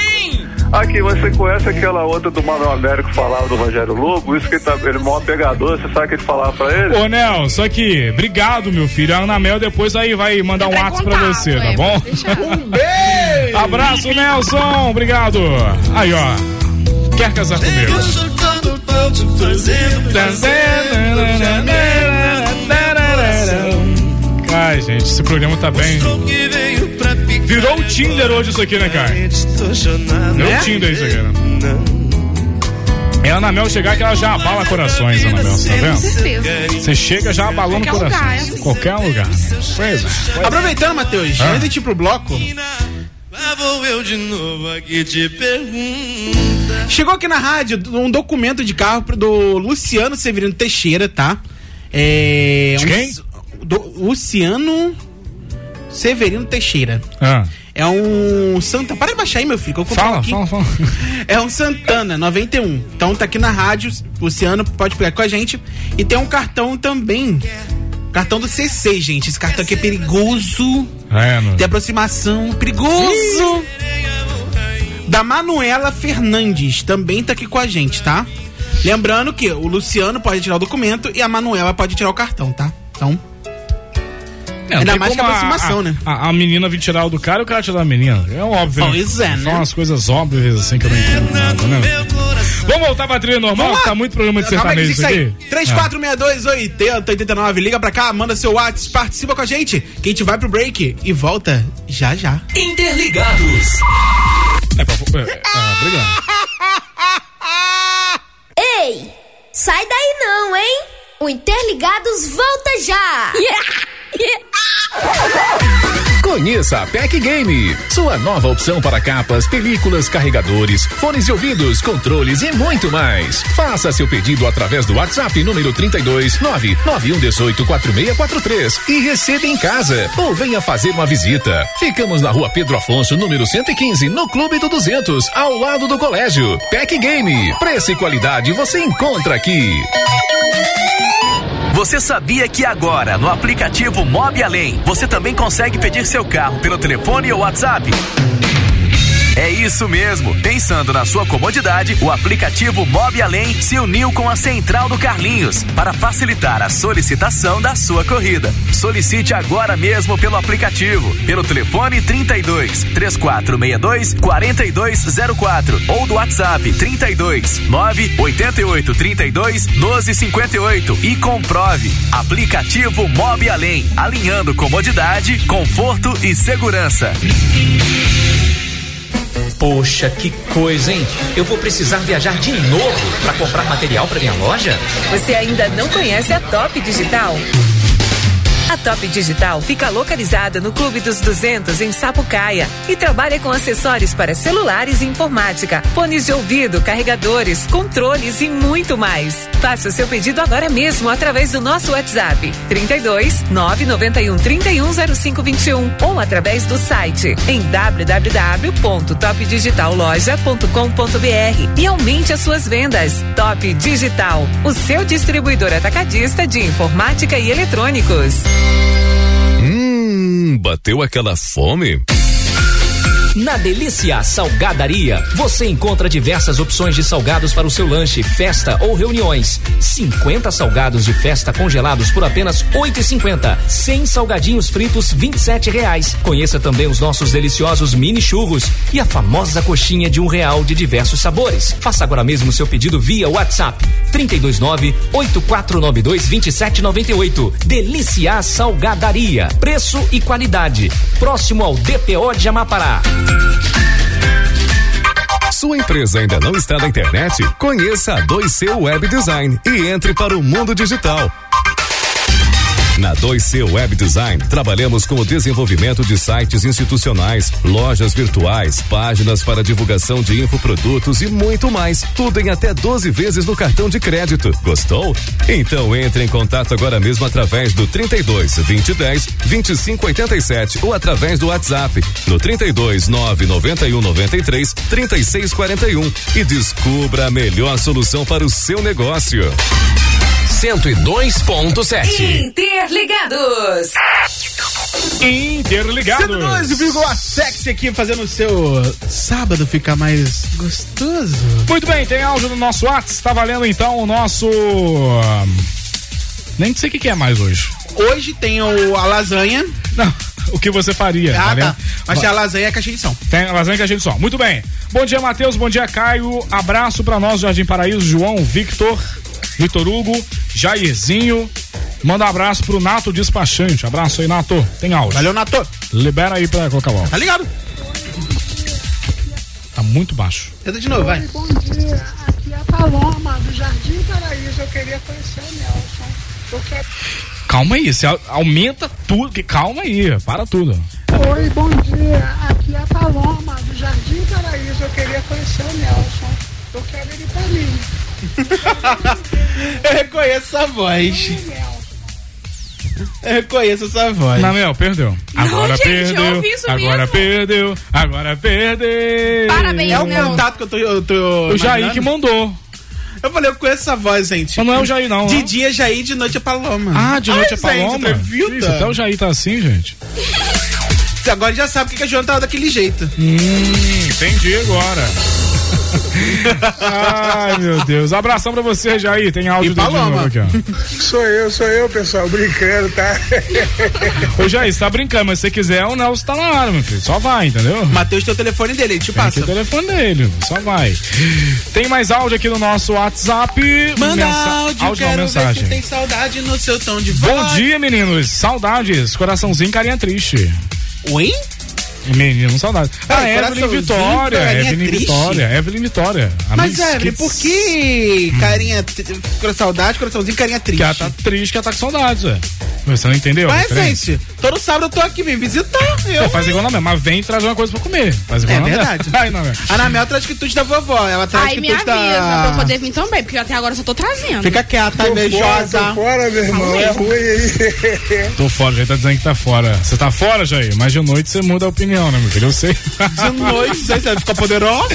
S25: Aqui, você conhece aquela outra do Manuel Américo que falava do Rogério Lobo? Isso que ele, tá, ele é o maior pegador, você sabe o que ele falava pra ele?
S5: Ô, Nel, só que, obrigado, meu filho. A Ana Mel depois aí vai
S11: É
S5: mandar um WhatsApp pra você, tá bom?
S6: Um beijo!
S5: Abraço, Nelson. Obrigado. Aí, ó. Quer casar comigo? Ai, gente, esse programa tá bem. Virou o Tinder hoje isso aqui, né, cara? Virou o Tinder isso aqui, né? É a Ana Mel chegar que ela já abala corações, Ana Mel, tá
S11: Com
S5: vendo?
S11: certeza.
S5: Você chega já abalando
S11: Qualquer
S5: corações.
S11: lugar, é assim.
S5: Qualquer lugar. Pois é.
S6: Aproveitando, Matheus,
S5: Ah.
S6: antes de ir pro bloco.
S12: Lá vou eu de novo aqui te pergunto.
S6: Chegou aqui na rádio um documento de carro pro- do Luciano Severino Teixeira, tá? É. De quem? Luciano Severino Teixeira.
S5: Ah.
S6: É um Santa. Para de baixar aí, meu filho. que eu vou
S5: Fala,
S6: controlar aqui.
S5: fala, fala.
S6: É um Santana 91. Então tá aqui na rádio. Luciano pode pegar com a gente. E tem um cartão também. Cartão do C6, gente. Esse cartão aqui é perigoso.
S5: É, não.
S6: Tem aproximação. Perigoso! Da Manuela Fernandes. Também tá aqui com a gente, tá? Lembrando que o Luciano pode tirar o documento e a Manuela pode tirar o cartão, tá? Então.
S5: É, não
S6: Ainda
S5: tem
S6: mais que
S5: como
S6: aproximação,
S5: a,
S6: né?
S5: A, a menina vir tirar o do cara e o cara tirar da menina. É óbvio.
S6: Pois é,
S5: São
S6: né?
S5: umas coisas óbvias assim que eu não entendo nada, né? Vamos voltar pra trilha normal? Tá muito programa de
S6: Calma aí,
S5: sertanejo isso aqui.
S6: aí. 3462 80 89. Liga pra cá, manda seu WhatsApp, participa com a gente. Que a gente vai pro break e volta já já.
S5: Interligados. É, pra, é, é, ah, obrigado.
S10: Ei, sai daí não, hein? O Interligados volta já!
S15: Conheça a PEC Game, sua nova opção para capas, películas, carregadores, fones de ouvidos, controles e muito mais. Faça seu pedido através do WhatsApp número 32 99118 4643 e receba em casa ou venha fazer uma visita. Ficamos na rua Pedro Afonso, número 115, no Clube do 200, ao lado do colégio. PEC Game, preço e qualidade você encontra aqui.
S4: Você sabia que agora, no aplicativo Mob Além, você também consegue pedir seu carro pelo telefone ou WhatsApp? É isso mesmo. Pensando na sua comodidade, o aplicativo Mob Além se uniu com a Central do Carlinhos para facilitar a solicitação da sua corrida. Solicite agora mesmo pelo aplicativo, pelo telefone 32 3462 4204 ou do WhatsApp 32 988 32 1258 e comprove. Aplicativo Mob Além, alinhando comodidade, conforto e segurança.
S2: Poxa, que coisa, hein? Eu vou precisar viajar de novo para comprar material para minha loja?
S14: Você ainda não conhece a Top Digital? A Top Digital fica localizada no Clube dos 200 em Sapucaia e trabalha com acessórios para celulares e informática, fones de ouvido, carregadores, controles e muito mais. Faça o seu pedido agora mesmo através do nosso WhatsApp 32 991 310521 ou através do site em www.topdigitalloja.com.br e aumente as suas vendas. Top Digital, o seu distribuidor atacadista de informática e eletrônicos.
S3: Hum, bateu aquela fome?
S2: Na Delícia Salgadaria, você encontra diversas opções de salgados para o seu lanche, festa ou reuniões. 50 salgados de festa congelados por apenas oito e cinquenta. 100 salgadinhos fritos, vinte e sete reais. Conheça também os nossos deliciosos mini churros e a famosa coxinha de um real de diversos sabores. Faça agora mesmo seu pedido via WhatsApp 329 8492 2798. Delícia Salgadaria. Preço e qualidade. Próximo ao DPO de Amapará.
S3: Sua empresa ainda não está na internet? Conheça a 2C Web Design e entre para o mundo digital. Na 2C Web Design, trabalhamos com o desenvolvimento de sites institucionais, lojas virtuais, páginas para divulgação de infoprodutos e muito mais. Tudo em até 12 vezes no cartão de crédito. Gostou? Então entre em contato agora mesmo através do 32 2010 2587 ou através do WhatsApp no 32 991 93 3641 e descubra a melhor solução para o seu negócio. 102.7
S14: Interligados.
S6: Ah,
S5: Interligados.
S6: 102,7 aqui fazendo o seu sábado ficar mais gostoso.
S5: Muito bem, tem áudio no nosso WhatsApp. Tá valendo então o nosso. ah, Nem sei o que, que é mais hoje.
S6: Hoje tem o, a lasanha.
S5: Não, o que você faria?
S6: Hum? Ah,
S5: né?
S6: tá. Mas tem a lasanha e a caixa de som.
S5: Tem a lasanha que a gente só. Muito bem. Bom dia, Matheus. Bom dia, Caio. Abraço pra nós, Jardim Paraíso, João, Victor, Vitor Hugo, Jairzinho. Manda um abraço pro Nato Despachante. Abraço aí, Nato. Tem áudio. Valeu,
S6: Nato.
S5: Libera aí pra colocar o áudio.
S6: Tá ligado?
S5: Tá muito baixo.
S6: Tenta de novo, vai.
S26: Bom dia, aqui
S7: aqui é a Paloma, do Jardim Paraíso. Eu queria conhecer o Nelson. Eu quero...
S5: Calma aí, você au- aumenta tudo. que- Calma aí, para tudo.
S7: Oi, bom dia. Aqui é a Paloma, do Jardim Paraíso. Eu queria conhecer o Nelson. Eu quero ele pra mim.
S6: Eu reconheço essa voz. Eu reconheço essa voz.
S5: Não, meu, perdeu. Agora
S6: gente, eu
S5: perdeu.
S6: ouvi isso
S5: agora
S6: mesmo.
S5: perdeu. Agora perdeu.
S6: É o contato que eu tô. Eu tô
S5: O Jair
S6: imaginando.
S5: que mandou.
S6: Eu falei, eu conheço essa voz, gente.
S5: Mas não é o Jair, não,
S6: De
S5: não.
S6: dia é Jair, de noite é Paloma.
S5: Ah, de noite
S6: Ai,
S5: é Paloma.
S6: Gente, vida.
S5: Isso, até o Jair tá assim, gente.
S6: Você agora já sabe porque que a Joana tava daquele jeito.
S5: Hum, entendi agora. Ai, meu Deus. Abração pra você, Jair. Tem áudio dele de novo aqui, ó.
S20: Sou eu, sou eu, pessoal, brincando, tá?
S5: Ô, Jair, você tá brincando, mas se você quiser, o Nelson tá na hora, meu filho. Só vai, entendeu?
S6: Matheus tem o telefone dele, ele te passa.
S5: Tem o telefone dele, só vai. Tem mais áudio aqui no nosso WhatsApp.
S6: Manda
S5: Mensa-
S6: áudio,
S5: áudio não,
S6: quero ver
S5: mensagem.
S6: se tem saudade no seu tom de voz.
S5: Bom dia, meninos. Saudades. Coraçãozinho, carinha triste.
S6: Oi?
S5: Menino, saudades. Ah,
S6: Ai,
S5: Evelyn
S6: coraçãozinho,
S5: Vitória.
S6: carinha
S5: Evelyn
S6: triste.
S5: Vitória. Evelyn Vitória. A
S6: Mas,
S5: Miss
S6: Evelyn,
S5: Kids.
S6: por que carinha. tri- Saudade, coraçãozinho, carinha triste?
S5: Ela tá triste que ela tá com saudades, ué. Você não entendeu? a
S6: Mas,
S5: referência?
S6: gente, todo sábado eu tô aqui, vem visitar.
S5: Você
S6: Eu,
S5: faz igual na minha, mas vem trazer uma coisa pra comer. Faz igual
S6: É
S5: na minha.
S6: verdade.
S5: Ai, não,
S6: A Anamel traz quitute da vovó. Ela traz
S11: Aí me
S6: quitute
S11: avisa
S6: da. Ah,
S11: pra eu poder vir também, porque até agora eu só tô trazendo.
S6: tá- Fica quieta,
S11: Tô
S6: invejosa.
S11: fora, tô fora, meu irmão, é ruim
S6: aí.
S5: Tô fora, já tá dizendo que tá fora. Você tá fora, Jair? Mas de noite você muda a opinião, né, meu filho? Eu sei. De
S6: noite, você vai ficar poderosa?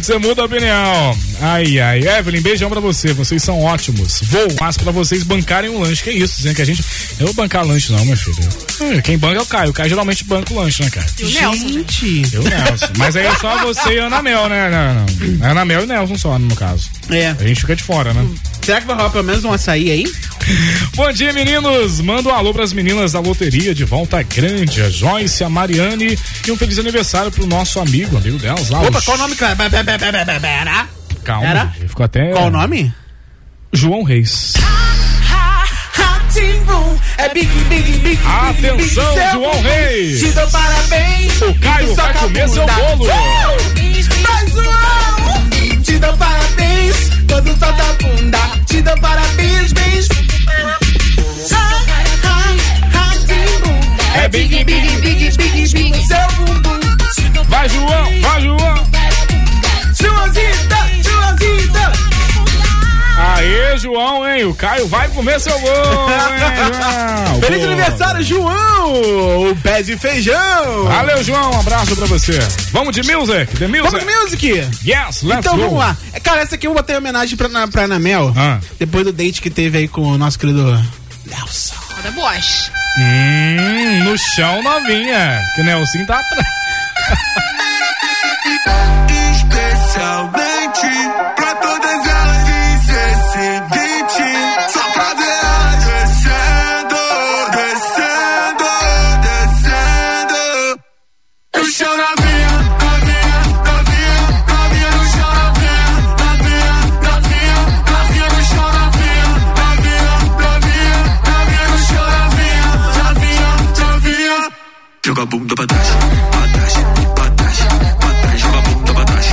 S5: Você muda a opinião. Ai, ai. Evelyn, beijão pra você. Vocês são ótimos. Vou mas pra vocês bancarem um lanche. Que isso, dizendo que a gente. Eu vou bancar lanche, não, meu filho. Hum, Quem banca é o Caio. O Caio geralmente banca o lanche, né, cara?
S6: Gente.
S5: Eu, Nelson. Mas aí é só você e a Anamel, né? Não, não. Anamel e Nelson só, no caso.
S6: É.
S5: A gente fica de fora, né?
S6: Será que vai rolar pelo menos um açaí aí?
S5: Bom dia, meninos! Manda um alô pras meninas da loteria de Volta Grande, a Joyce, a Mariane e um feliz aniversário pro nosso amigo, amigo delas lá.
S6: Opa,
S5: o
S6: qual o nome que vai? Era?
S5: Calma,
S6: Era?
S5: ele ficou até.
S6: Qual o nome?
S5: João Reis.
S6: É big, big, big.
S5: Atenção,
S6: big,
S5: João
S6: big,
S5: Reis.
S6: Te dou parabéns. O
S5: Caio vai comer seu bolo.
S6: Faz um. Te dou parabéns. Quando toca a bunda. Te dou parabéns, bens. Ah, ah, ah, timbu.
S5: É big, big,
S6: big, big, big. Seu bumbum.
S5: Vai, João, vai, João.
S6: Joãozita, Joãozita.
S5: Aê, João, hein? O Caio vai comer seu gol, hein, João?
S6: Feliz
S5: Boa.
S6: aniversário, João! O pé de feijão!
S5: Valeu, João, um abraço pra você. Vamos de music, The Music.
S6: Vamos de music!
S5: Yes, let's
S6: então
S5: go. Ah.
S6: vamos lá. É, Cara, essa aqui eu botei em homenagem pra, Ana- pra Anamel. Depois do date que teve aí com o nosso querido Nelson.
S11: Foda, boche.
S5: Hum, no chão novinha. Que o Nelson tá atrás.
S12: Especialmente pra todas elas incessante. Só pra ver ela descendo, descendo, descendo. No chão na minha, na minha, na minha, na minha, no chão na minha, na minha, na minha, na minha, no chão na minha, na minha, na minha, na minha, no chão na minha, na minha, na minha. Joga a bunda pra trás, pra trás, pra trás, pra trás, joga a bunda pra trás.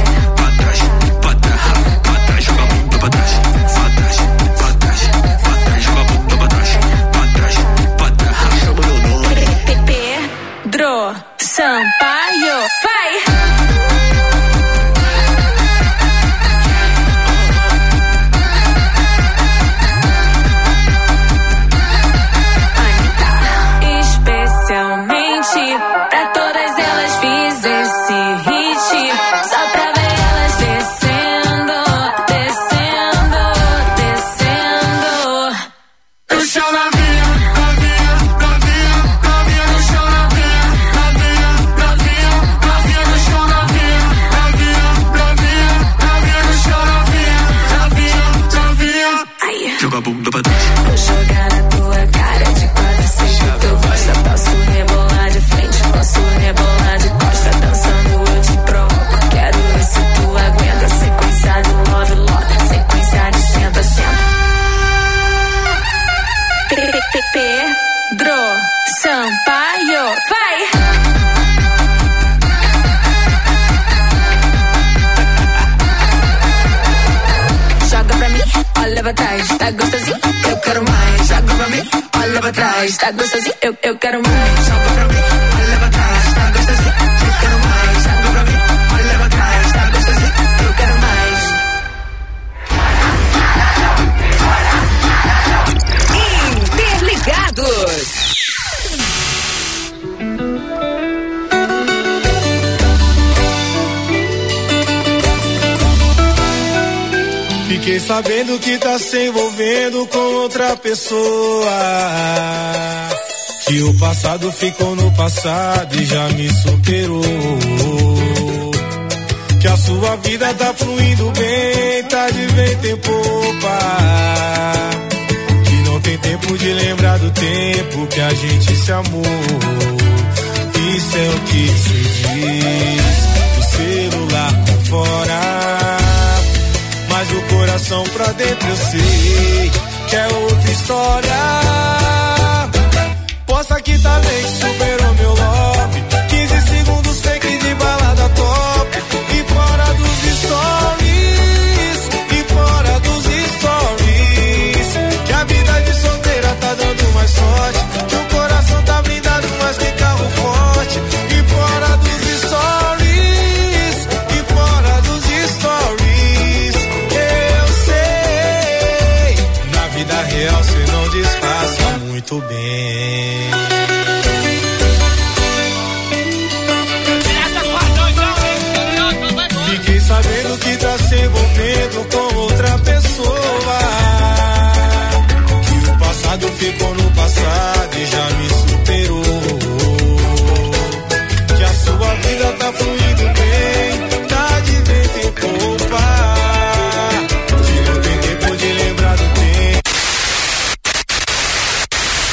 S19: pra trás, tá gostosinho, eu quero mais. Joga pra mim, olha pra trás, tá gostosinho, eu, eu quero mais. Joga pra mim, olha pra trás, tá gostosinho, eu quero mais. Joga pra mim, olha pra trás, tá gostosinho, eu quero mais.
S14: Interligados.
S7: Fiquei sabendo que tá se envolvendo com outra pessoa. Que o passado ficou no passado e já me superou. Que a sua vida tá fluindo bem, tá de vento em popa. Que não tem tempo de lembrar do tempo que a gente se amou. Isso é o que se diz. O celular tá fora. Mas o coração pra dentro eu sei que é outra história. Posta que tá bem, superou meu love. 15 segundos fake de balada top. E fora dos stories, e fora dos stories. Que a vida de solteira tá dando mais sorte. Que o coração tá blindado, mas que carro forte. E fora dos stories, e fora dos stories. Eu sei, na vida real cê não disfarça muito bem. Fiquei sabendo que tá se envolvendo com outra pessoa. Que o passado ficou no passado e já me superou. Que a sua vida tá fluindo bem, tá de vento em popa. Que não tem tempo de lembrar do tempo.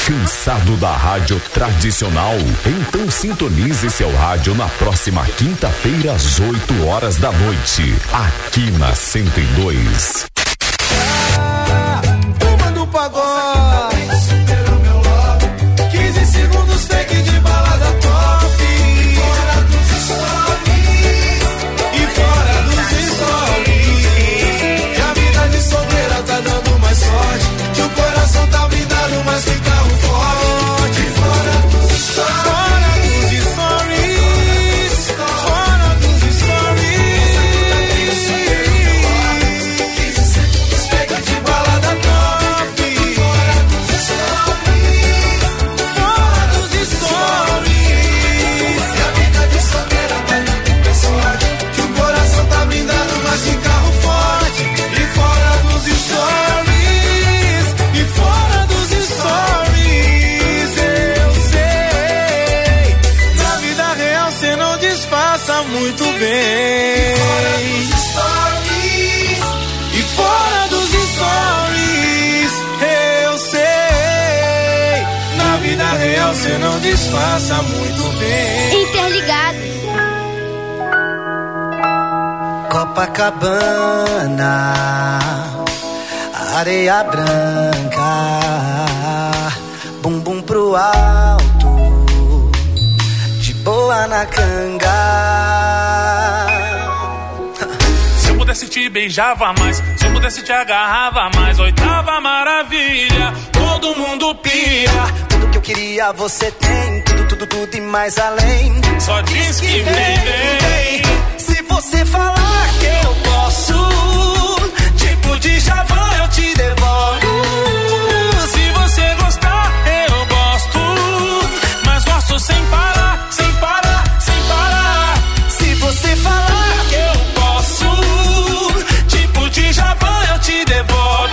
S1: Cansado da rádio tradicional? Então sintonize seu rádio na próxima quinta-feira às 8 horas da noite, aqui na 102.
S7: Turma do pagode. 15 segundos fake de balada top. E fora dos stories. E fora dos stories. Que a vida de solteira tá dando mais sorte. Que o coração tá blindado, mas que carro forte. E fora dos stories. Fora dos stories. Fora dos stories. Pega de balada top. Fora dos stories. Fora dos stories. Que a vida de solteira tá dando pessoade. Que o coração tá blindado, mas de carro forte. E fora dos stories. E fora dos stories. Eu sei. Na vida real cê não disfarça muito bem. Fora dos stories. E fora dos stories, eu sei. Na vida real cê não disfarça muito bem.
S10: Interligado.
S13: Copacabana, areia branca, bumbum pro alto, de boa na canga.
S27: Se eu pudesse te beijava mais, se eu pudesse te agarrava mais, oitava maravilha, todo mundo pira.
S13: Tudo que eu queria você tem, tudo, tudo, tudo e mais além.
S27: Só diz que vem, vem.
S13: Se você falar que eu posso, tipo de javão eu te
S27: devoro. Se você gostar, eu gosto, mas gosto sem parar, sem parar, sem parar.
S13: Se você falar
S27: que eu posso, tipo de javão eu te devoro.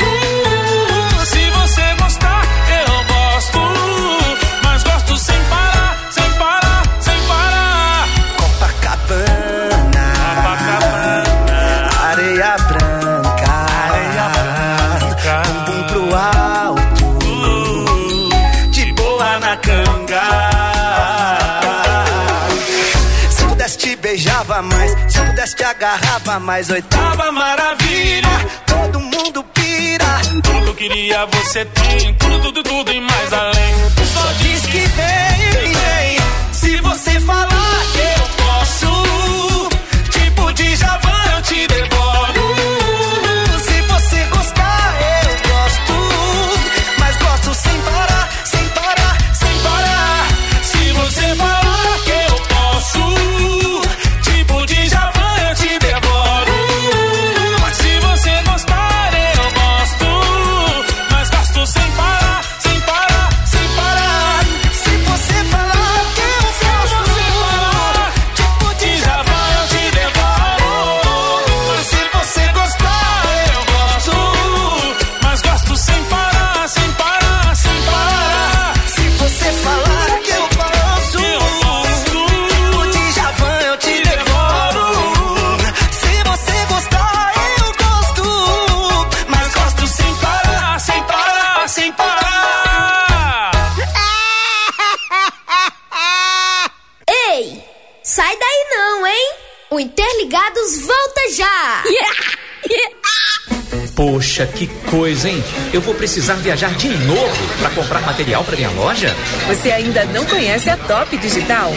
S27: Se você gostar, eu gosto, mas gosto sem parar, sem parar, sem parar.
S13: Copacabana, areia branca, bumbum pro alto, de boa na canga. Se eu pudesse te beijava mais, se eu pudesse te agarrava mais, oitava
S27: maravilha,
S13: todo mundo pira.
S27: Tudo que eu queria você tem, tudo, tudo, tudo e mais além. Só diz que
S13: vem, vem. Se você falar
S27: que eu posso, tipo de javão eu te devoro.
S13: Se você gostar, eu
S7: Tipo
S2: Poxa, que coisa, hein? Eu vou precisar viajar de novo para comprar material para minha loja?
S14: Você ainda não conhece a Top Digital?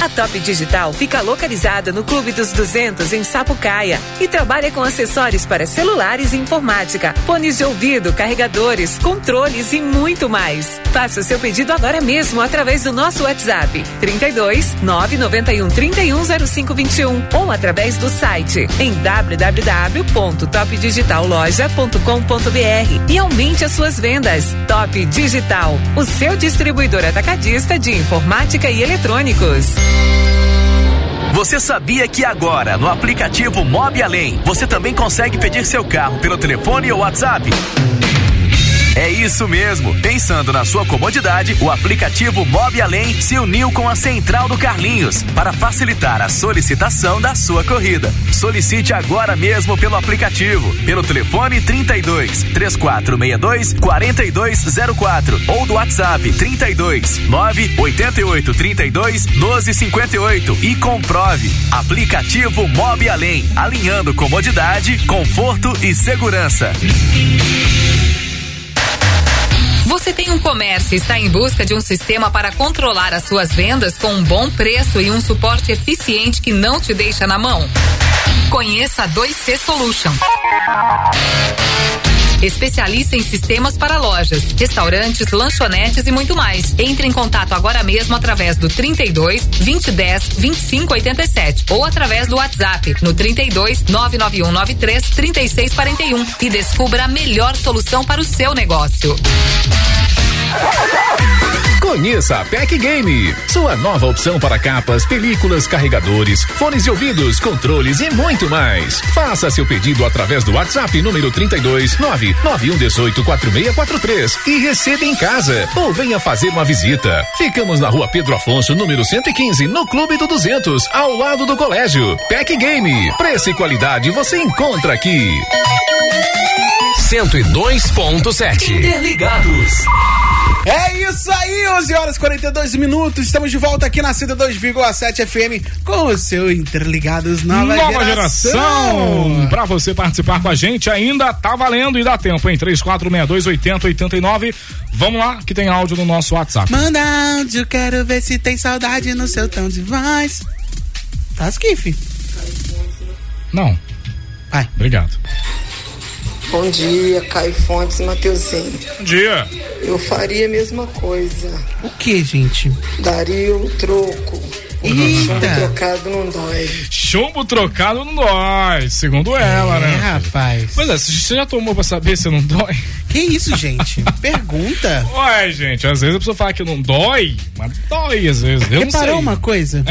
S14: A Top Digital fica localizada no Clube dos 200 em Sapucaia e trabalha com acessórios para celulares e informática, fones de ouvido, carregadores, controles e muito mais. Faça o seu pedido agora mesmo através do nosso WhatsApp 32 991 310521 ou através do site em www.topdigitalloja.com.br e aumente as suas vendas. Top Digital, o seu distribuidor atacadista de informática e eletrônicos.
S4: Você sabia que agora, no aplicativo Mob Além, você também consegue pedir seu carro pelo telefone ou WhatsApp? É isso mesmo. Pensando na sua comodidade, o aplicativo Mob Além se uniu com a Central do Carlinhos para facilitar a solicitação da sua corrida. Solicite agora mesmo pelo aplicativo, pelo telefone 32 3462 4204 ou do WhatsApp 32 988 32 1258 e comprove. Aplicativo Mob Além, alinhando comodidade, conforto e segurança.
S19: Você tem um comércio e está em busca de um sistema para controlar as suas vendas com um bom preço e um suporte eficiente que não te deixa na mão? Conheça a 2C Solution. Especialista em sistemas para lojas, restaurantes, lanchonetes e muito mais. Entre em contato agora mesmo através do 32 2010 2587 ou através do WhatsApp no 32 99193 3641 e descubra a melhor solução para o seu negócio.
S15: Conheça a PEC Game, sua nova opção para capas, películas, carregadores, fones de ouvidos, controles e muito mais. Faça seu pedido através do WhatsApp número 32 99118 4643 e receba em casa ou venha fazer uma visita. Ficamos na rua Pedro Afonso, número 115, no Clube do 200, ao lado do colégio. PEC Game, preço e qualidade você encontra aqui.
S28: 102.7.
S4: Interligados.
S29: É isso aí, 11 horas e 42 minutos. Estamos de volta aqui na 102,7 FM com o seu Interligados Nova,
S5: Nova geração! Pra você participar com a gente, ainda tá valendo e dá tempo, hein? 3462 8089. Vamos lá, que tem áudio no nosso WhatsApp.
S6: Manda áudio, quero ver se tem saudade no seu tom de voz. Tá, Skiff?
S5: Não. Vai. Obrigado.
S9: Bom dia, Caio Fontes e Mateuzinho.
S5: Bom dia.
S9: Eu faria a mesma coisa.
S6: O que, gente?
S9: Daria o troco.
S5: Eita.
S9: Chumbo trocado não dói.
S5: Chumbo trocado não dói, segundo ela, né?
S6: É, rapaz.
S5: Pois é, você já tomou pra saber se não dói?
S6: Que isso, gente? Pergunta.
S5: Ué, gente, às vezes a pessoa fala que não dói, mas dói às vezes. Eu não sei. É.
S6: Reparou uma coisa?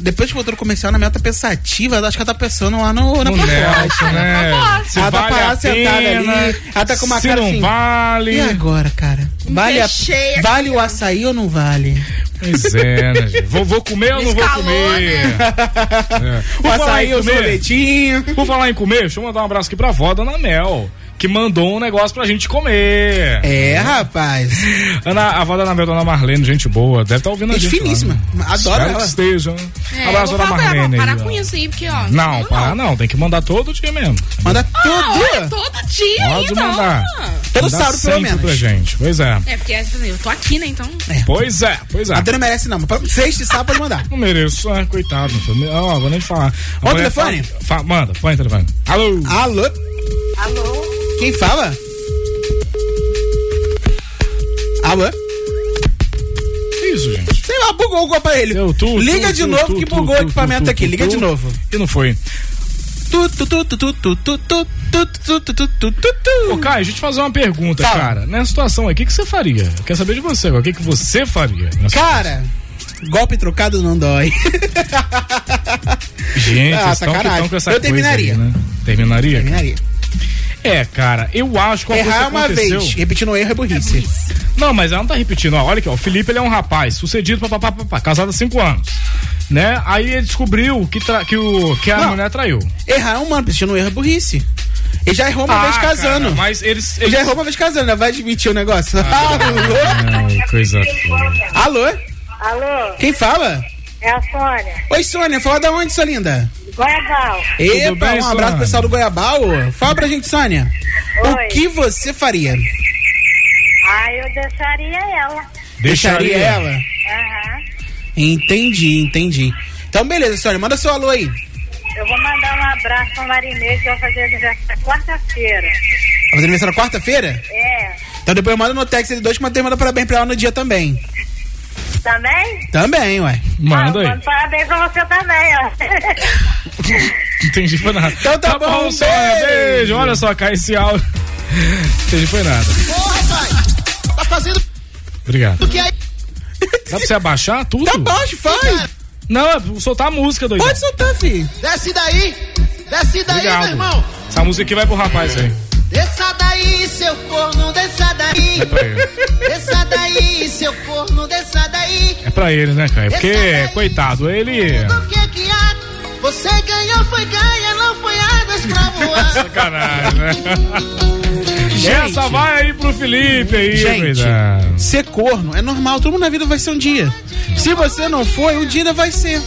S6: Depois que voltou no comercial, na minha tá pensativa, acho que ela tá pensando lá no, na
S5: No Nelson, né? Se
S6: Ela tá
S5: vale
S6: parada
S5: a
S6: sentada
S5: pena,
S6: ali. Ela tá com uma
S5: se
S6: cara
S5: não
S6: assim,
S5: vale.
S6: E agora, cara? Vale, a-
S5: Fechei
S6: vale o açaí ou não vale?
S5: Pois é, né, gente? Vou, vou comer ou não vou
S6: Escalou,
S5: comer?
S21: né?
S5: É. Por
S6: O
S5: falar em
S6: açaí, o
S5: comer-
S6: sorvetinho.
S5: Por falar em comer, deixa eu mandar um abraço aqui pra vó, Dona Mel, que mandou um negócio pra gente comer.
S6: É, rapaz.
S5: Ana, a vó da Ana Mel, Dona Marlene, gente boa, deve estar ouvindo a
S6: Gente
S5: gente. lá,
S6: finíssima.
S5: né?
S6: Adoro
S5: Espero
S6: ela.
S5: que esteja. abraço,
S8: É, eu
S5: Dona
S8: vou falar pra ela,
S5: Marlene.
S8: parar
S5: aí, ó.
S8: com isso aí, porque, ó.
S5: Não, para não, tem que mandar todo dia mesmo.
S6: Manda
S8: Ah, é todo dia
S5: Pode
S8: então.
S5: mandar.
S6: Todo
S5: Mandar
S6: sábado, pelo
S5: sempre
S6: menos.
S5: Pra gente. Pois é.
S8: É, porque assim, eu tô aqui, né, então.
S5: Pois é, pois é.
S6: A Dani merece não, mas pra- sexta e sábado pode mandar.
S5: Não mereço, é, coitado. não foi- Ó, vou nem te falar.
S6: Ó o
S5: Amanhã
S6: telefone.
S5: fala- fa- manda, põe o telefone. Alô?
S6: Alô?
S9: Alô?
S6: Quem fala? Alô?
S5: Que isso, gente?
S6: Sei lá, bugou o aparelho. Liga de novo que bugou o equipamento aqui. Liga de novo.
S5: E não foi.
S6: Tu, tu, tu, tu, tu, tu, tu, tu, tu, tu, tu, tu, tu, tu, tu.
S5: Ô, Caio, deixa eu te fazer uma pergunta,
S6: Fala.
S5: cara. Nessa situação aí, o que, que você faria? Eu quero saber de você agora. O que, que você faria? nessa
S6: Cara, golpe trocado não dói.
S5: situação? Gente,
S6: ah,
S5: vocês tão que
S6: sacanagem.
S5: tão com essa
S6: Eu
S5: coisa
S6: terminaria.
S5: aí, né? Terminaria?
S6: Terminaria.
S5: É, cara, eu acho que uma coisa
S6: Errar é
S5: que
S6: uma
S5: aconteceu-
S6: vez, repetindo o erro é burrice.
S5: Não, mas ela não tá repetindo. Ó, olha aqui, ó, o Felipe ele é um rapaz sucedido, papapá, papapá, casado há cinco anos. Né? Aí ele descobriu que, tra- que, o, que a
S6: Não.
S5: mulher traiu.
S6: Errar é humano, repetindo o erro é burrice. Ele já errou uma
S5: Ah,
S6: vez casando.
S5: cara, mas eles,
S6: Ele já errou uma vez casando, ainda vai admitir o negócio.
S5: Ah,
S6: Alô?
S5: Ai, coisa.
S6: Alô?
S13: Alô,
S6: Quem fala?
S13: é a Sônia.
S6: Oi, Sônia, fala da onde, sua linda?
S13: Goiabal.
S6: Epa, um abraço Sônia? pessoal do Goiabal. Fala pra gente, Sônia. Oi. O que você faria?
S13: Ah, eu deixaria ela.
S6: Deixaria, deixaria ela?
S13: Aham. Uhum.
S6: Entendi, entendi. Então, beleza, Sônia, manda seu alô aí.
S13: Eu vou mandar um abraço pra Marinês, que vai fazer aniversário quarta-feira.
S6: Vai fazer aniversário quarta-feira?
S13: É.
S6: Então depois eu mando no Texas de 2 que mandei mandar parabéns pra ela no dia também.
S13: Também?
S6: Também, ué.
S5: Manda ah, aí. Mando
S13: Tá parabéns pra você também, ó.
S5: Entendi, foi nada.
S6: Então tá, tá bom, bom
S5: beijo. beijo. Olha só, cai esse áudio. Entendi, foi nada.
S21: Ô, rapaz, tá fazendo.
S5: Obrigado.
S21: Do que aí?
S5: Dá pra você abaixar tudo?
S6: Tá baixo, faz.
S5: Não, é soltar a música, doido.
S6: Pode soltar, filho.
S21: Desce daí. Desce daí, Obrigado. meu irmão.
S5: Essa música aqui vai pro rapaz aí.
S21: Desça daí, seu corno, desça daí.
S5: É pra ele.
S21: Desça daí, seu corno, desça daí.
S5: É pra ele, né, cara? Porque, daí, coitado, ele.
S21: Do que que há? Você ganhou, foi ganha, não foi água escravo.
S5: Sacanagem, né? Gente, Essa vai aí pro Felipe aí,
S6: Gente, cuidado. ser corno é normal, todo mundo na vida vai ser um dia. Se você não foi, um dia vai ser.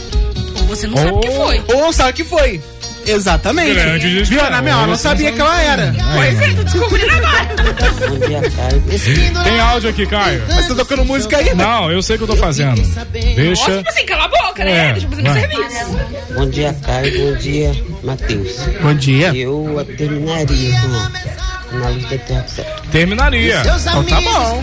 S12: Ou você não ou, sabe o que foi.
S6: Ou não sabe o que foi. Exatamente.
S5: Grande
S6: Viu, Ana Mel? Eu não sabia que ela era.
S12: Pois é, tô descobrindo agora.
S5: Tem áudio aqui, Caio.
S6: Mas tá tocando música aí?
S5: Não, eu sei o que eu tô fazendo. Deixa. Nossa,
S12: tipo assim, cala a boca, né? É. Deixa eu fazer meu serviço.
S30: Bom dia, Caio. Bom dia, Matheus.
S6: Bom dia.
S30: Eu terminaria com na luz da terra
S5: Terminaria. Então tá bom.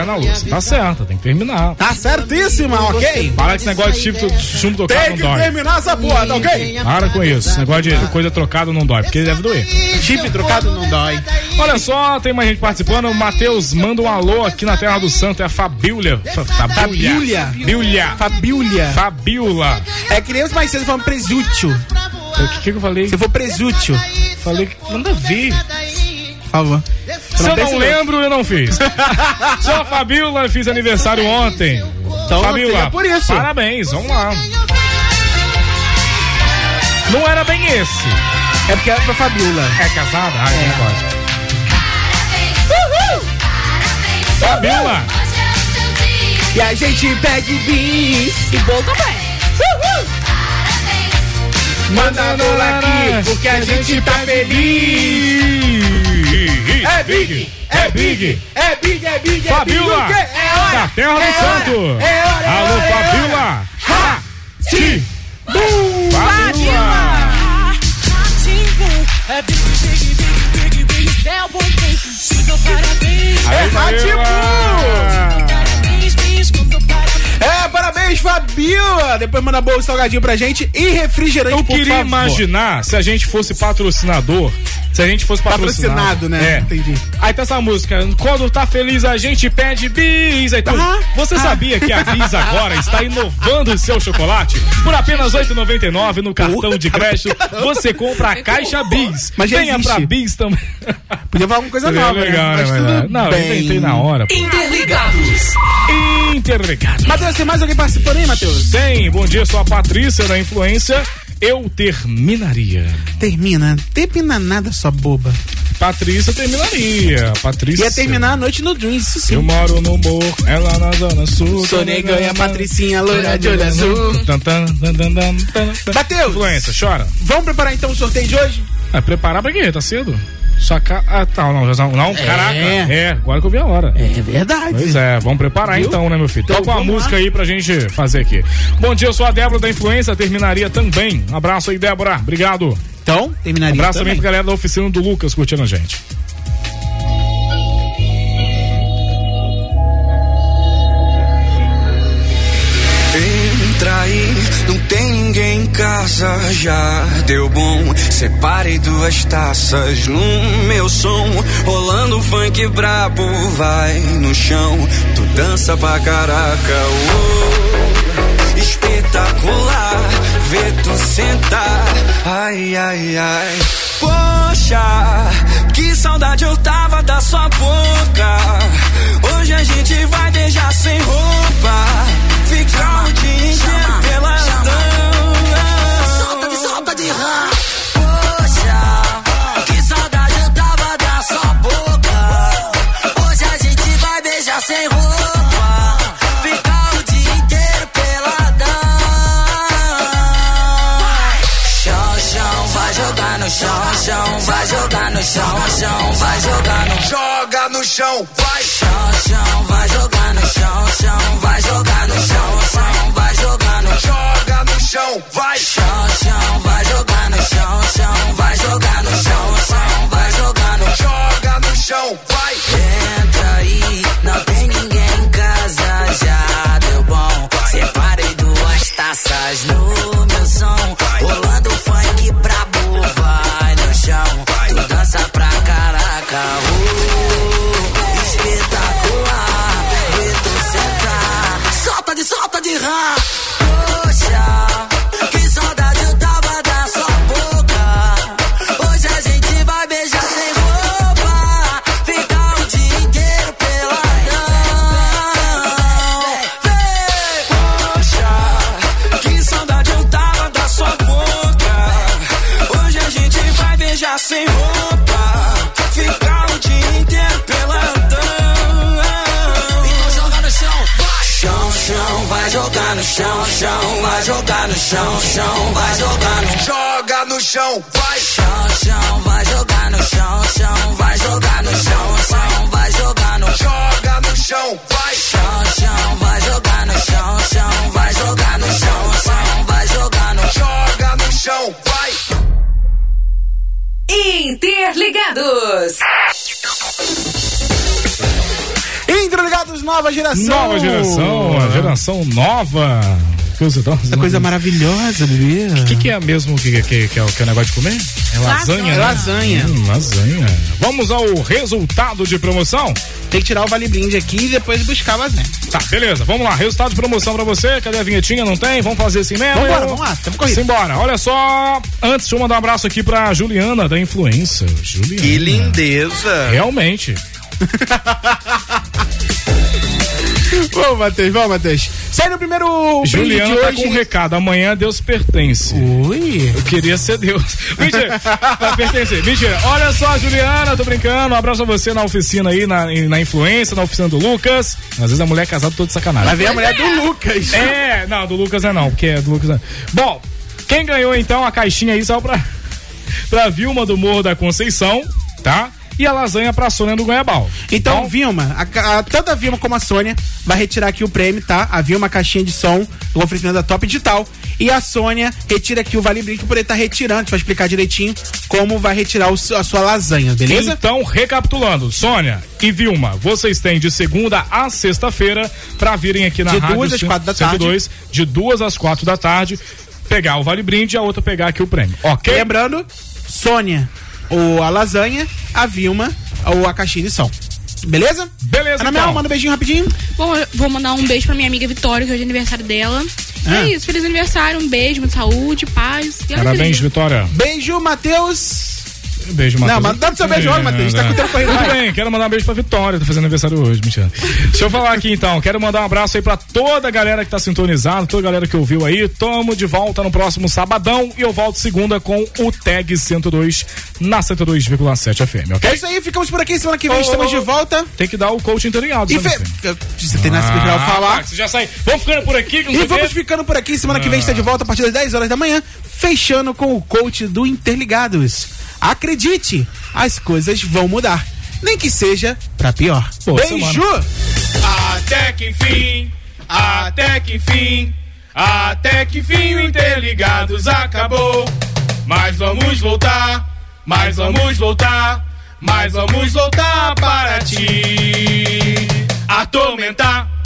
S5: É, na luz. Tá certa, tem que terminar.
S6: Tá certíssima, ok?
S5: Para com esse negócio de chifre, chumbo tocado
S6: tem que não dói. terminar essa porra, tá ok?
S5: é Para com isso. Esse negócio de coisa trocada não dói, porque deve doer.
S6: Chifre trocado não dói.
S5: Olha só, tem mais gente participando. O Matheus manda um alô aqui na Terra do Santo. É a Fabília.
S6: Fabília.
S5: Fabília.
S6: Fabília.
S5: Fabíola.
S6: É que nem os mais cedo falam presútil.
S5: O que, que eu falei?
S6: Se for presútil.
S5: Falei que nada a ver.
S6: Por favor.
S5: Se eu não lembro, eu não fiz. Só a Fabiola fiz aniversário ontem.
S6: Então, Fabiola, por isso.
S5: parabéns, vamos lá. Não era bem esse.
S6: É porque era pra Fabiola.
S5: É casada? Ai, é. negócio. Uhul! Fabiola!
S6: E a gente pede bis.
S12: E bom também. Uhul!
S6: Manda a bola aqui, porque a gente tá feliz.
S5: É big, é big,
S6: é big, é big, é
S5: Fabiola, big, é hora, da Terra do Santo.
S6: É hora, é
S5: Alô, Fabiola. Ha, ti, bum. Fabiola. É big, big, big, big, big, céu, bom parabéns. É Fabiola.
S6: É, parabéns, Fabiola! Depois manda bolo salgadinho pra gente e refrigerante,
S5: Eu
S6: por
S5: queria
S6: favor.
S5: imaginar se a gente fosse patrocinador. Se a gente fosse patrocinado.
S6: Patrocinado, né?
S5: É.
S6: Entendi.
S5: Aí tá essa música. Quando tá feliz, a gente pede bis. Aí tá.
S6: Ah,
S5: Você
S6: ah.
S5: sabia que a Bis agora está inovando o seu chocolate? Por apenas R$ 8,99 no cartão de crédito, você compra a caixa Bis.
S6: Mas já
S5: Venha
S6: existe.
S5: pra Bis também.
S6: Podia falar uma coisa
S5: Seria
S6: nova,
S5: legal,
S6: né?
S5: né, mas Não, eu inventei na hora. pô.
S12: Interligados.
S5: Interligado.
S6: Matheus, tem mais alguém participando aí, Matheus?
S5: Tem, bom dia, sou a Patrícia da Influência. Eu terminaria.
S6: Termina. Termina nada, sua boba.
S5: Patrícia terminaria. Patrícia.
S6: Ia terminar a noite no Dreams, isso sim.
S5: Eu moro no morro, ela na zona sul.
S6: Sou negão e a Patricinha loira de olho azul.
S5: Tan, tan, tan, tan, tan, tan, tan.
S6: Matheus!
S5: Influência, chora.
S6: Vamos preparar então o sorteio de hoje?
S5: Ah, preparar pra quê? Tá cedo? Saca... Ah, tá, não, não, não caraca. É, agora que eu vi a hora.
S6: É verdade.
S5: Pois é, vamos preparar
S6: Viu?
S5: então, né, meu filho?
S6: Então,
S5: Toca uma
S6: vamos
S5: música
S6: lá.
S5: aí pra gente fazer aqui. Bom dia, eu sou a Débora da Influência, terminaria também. Abraço aí, Débora. Obrigado.
S6: Então, terminaria
S5: Abraço também
S6: também.
S5: pra galera da oficina do Lucas curtindo a gente.
S7: Entra aí, não tem ninguém em casa, já deu bom. Separe duas taças no meu som, rolando um funk brabo, vai no chão. Tu dança pra caraca, uou, espetacular. Vê tu sentar, ai, ai, ai. Poxa, que saudade eu tava da sua boca. Hoje a gente vai beijar sem roupa. Ficar o dia inteiro peladão.
S21: Solta de solta de rã. Poxa, que saudade eu tava da sua boca. Hoje a gente vai beijar sem roupa. Ficar o dia inteiro peladão. Chama. chão, vai jogar no chão, chão, vai jogar no Joga no chão, vai chão, chão, vai jogar no chão, chão, vai jogar no chão, chão, vai jogar no Joga no chão, vai chão, chão, vai jogar no chão, chão, vai jogar no chão, chão, vai jogar no Joga no chão, vai Entra aí, não tem ninguém em casa, já deu bom Separei duas taças no meu som Rolando funk pra boa, vai no chão Tu dança pra caraca, uh, espetacular Vê tu sentar, solta de, solta de rã Poxa, que saudade eu tava da sua boca Hoje a gente vai beijar sem roupa Ficar o dia inteiro peladão
S5: É,
S21: Vem, poxa, que saudade eu tava da sua boca. Hoje a gente vai beijar sem roupa, ficar o dia inteiro peladão. Então joga no chão, vai. Chão, chão, vai jogar no chão, chão, vai jogar no chão, chão, vai jogar no Joga no chão, vai. Chão, chão, vai jogar no chão, chão, vai jogar no chão, chão, vai jogar no Joga no chão, vai. Chão, chão, vai jogar no chão, chão, vai jogar no chão, chão, vai jogar no Joga no chão, vai.
S14: Interligados.
S6: Interligados Nova
S5: é
S6: Geração.
S5: Nova geração, a geração nova. Coisa, nossa,
S6: Coisa maravilhosa, bebê.
S5: O que, que é mesmo que, que, que, é, o- que é o negócio de comer? É lasanha?
S6: É
S5: né?
S6: lasanha.
S5: Hum, lasanha. Vamos ao resultado de promoção?
S6: Tem que tirar o Vale Brinde aqui e depois buscar a lasanha.
S5: Tá, beleza. Vamos lá. Resultado de promoção pra você. Cadê a vinhetinha? Não tem? Vamos fazer assim mesmo?
S6: Vambora,
S5: Eu-
S6: vamos lá. Tamo corrido.
S5: Simbora. Olha só. Antes, deixa eu mandar um abraço aqui pra Juliana da Influência. Juliana.
S19: Que lindeza.
S5: Realmente.
S6: Vamos, Matheus, vamos, Matheus. Sai no primeiro
S5: Juliana
S6: brinde
S5: tá
S6: de hoje.
S5: com um recado. Amanhã Deus pertence.
S6: Ui.
S5: Eu queria ser Deus. Mentira. Vai pertencer. Mentira. Olha só, Juliana, tô brincando. Um abraço a você na oficina aí, na, na influência, na oficina do Lucas. Às vezes a mulher é casada, tô de sacanagem.
S6: Vai ver a mulher do Lucas.
S5: É, não, do Lucas é não, porque é do Lucas é. Bom, quem ganhou então a caixinha aí só pra, pra Vilma do Morro da Conceição, tá? E a lasanha pra Sônia do Goiabal.
S6: Então, Vilma, a- a- tanto a Vilma como a Sônia vai retirar aqui o prêmio, tá? A Vilma, a caixinha de som, o oferecimento da Top Digital. E a Sônia retira aqui o Vale Brinde, por ele estar retirando. A gente vai explicar direitinho como vai retirar o su- a sua lasanha, beleza?
S5: Então, recapitulando, Sônia e Vilma, vocês têm de segunda a sexta-feira pra virem aqui na
S6: De
S5: rádio
S6: duas às
S5: cem-
S6: quatro da
S5: 102, de duas às quatro da tarde, pegar o Vale Brinde e a outra pegar aqui o prêmio. Ok?
S6: Lembrando, Sônia, ou a lasanha, a Vilma, ou a caixinha de som. Beleza?
S5: Beleza,
S6: Ana
S5: então.
S6: Mel, manda um beijinho rapidinho.
S11: Bom, eu vou mandar um beijo pra minha amiga Vitória, que hoje é aniversário dela. E
S6: Ah.
S11: É isso, feliz aniversário, um beijo, muita saúde, paz e
S5: Parabéns,
S11: alegria.
S5: Vitória.
S6: Beijo, Matheus.
S5: Beijo,
S6: Não,
S5: Matheus.
S6: mas dá pro seu beijo logo, Matheus, tá com o tempo corrido.
S5: Muito bem, quero mandar um beijo pra Vitória, tá fazendo aniversário hoje, mentira. Deixa eu falar aqui então, quero mandar um abraço aí pra toda a galera que tá sintonizada, toda a galera que ouviu aí. Tamo de volta no próximo sabadão e eu volto segunda com o Tag 102 na 102,7 FM, ok?
S6: É isso aí, ficamos por aqui. Semana que vem estamos de volta.
S5: Tem que dar o coach interligado, né,
S6: E
S5: sabe,
S6: fe-
S5: filho?
S6: Você tem nada
S5: Ah,
S6: pra falar.
S5: tá, Você já sai. Vamos ficando por aqui, que não
S6: E
S5: sei o quê.
S6: vamos ficando por aqui. Semana que vem
S5: Ah.
S6: está de volta a partir das 10 horas da manhã, fechando com o coach do Interligados. Acredite, as coisas vão mudar. Nem que seja pra pior.
S5: Boa
S6: Beijo!
S5: semana. É
S20: Até que enfim, até que enfim, até que fim o Interligados acabou. Mas vamos voltar, mas vamos voltar, mas vamos voltar para ti. Atormentar,